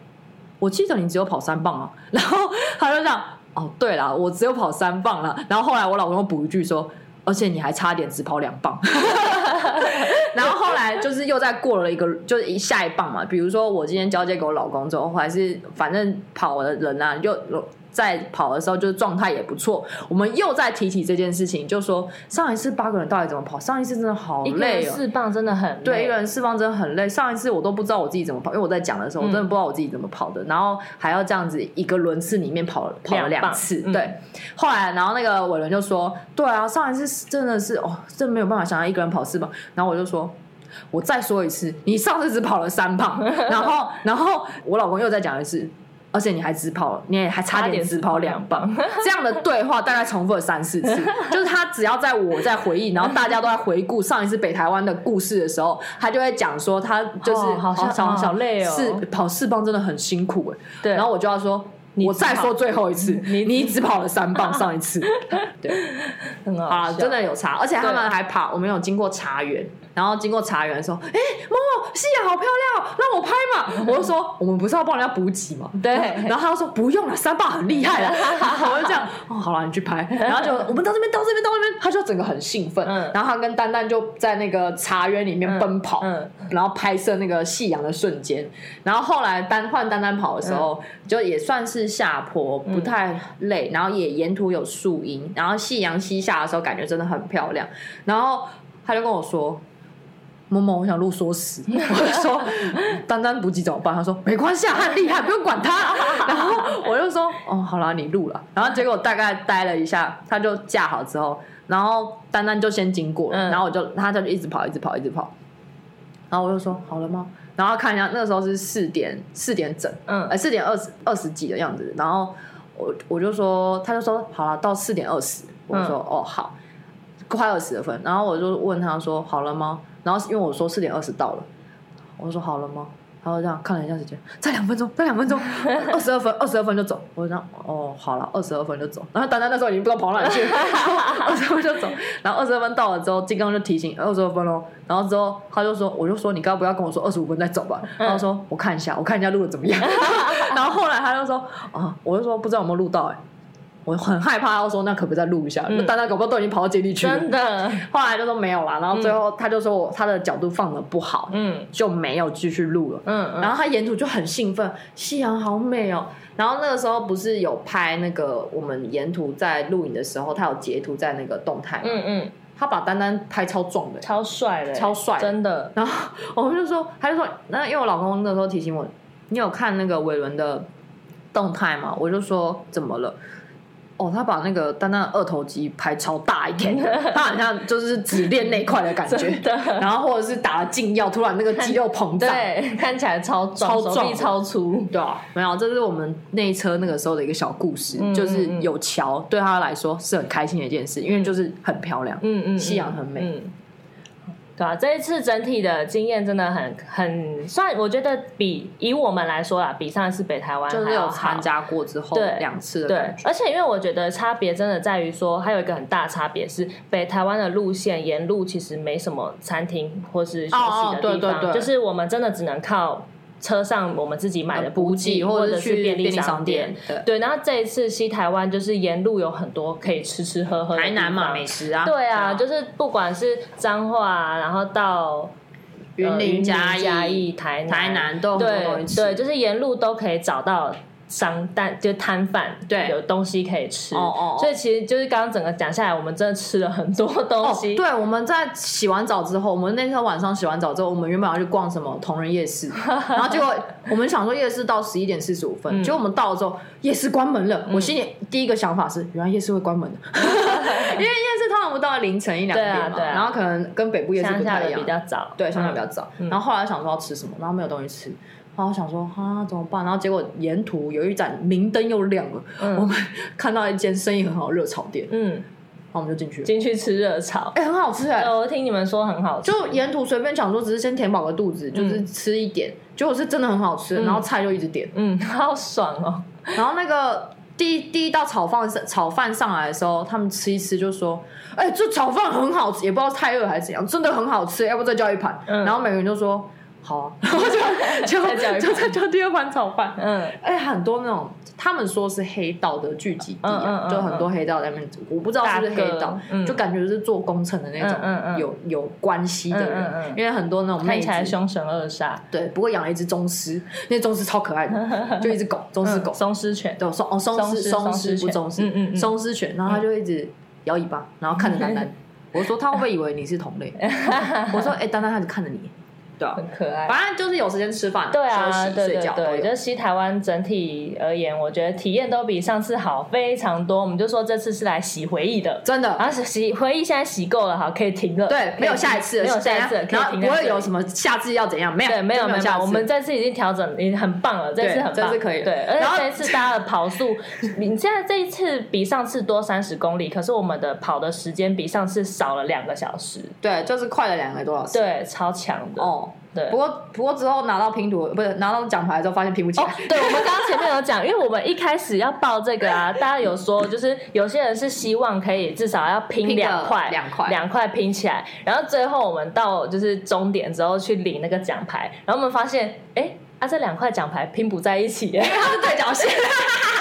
Speaker 2: 我记得你只有跑三棒啊，然后他就这样，哦，对啦，我只有跑三棒啦。然后后来我老公又补一句说。而且你还差点只跑两棒，然后后来就是又再过了一个，就是一下一棒嘛。比如说我今天交接给我老公之后，还是反正跑的人啊，又在跑的时候就是状态也不错。我们又再提起这件事情，就说上一次八个人到底怎么跑？上一次真的好
Speaker 1: 一个人
Speaker 2: 累哦。
Speaker 1: 四棒真的很累。
Speaker 2: 对，一个人释放真的很累。上一次我都不知道我自己怎么跑，因为我在讲
Speaker 1: 嗯
Speaker 2: 的时候，我真的不知道我自己怎么跑的。然后还要这样子一个轮次里面跑了跑了
Speaker 1: 两
Speaker 2: 两
Speaker 1: 棒
Speaker 2: 次，
Speaker 1: 嗯
Speaker 2: 对。后来，然后那个伟伦就说：“对啊，上一次是真的是哦，真的没有办法想象一个人跑四棒。”然后我就说。我再说一次，你上次只跑了三
Speaker 1: [laughs]
Speaker 2: 棒，然后，然后我老公又再讲一次，而且你还只跑，你也还差
Speaker 1: 差点
Speaker 2: 点只
Speaker 1: 只跑
Speaker 2: 跑两棒，
Speaker 1: [laughs]
Speaker 2: 这样的对话大概重复了三四次。就是他只要在我在回忆，然后大家都在回顾上一次北台湾的故事的时候，他就会讲说他就是、
Speaker 1: 哦好像
Speaker 2: 小
Speaker 1: 哦好累哦
Speaker 2: 是跑四棒真的很辛苦哎、
Speaker 1: 对，
Speaker 2: 然后我就要说。
Speaker 1: 只
Speaker 2: 我再
Speaker 1: 跑
Speaker 2: 说最后一次，
Speaker 1: 你
Speaker 2: 你只跑了三棒，上一次，对，
Speaker 1: [laughs] 很好
Speaker 2: 啊，
Speaker 1: 笑
Speaker 2: 真的有差，而且他们还跑，我们有经过茶园，然后经过茶园说，哎、某某夕阳好漂亮哦，让我拍
Speaker 1: [laughs]
Speaker 2: 嘛。我就说，我们不是要帮人家补给嘛？
Speaker 1: 对
Speaker 2: 然后他就说不用了，三爸很
Speaker 1: [laughs]
Speaker 2: 厉害了。啊我就这样，哦，好了，你去拍。然后就我们到这边，到这边，到这边，他就整个很兴奋。
Speaker 1: 嗯
Speaker 2: 然后他跟丹丹就在那个茶园里面奔跑，
Speaker 1: 嗯
Speaker 2: 然后拍摄那个夕阳的瞬间。然后后来单换丹丹跑的时候，就也算是下坡，不太累，然后也沿途有树荫，然后夕阳西下的时候，感觉真的很漂亮。然后他就跟我说。某某，我想录缩死。 [laughs] 我就说，丹丹补给怎么办？他说没关系，啊，他很厉害，不用管他。然后我就说，哦，好啦，你录了。然后结果大概待了一下，他就架好之后，然后丹丹就先经过了，
Speaker 1: 嗯
Speaker 2: 然后我就他就一直跑，一直跑，一直跑。然后我就说好了吗？然后看一下，那个时候是四点四点整，
Speaker 1: 嗯
Speaker 2: 呃，四点二十二十几的样子。然后我我就说，他就说好了，到四点二十。我就说、哦好，快二十的分。然后我就问他说好了吗？然后因为我说四点二十到了，我就说好了吗？他就这样看了一下时间，再两分钟，再两分钟，二十二分，二十二分就走。我就这样，哦，好了，二十二分就走。然后丹丹那时候已经不知道跑哪里去了， [laughs] 二十二分就走。然后二十二分到了之后，金刚就提醒二十二分喽。然后之后他就说，我就说你刚刚不要跟我说二十五分再走吧。
Speaker 1: 嗯
Speaker 2: 然后说
Speaker 1: [laughs]
Speaker 2: 我看一下，我看一下录的怎么样。然后后来他就说，啊，我就说不知道有没有录到哎、
Speaker 3: 我很害怕，他说那可不可以再录一下？但他搞不好都已经跑到监狱去了。
Speaker 1: 嗯真的，
Speaker 3: 后来就说没有啦，然后最后他就说我他的角度放的不好，
Speaker 1: 嗯
Speaker 3: 就没有继续录了。
Speaker 1: 嗯嗯，
Speaker 2: 然后他沿途就很兴奋，夕阳好美哦。然后那个时候不是有拍那个我们沿途在录影的时候，他有截图在那个动态嘛，
Speaker 1: 嗯嗯，
Speaker 2: 他把丹丹拍超壮的欸，
Speaker 1: 超帅的，
Speaker 2: 超帅
Speaker 1: 真的，
Speaker 2: 然后我们就说，他就说，那因为我老公那时候提醒我，你有看那个伟伦的动态吗？我就说怎么了？哦，他把那个丹丹的二头肌拍超大一
Speaker 1: [laughs]
Speaker 2: 点的，他好像就是只练那一块的感觉
Speaker 1: 真，的，
Speaker 2: 然后或者是打了禁药，突然那个肌肉膨胀， [laughs]
Speaker 1: 对，看起来超壮，
Speaker 2: 超
Speaker 1: 手
Speaker 2: 壮
Speaker 1: 臂
Speaker 2: 的
Speaker 1: 超粗，
Speaker 2: 对啊，没有，这是我们那一车那个时候的一个小故事，
Speaker 1: 嗯
Speaker 2: 就是
Speaker 1: 嗯嗯
Speaker 2: 有桥对他来说是很开心的一件事，因为就是很漂亮。
Speaker 1: 嗯嗯，
Speaker 2: 夕啊阳很美
Speaker 1: 嗯，对啊，这一次整体的经验真的很很算，我觉得比以我们来说啦，比上一次北台湾
Speaker 2: 就是
Speaker 1: 还要
Speaker 2: 有
Speaker 1: 好
Speaker 2: 参加过之后
Speaker 1: 对
Speaker 2: 两次的
Speaker 1: 对
Speaker 2: 感，觉，
Speaker 1: 而且因为我觉得差别真的在于说，还有一个很大差别是，北台湾的路线沿路其实没什么餐厅或是休
Speaker 2: 哦
Speaker 1: 息
Speaker 2: 哦
Speaker 1: 的地方，
Speaker 2: 对对对
Speaker 1: 就是我们真的只能靠车上我们自己买的补给
Speaker 2: 呃或
Speaker 1: 者
Speaker 2: 者
Speaker 1: 是
Speaker 2: 去
Speaker 1: 便利
Speaker 2: 利商
Speaker 1: 店。，
Speaker 2: 对，
Speaker 1: 对，然后这一次西台湾就是沿路有很多可以吃吃喝喝的地方，
Speaker 2: 台南嘛，美食啊，
Speaker 1: 对啊，就是不管是彰化、啊，然后到
Speaker 2: 云
Speaker 1: 呃
Speaker 2: 林、
Speaker 1: 嘉
Speaker 2: 嘉
Speaker 1: 义、台南、
Speaker 2: 台南都有很多
Speaker 1: 对
Speaker 2: 东西吃。
Speaker 1: 对，就是沿路都可以找到商摊，就摊贩，
Speaker 2: 对
Speaker 1: 有东西可以吃。
Speaker 2: 哦哦哦
Speaker 1: 所以其实就是刚刚整个讲下来，我们真的吃了很多东
Speaker 2: 哦，
Speaker 1: 西。
Speaker 2: 对，我们在洗完澡之后，我们那天晚上洗完澡之后，我们原本要去逛什么同仁
Speaker 1: [laughs]
Speaker 2: 夜市，然后结果我们想说夜市到十一点四十五
Speaker 1: 嗯
Speaker 2: 分，结果我们到了之后，夜市关门了。我心里第一个想法是，原来夜市会关门的，
Speaker 1: [laughs]
Speaker 2: 因为夜市通常不到凌晨一两
Speaker 1: 对啊
Speaker 2: 点嘛，
Speaker 1: 对啊
Speaker 2: 然后可能跟北部夜市
Speaker 1: 乡
Speaker 2: 不
Speaker 1: 下
Speaker 2: 太
Speaker 1: 的
Speaker 2: 一样
Speaker 1: 比，较早，
Speaker 2: 对，相对比较
Speaker 1: 嗯
Speaker 2: 早。然后后来想说要吃什么，然后没有东西吃，然后想说啊怎么办？然后结果沿途有一盏明灯又亮了，
Speaker 1: 嗯
Speaker 2: 我们 [laughs] 看到一间生意很好的热炒店，
Speaker 1: 嗯，
Speaker 2: 然后我们就进去了。
Speaker 1: 进去吃热炒。
Speaker 2: 哎、很好吃哎、
Speaker 1: 对我听你们说很好吃，
Speaker 2: 就沿途随便想说，只是先填饱个肚子，就是吃一点，结果是真的很好吃，然后菜就一直点，
Speaker 1: 嗯，好爽哦。
Speaker 2: 然后那个。第一第一道炒饭上炒饭上来的时候，他们吃一吃就说：“哎、这炒饭很好吃，也不知道太饿还是怎样，真的很好吃，要不再叫一盘？”
Speaker 1: 嗯
Speaker 2: 然后每个人就说：“好啊。”然后
Speaker 1: [laughs] 再叫一
Speaker 2: 就就
Speaker 1: 盘
Speaker 2: [laughs] 就再叫第二盘炒饭。
Speaker 1: 嗯，
Speaker 2: 哎、很多那种他们说是黑道的聚集地、啊，
Speaker 1: 嗯嗯嗯
Speaker 2: 就很多黑道在那边，我不知道是不是黑
Speaker 1: 大
Speaker 2: 道
Speaker 1: 哥，嗯
Speaker 2: 就感觉是做工程的那种，
Speaker 1: 嗯嗯嗯
Speaker 2: 有有关系的人，
Speaker 1: 嗯嗯嗯
Speaker 2: 因为很多那种
Speaker 1: [laughs] 看
Speaker 2: 妹
Speaker 1: 起来
Speaker 2: 子，
Speaker 1: 凶神恶煞，
Speaker 2: 对，不过养了一只宗师，那宗师超可爱
Speaker 1: [laughs]
Speaker 2: 的，就一只狗，宗师狗，
Speaker 1: 嗯松狮犬，
Speaker 2: 对，松哦松
Speaker 1: 松
Speaker 2: 狮
Speaker 1: 狮
Speaker 2: 松
Speaker 1: 松狮
Speaker 2: 狮不
Speaker 1: 犬
Speaker 2: 宗师，
Speaker 1: 嗯嗯嗯嗯
Speaker 2: 松狮犬，然后它就一直摇尾巴，然后看着丹丹，我说他会不会以为你是同
Speaker 1: [laughs]
Speaker 2: 类？我说哎、丹丹他就看着你，对啊，
Speaker 1: 很可爱。
Speaker 2: 反正就是有时间吃饭、
Speaker 1: 对啊，
Speaker 2: 休息、
Speaker 1: 对
Speaker 2: 睡
Speaker 1: 对
Speaker 2: 觉都
Speaker 1: 对，
Speaker 2: 有
Speaker 1: 就是西台湾整体而言，我觉得体验都比上次好非常多。我们就说这次是来洗回忆的，
Speaker 2: 真的，
Speaker 1: 然后洗回忆现在洗够了，好，可以停了。
Speaker 2: 对，没有下一次了，
Speaker 1: 没有下一次了，
Speaker 2: 等
Speaker 1: 可
Speaker 2: 下
Speaker 1: 以
Speaker 2: 然后
Speaker 1: 停。
Speaker 2: 不会有
Speaker 1: 么。
Speaker 2: 什么下次要怎样，没有，
Speaker 1: 对，没有
Speaker 2: 就
Speaker 1: 没有，
Speaker 2: 没
Speaker 1: 没
Speaker 2: 下
Speaker 1: 有
Speaker 2: 次。
Speaker 1: 我们这次已经调整，已经很棒了，这次很棒，
Speaker 2: 这次可以了
Speaker 1: 对，而
Speaker 2: 然后
Speaker 1: 且这一次大家的跑速，你现在这一次比上次多三十公里，可是我们的跑的时间比上次少了两个小时，
Speaker 2: 对就是快了两个多小时。
Speaker 1: 对，超强的。
Speaker 2: 哦，
Speaker 1: 对
Speaker 2: 不过不过之后拿到拼图，不是拿到奖牌之后，发现拼不起
Speaker 1: 哦
Speaker 2: 来。，
Speaker 1: 对，我们刚刚前面有讲，因为我们一开始要报这个啊，大家有说，就是有些人是希望可以至少要拼
Speaker 2: 拼个
Speaker 1: 两块，
Speaker 2: 两块
Speaker 1: 两块拼起来，然后最后我们到就是终点之后去领那个奖牌，然后我们发现，哎，啊这两块奖牌拼不在一起耶。
Speaker 2: [laughs] 因为他是对角线，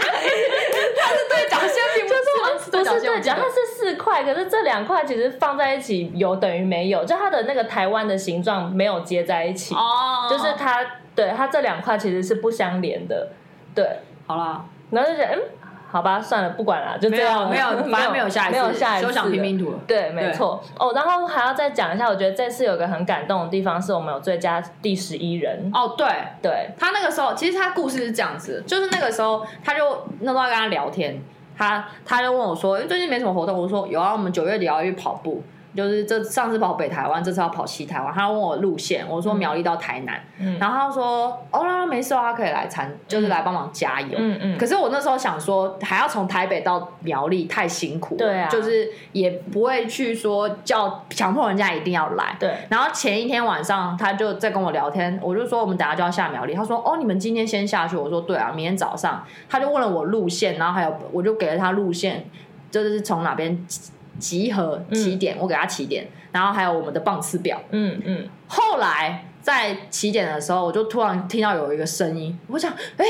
Speaker 2: 他是对角线拼不
Speaker 1: 就是不是对角，它
Speaker 2: 我记
Speaker 1: 是四块，可是这两块其实放在一起有等于没有，就它的那个台湾的形状没有接在一起，
Speaker 2: 得哦，
Speaker 1: 就是它对它这两块其实是不相连的，对，
Speaker 2: 好啦，
Speaker 1: 然后就觉得，嗯，好吧，算了，不管了，就这
Speaker 2: 没
Speaker 1: 样
Speaker 2: 有
Speaker 1: 了
Speaker 2: 没有，
Speaker 1: [laughs]
Speaker 2: 反正没有下一次，
Speaker 1: 没有下一次
Speaker 2: 休
Speaker 1: 了，
Speaker 2: 想拼拼图了。
Speaker 1: 对，没错。哦，然后还要再讲一下，我觉得这次有个很感动的地方，是我们有最佳第十一人。
Speaker 2: 哦，对，
Speaker 1: 对，
Speaker 2: 他那个时候，其实他故事是这样子，就是那个时候，他就那时候跟他聊天，他他就问我说，欸最近没什么活动，我说有啊，我们九月底要去跑步，就是这上次跑北台湾，这次要跑西台湾，他问我路线，我说苗栗到台南，
Speaker 1: 嗯
Speaker 2: 然后他就说哦，那那没事啊，他可以来参，就是来帮忙加油，
Speaker 1: 嗯嗯
Speaker 2: 可是我那时候想说，还要从台北到苗栗太辛苦了，
Speaker 1: 对啊
Speaker 2: 就是也不会去说叫强迫人家一定要来，
Speaker 1: 对，
Speaker 2: 然后前一天晚上他就在跟我聊天，我就说我们等下就要下苗栗，他说哦你们今天先下去，我说对啊，明天早上他就问了我路线，然后还有我就给了他路线，就是从哪边集集合
Speaker 1: 嗯
Speaker 2: 起点，我给他起点，然后还有我们的棒次表。
Speaker 1: 嗯嗯，
Speaker 2: 后来在起点的时候，我就突然听到有一个声音，我想哎、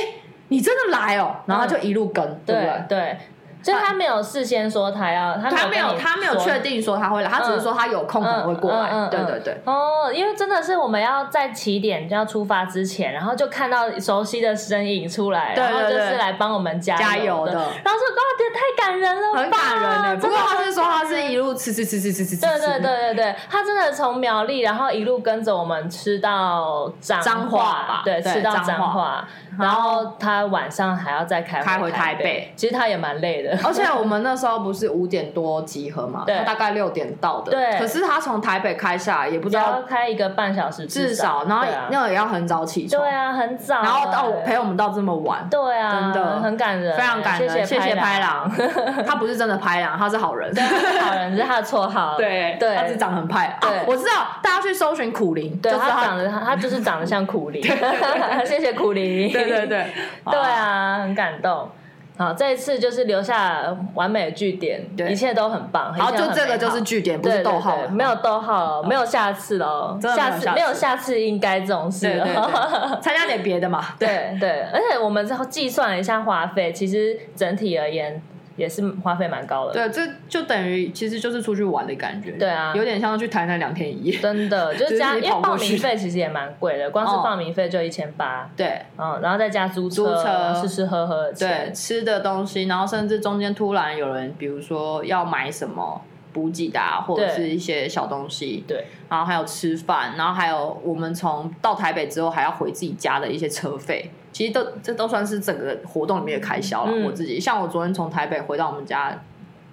Speaker 2: 你真的来哦，然后他就一路跟，对不
Speaker 1: 对
Speaker 2: 对？
Speaker 1: 对。就是他没有事先说他要，他
Speaker 2: 他没
Speaker 1: 没
Speaker 2: 有，他没有确
Speaker 1: 定。
Speaker 2: 定说他会来，他只是说他有空可能会过
Speaker 1: 嗯
Speaker 2: 来。
Speaker 1: 嗯嗯嗯
Speaker 2: 对对对，
Speaker 1: 哦，因为真的是我们要在起点就要出发之前，然后就看到熟悉的身影出来，
Speaker 2: 对
Speaker 1: 然后就
Speaker 2: 对对
Speaker 1: 是来帮我们加
Speaker 2: 加
Speaker 1: 油
Speaker 2: 油的
Speaker 1: 然后说哇，这太感人了吧，
Speaker 2: 很感人
Speaker 1: 啊
Speaker 2: 哎、
Speaker 1: 真
Speaker 2: 不
Speaker 1: 的
Speaker 2: 过他
Speaker 1: 很
Speaker 2: 是说他
Speaker 1: 感人
Speaker 2: 是一路吃吃吃吃吃吃吃，
Speaker 1: 对
Speaker 2: 吃
Speaker 1: 对对。对对，他真的从苗栗，然后一路跟着我们吃到彰
Speaker 2: 彰化吧
Speaker 1: 对，
Speaker 2: 对
Speaker 1: 吃到
Speaker 2: 彰
Speaker 1: 彰
Speaker 2: 化
Speaker 1: 化，然后他晚上还要再开
Speaker 2: 开
Speaker 1: 回
Speaker 2: 回台
Speaker 1: 北
Speaker 2: 北，哦
Speaker 1: 其实他也蛮累的。
Speaker 2: 而且我们那时候不是五点多集合嘛，
Speaker 1: 对
Speaker 2: 他大概六点到的。
Speaker 1: 对
Speaker 2: 可是他从台北开下来也不
Speaker 1: [laughs] 只
Speaker 2: 知
Speaker 1: 要
Speaker 2: 道，
Speaker 1: 开一个半小时
Speaker 2: 至
Speaker 1: 少，
Speaker 2: 少然后
Speaker 1: 对啊
Speaker 2: 那个也要很早起床，
Speaker 1: 对啊，很早欸，
Speaker 2: 然后到陪我们到这么晚，
Speaker 1: 对啊，
Speaker 2: 真的
Speaker 1: 很感人欸，
Speaker 2: 非常感人，谢
Speaker 1: 谢
Speaker 2: 谢
Speaker 1: 拍
Speaker 2: 拍郎，
Speaker 1: [laughs]
Speaker 2: 他不是真的拍郎，他是好人。
Speaker 1: 好人这是他的绰号，
Speaker 2: [laughs] 对
Speaker 1: 对
Speaker 2: 他是长很派。
Speaker 1: 对
Speaker 2: 啊我知道，大家去搜寻苦灵，
Speaker 1: 对
Speaker 2: 就知道
Speaker 1: 他长得他他就是长得像
Speaker 2: [laughs]
Speaker 1: 苦力， [laughs] 谢谢苦力，
Speaker 2: 对对对，
Speaker 1: 对啊，很感动。好，这一次就是留下完美的句点，
Speaker 2: 对
Speaker 1: 一切都很棒。一
Speaker 2: 好。
Speaker 1: 切
Speaker 2: 然
Speaker 1: 都很
Speaker 2: 后就
Speaker 1: 美好
Speaker 2: 这个就是句点，不
Speaker 1: 对对
Speaker 2: 是逗号
Speaker 1: 对
Speaker 2: 了。
Speaker 1: 没有逗号，没有下次喽，
Speaker 2: 真的没有
Speaker 1: 次
Speaker 2: 下次
Speaker 1: 没有下次应该这种事 [laughs]
Speaker 2: 对对
Speaker 1: 了
Speaker 2: 对，。 [laughs] 参加点别的嘛。
Speaker 1: [laughs] 对对，而且我们之后计算了一下花费，其实整体而言也是花费蛮高的。
Speaker 2: 对，这就等于其实就是出去玩的感觉。
Speaker 1: 对啊
Speaker 2: 有点像去台南两天一夜。
Speaker 1: 真的，就是
Speaker 2: 是
Speaker 1: 加，因
Speaker 2: 你
Speaker 1: 为
Speaker 2: 跑过
Speaker 1: 报名
Speaker 2: 去
Speaker 1: 费其实也蛮贵的，光是
Speaker 2: 哦
Speaker 1: 报名费就一千八，
Speaker 2: 对
Speaker 1: 嗯，然后再加租
Speaker 2: 租车
Speaker 1: 吃吃喝喝的
Speaker 2: 对，
Speaker 1: 钱，
Speaker 2: 吃的东西，然后甚至中间突然有人，比如说要买什么补给的、啊，或者
Speaker 1: 对
Speaker 2: 是一些小东西。
Speaker 1: 对
Speaker 2: 然后还有吃饭，然后还有我们从到台北之后还要回自己家的一些车费，其实都这都算是整个活动里面的开销了。
Speaker 1: 嗯
Speaker 2: 我自己像我昨天从台北回到我们家，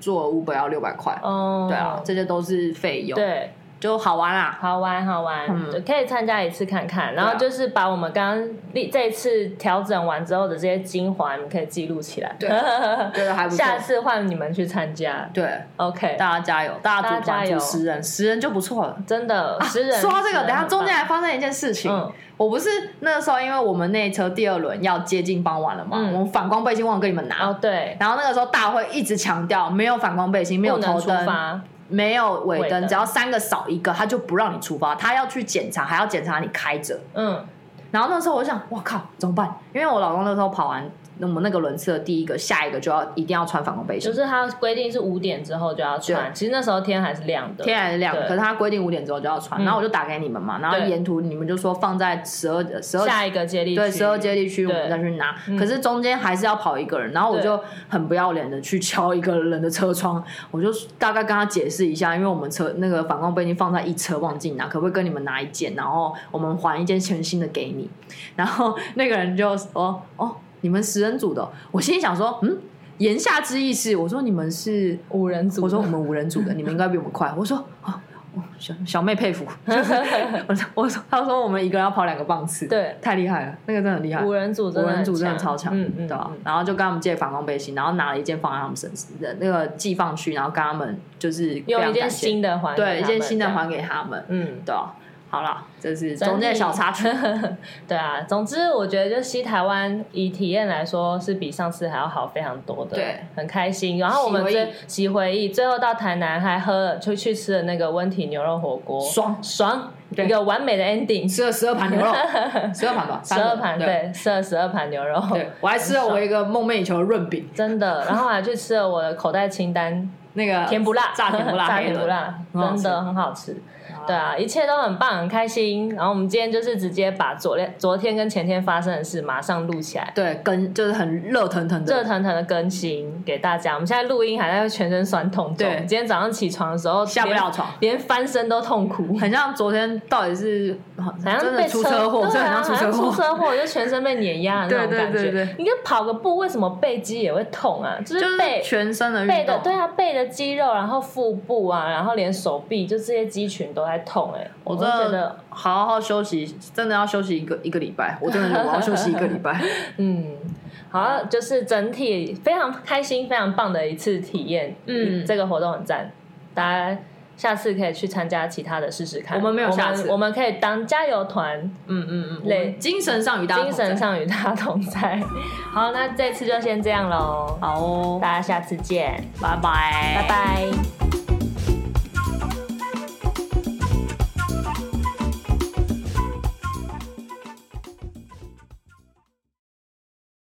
Speaker 2: 坐 Uber 要六百块，
Speaker 1: 哦，
Speaker 2: 对啊，这些都是费用，
Speaker 1: 对，
Speaker 2: 就好玩啦。
Speaker 1: 好玩好玩，
Speaker 2: 嗯
Speaker 1: 对可以参加一次看看，然后
Speaker 2: 对啊
Speaker 1: 就是把我们刚刚历这一次调整完之后的这些精华，你们可以记录起来，
Speaker 2: 对 [laughs] 觉得还不错
Speaker 1: 下次换你们去参加
Speaker 2: 对，
Speaker 1: ，OK，
Speaker 2: 大家加油，大家组
Speaker 1: 大家
Speaker 2: 团
Speaker 1: 加油
Speaker 2: 组十人，十人就不错了。啊
Speaker 1: 真的，十人，
Speaker 2: 说到这
Speaker 1: 十
Speaker 2: 个，
Speaker 1: 人
Speaker 2: 等一下
Speaker 1: 很
Speaker 2: 中间
Speaker 1: 棒
Speaker 2: 还发生一件事情，
Speaker 1: 嗯
Speaker 2: 我不是那时候因为我们那一车第二轮要接近傍晚了嘛，
Speaker 1: 嗯
Speaker 2: 我们反光背心忘了跟你们拿，
Speaker 1: 哦对，
Speaker 2: 然后那个时候大会一直强调没有反光背心，没有
Speaker 1: 不能
Speaker 2: 头
Speaker 1: 出
Speaker 2: 灯，
Speaker 1: 发，
Speaker 2: 没有尾
Speaker 1: 尾灯
Speaker 2: 灯，只要三个少一个，他就不让你出发，他要去检查，还要检查你开着。
Speaker 1: 嗯
Speaker 2: 然后那时候我就想，哇靠，怎么办？因为我老公那时候跑完我们那个轮次的第一个，下一个就要一定要穿反光背心，
Speaker 1: 就是它规定是五点之后就要穿，其实那时候天还是亮的，
Speaker 2: 天然亮，
Speaker 1: 对
Speaker 2: 可是他规定五点之后就要穿。
Speaker 1: 嗯
Speaker 2: 然后我就打给你们嘛，然后
Speaker 1: 对
Speaker 2: 沿途你们就说放在十二十二
Speaker 1: 下一个接力
Speaker 2: 对，
Speaker 1: 区
Speaker 2: 十二街地区我
Speaker 1: 对
Speaker 2: 们再去拿
Speaker 1: 嗯，
Speaker 2: 可是中间还是要跑一个人，然后我
Speaker 1: 对
Speaker 2: 就很不要脸的去敲一个人的车窗，我就大概跟他解释一下，因为我们车那个反光杯已经放在一车忘记拿，可不可以跟你们拿一件，然后我们还一件全新的给你，然后那个人就说哦，你们十人组的哦，我心里想说嗯。言下之意是，我说你们是
Speaker 1: 五人组的
Speaker 2: 我说我们五人组
Speaker 1: [laughs]
Speaker 2: 的，你们应该比我们快。我说啊，哦小小妹佩服。我说我说，他说我们一个人要跑两个棒次，
Speaker 1: 对
Speaker 2: 太厉害了，那个真的很厉害。
Speaker 1: 五人组真
Speaker 2: 五
Speaker 1: 的
Speaker 2: 人组真的
Speaker 1: 很
Speaker 2: 超强，
Speaker 1: 嗯嗯，
Speaker 2: 对吧、
Speaker 1: 嗯
Speaker 2: 然后就跟他们借反光背心，然后拿了一件放在他们身上，那个寄放区，然后跟他们就是非
Speaker 1: 用
Speaker 2: 常
Speaker 1: 一件
Speaker 2: 感谢
Speaker 1: 新的还给他
Speaker 2: 对
Speaker 1: 们
Speaker 2: 一件新的
Speaker 1: 这样
Speaker 2: 还给他们，
Speaker 1: 嗯，
Speaker 2: 对啊、好了，这是中间的小插曲，
Speaker 1: [laughs] 对啊，总之我觉得就西台湾以体验来说是比上次还要好非常多的，
Speaker 2: 对，
Speaker 1: 很开心。然后我们
Speaker 2: 喜回
Speaker 1: 最喜回忆，最后到台南还喝了就去吃了那个温体牛肉火锅，
Speaker 2: 爽
Speaker 1: 爽，
Speaker 2: 对
Speaker 1: 一个完美的 ending，
Speaker 2: 吃了十二盘
Speaker 1: [laughs]
Speaker 2: 牛肉，十二盘吧，
Speaker 1: 十
Speaker 2: 三
Speaker 1: 二
Speaker 2: 个
Speaker 1: 盘
Speaker 2: 对，
Speaker 1: 对，吃了十二盘牛肉，
Speaker 2: 对我还吃了我一个梦寐以求的润饼，
Speaker 1: [laughs] 真的，然后还去吃了我的口袋清单
Speaker 2: 那个
Speaker 1: 甜不辣，
Speaker 2: [laughs] 炸甜不辣，
Speaker 1: [laughs] 炸
Speaker 2: 黑
Speaker 1: 甜不
Speaker 2: 的
Speaker 1: 辣，
Speaker 2: [laughs] 很好
Speaker 1: 真
Speaker 2: 吃
Speaker 1: 的很好吃。对啊，一切都很棒，很开心。然后我们今天就是直接把昨天、昨天跟前天发生的事马上录起来，
Speaker 2: 对，跟就是很热腾腾
Speaker 1: 热
Speaker 2: 的，
Speaker 1: 腾腾的更新给大家。我们现在录音还在全身酸痛中
Speaker 2: 对，
Speaker 1: 今天早上起床的时候
Speaker 2: 下不了床
Speaker 1: 连连翻身都痛苦，
Speaker 2: 很像昨天到底是好
Speaker 1: 好像
Speaker 2: 真
Speaker 1: 被
Speaker 2: 的出车祸，
Speaker 1: 对
Speaker 2: 真的
Speaker 1: 啊
Speaker 2: 很
Speaker 1: 好
Speaker 2: 像出车祸
Speaker 1: 出。车祸就全身被碾压的那种
Speaker 2: 对对
Speaker 1: 感觉。
Speaker 2: 对对
Speaker 1: 你跟跑个步，为什么背肌也会痛啊？就
Speaker 2: [laughs] 就是是
Speaker 1: 背。
Speaker 2: 全身的
Speaker 1: 背
Speaker 2: 运
Speaker 1: 的
Speaker 2: 动。
Speaker 1: 对啊，背的肌肉，然后腹部啊，然后连手臂，就这些肌群都在痛哎、
Speaker 2: 我
Speaker 1: 就
Speaker 2: 真
Speaker 1: 觉
Speaker 2: 的
Speaker 1: 得，
Speaker 2: 好好休息，真的要休息一个一个礼拜。我真的我
Speaker 1: [laughs]
Speaker 2: 要休息一个礼拜。
Speaker 1: 嗯，好，就是整体非常开心、非常棒的一次体验。
Speaker 2: 嗯
Speaker 1: 这个活动很赞，大家下次可以去参加其他的试试看。
Speaker 2: 我们没有下次
Speaker 1: 我们我们可以当加油团，
Speaker 2: 嗯嗯嗯，
Speaker 1: 累
Speaker 2: 我们精神上与大家
Speaker 1: 精神上与大家同在。 [laughs] 好，那这次就先这样喽，
Speaker 2: 好哦，
Speaker 1: 大家下次见，
Speaker 2: 拜拜，
Speaker 1: 拜拜。